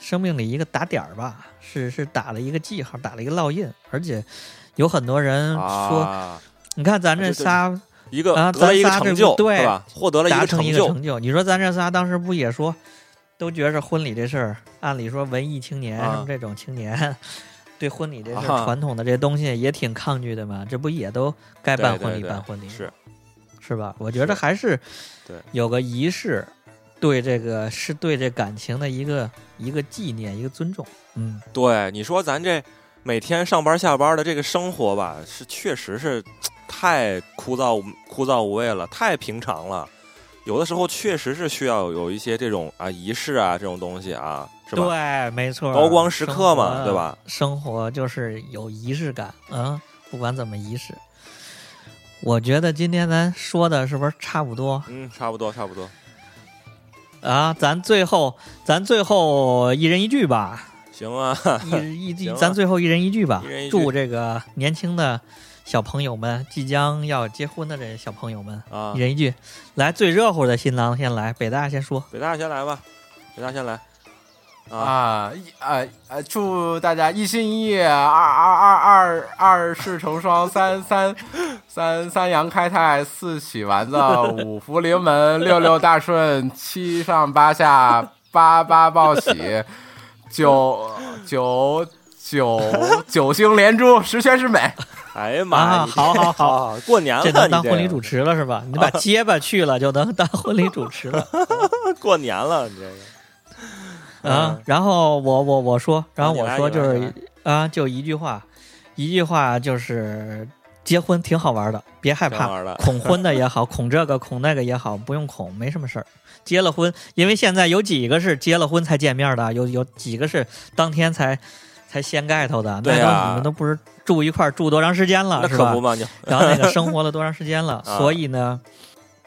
[SPEAKER 1] 生命里一个打点儿吧，是是打了一个记号，打了一个烙印。而且有很多人嗯说，
[SPEAKER 2] 啊、
[SPEAKER 1] 你看咱这
[SPEAKER 2] 这就是
[SPEAKER 1] 仨
[SPEAKER 2] 一个
[SPEAKER 1] 啊
[SPEAKER 2] 得了一个
[SPEAKER 1] 咱仨这
[SPEAKER 2] 成就，
[SPEAKER 1] 对
[SPEAKER 2] 是吧？获得了
[SPEAKER 1] 达
[SPEAKER 2] 个
[SPEAKER 1] 成
[SPEAKER 2] 成
[SPEAKER 1] 一个成就，你说咱这仨当时不也说，都觉着婚礼这事儿，按理说文艺青年
[SPEAKER 2] 啊
[SPEAKER 1] 什么这种青年。对婚礼这事儿，
[SPEAKER 2] 啊
[SPEAKER 1] 传统的这些东西也挺抗拒的嘛，这不也都该
[SPEAKER 2] 对
[SPEAKER 1] 办
[SPEAKER 2] 对
[SPEAKER 1] 婚礼
[SPEAKER 2] 对
[SPEAKER 1] 办婚礼
[SPEAKER 2] 是
[SPEAKER 1] 是吧？我觉得还是
[SPEAKER 2] 对
[SPEAKER 1] 有个仪式，对这个是对这感情的一个一个纪念，一个尊重。嗯，
[SPEAKER 2] 对你说咱这每天上班下班的这个生活吧，是确实是太枯燥枯燥无味了，太平常了。有的时候确实是需要有一些这种啊仪式啊这种东西啊，是吧？
[SPEAKER 1] 对，没错，
[SPEAKER 2] 高光时刻嘛
[SPEAKER 1] 生活
[SPEAKER 2] 对吧？
[SPEAKER 1] 生活就是有仪式感啊，不管怎么仪式。我觉得今天咱说的是不是差不多
[SPEAKER 2] 嗯，差不多差不多。
[SPEAKER 1] 啊？咱最后，咱最后一人一句 吧，
[SPEAKER 2] 行啊，
[SPEAKER 1] 一一
[SPEAKER 2] 行啊
[SPEAKER 1] 咱最后一人一句吧。
[SPEAKER 2] 一人一句
[SPEAKER 1] 祝这个年轻的小朋友们，即将要结婚的这小朋友们，
[SPEAKER 2] 啊
[SPEAKER 1] 一，人一句，来最热乎的新郎先来，北大先说。
[SPEAKER 2] 北大先来吧，北大先来。啊，
[SPEAKER 3] 啊，一呃呃，祝大家一心一意，二二二二二世成双，三三三三阳开泰，四喜丸子，五福临门，六六大顺，七上八下，八八报喜，九九九九星连珠，十全十美。
[SPEAKER 2] 哎呀妈呀，
[SPEAKER 1] 啊
[SPEAKER 2] 你
[SPEAKER 1] 好 好好，
[SPEAKER 2] 啊过年了，
[SPEAKER 1] 这
[SPEAKER 2] 你
[SPEAKER 1] 能当
[SPEAKER 2] 这
[SPEAKER 1] 婚礼主持了是吧？你把结巴去了就能当婚礼主持了
[SPEAKER 2] 过年了，你这个
[SPEAKER 1] 啊
[SPEAKER 2] 嗯！
[SPEAKER 1] 然后我我我说，然后
[SPEAKER 2] 你
[SPEAKER 1] 我
[SPEAKER 2] 来
[SPEAKER 1] 说
[SPEAKER 2] 你
[SPEAKER 1] 就
[SPEAKER 2] 来
[SPEAKER 1] 是
[SPEAKER 2] 你
[SPEAKER 1] 啊，就一句话，一句话就是结婚挺好玩的，别害
[SPEAKER 2] 挺好
[SPEAKER 1] 怕，
[SPEAKER 2] 玩的。
[SPEAKER 1] 恐婚的也好，恐这个恐那个也好，不用恐，没什么事儿。结了婚，因为现在有几个是结了婚才见面的，有有几个是当天才才掀盖头的，那
[SPEAKER 2] 对
[SPEAKER 1] 都
[SPEAKER 2] 呀
[SPEAKER 1] 你们都不是住一块儿住多长时间
[SPEAKER 2] 那
[SPEAKER 1] 了，啊是
[SPEAKER 2] 可
[SPEAKER 1] 吧
[SPEAKER 2] 不？嘛，你
[SPEAKER 1] 然后那个生活了多长时间了，
[SPEAKER 2] 啊
[SPEAKER 1] 所以呢，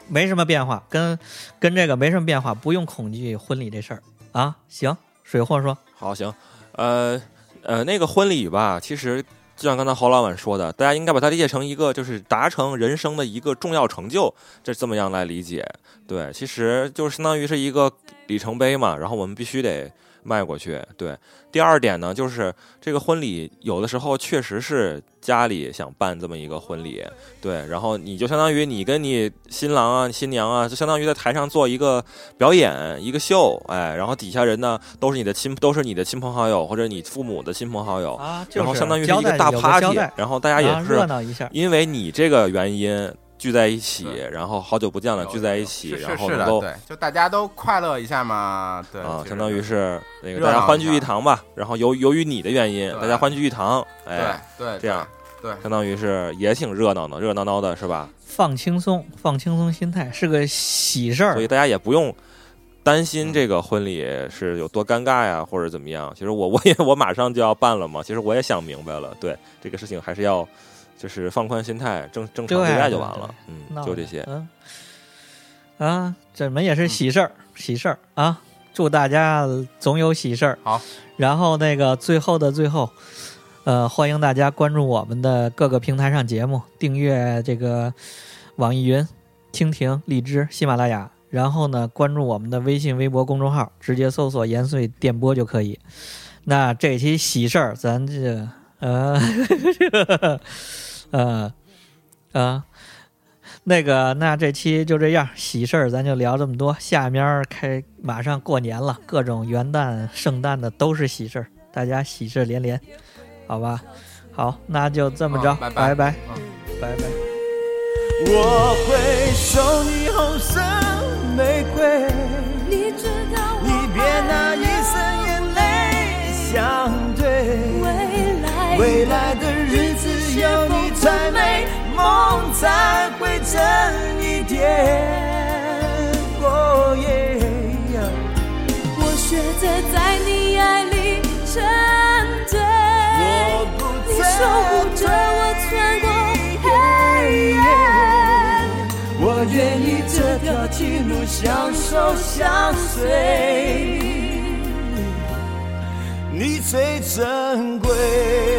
[SPEAKER 1] 没什么变化，跟跟这个没什么变化，不用恐惧婚礼这事儿啊。行，水货说
[SPEAKER 2] 好，行，呃呃，那个婚礼吧，其实就像刚才侯老板说的，大家应该把它理解成一个就是达成人生的一个重要成就，这这么样来理解。对，其实就是相当于是一个里程碑嘛，然后我们必须得迈过去。对，第二点呢，就是这个婚礼有的时候确实是家里想办这么一个婚礼，对，然后你就相当于你跟你新郎啊、新娘啊，就相当于在台上做一个表演、一个秀，哎，然后底下人呢都是你的亲，都是你的亲朋好友或者你父母的亲朋好友，
[SPEAKER 1] 啊，就是
[SPEAKER 2] 哦然后相当于是
[SPEAKER 1] 交
[SPEAKER 2] 一
[SPEAKER 1] 代
[SPEAKER 2] 大
[SPEAKER 1] 有
[SPEAKER 2] party，
[SPEAKER 1] 交代
[SPEAKER 2] 然后大家
[SPEAKER 1] 啊
[SPEAKER 2] 也
[SPEAKER 1] 热
[SPEAKER 2] 是
[SPEAKER 1] 闹一下，
[SPEAKER 2] 因为你这个原因聚在一起，然后好久不见了
[SPEAKER 3] 有
[SPEAKER 2] 聚在一
[SPEAKER 3] 是
[SPEAKER 2] 起，
[SPEAKER 3] 是
[SPEAKER 2] 然后
[SPEAKER 3] 是
[SPEAKER 2] 能
[SPEAKER 3] 的，
[SPEAKER 2] 够
[SPEAKER 3] 对，就大家都快乐一下嘛，对，
[SPEAKER 2] 啊
[SPEAKER 3] 其，实
[SPEAKER 2] 相当于是那个
[SPEAKER 3] 热
[SPEAKER 2] 大家
[SPEAKER 3] 闹
[SPEAKER 2] 欢
[SPEAKER 3] 一
[SPEAKER 2] 聚
[SPEAKER 3] 下
[SPEAKER 2] 一堂吧。然后由由于你的原因，
[SPEAKER 3] 对
[SPEAKER 2] 大家欢聚一堂，
[SPEAKER 3] 对
[SPEAKER 2] 哎，
[SPEAKER 3] 对
[SPEAKER 2] 这样
[SPEAKER 3] 对，
[SPEAKER 2] 相当于是也挺热闹的，热热闹闹的是吧？
[SPEAKER 1] 放轻松，放轻松心态是个喜事
[SPEAKER 2] 所
[SPEAKER 1] 儿
[SPEAKER 2] 以。大家也不用担心
[SPEAKER 3] 嗯
[SPEAKER 2] 这个婚礼是有多尴尬呀，或者怎么样。其实我我也我马上就要办了嘛，其实我也想明白了，对这个事情还是要就是放宽心态，正正常
[SPEAKER 1] 对
[SPEAKER 2] 对待就
[SPEAKER 1] 对
[SPEAKER 2] 完
[SPEAKER 1] 对
[SPEAKER 2] 了。嗯，
[SPEAKER 1] 闹
[SPEAKER 2] 就
[SPEAKER 1] 着
[SPEAKER 2] 这些。
[SPEAKER 1] 嗯啊，怎么也是喜事儿，喜事儿啊！祝大家总有喜事儿。
[SPEAKER 3] 好，
[SPEAKER 1] 然后那个最后的最后，呃，欢迎大家关注我们的各个平台上节目，订阅这个网易云、蜻蜓、荔枝、喜马拉雅。然后呢，关注我们的微信、微博公众号，直接搜索“延绥电波”就可以。那这期喜事儿，咱这呃 呃呃，那个，那这期就这样，喜事儿咱就聊这么多。下面儿开马上过年了，各种元旦、圣诞的都是喜事儿，大家喜事连连，好吧？好，那就这么着，
[SPEAKER 3] 嗯
[SPEAKER 1] 拜
[SPEAKER 3] 拜拜
[SPEAKER 1] 拜
[SPEAKER 3] 嗯
[SPEAKER 1] 拜拜
[SPEAKER 5] 我会送你红色玫瑰，
[SPEAKER 6] 你知道我
[SPEAKER 5] 你别拿一生眼泪相对。
[SPEAKER 6] 未来，
[SPEAKER 5] 未来的日子有你才美，梦才会真一点。哦耶
[SPEAKER 6] 我学着在你爱里沉醉。
[SPEAKER 5] 我不
[SPEAKER 6] 你
[SPEAKER 5] 再
[SPEAKER 6] 守护着我穿过黑夜，
[SPEAKER 5] 我愿意这条情路相守相随，你最珍贵。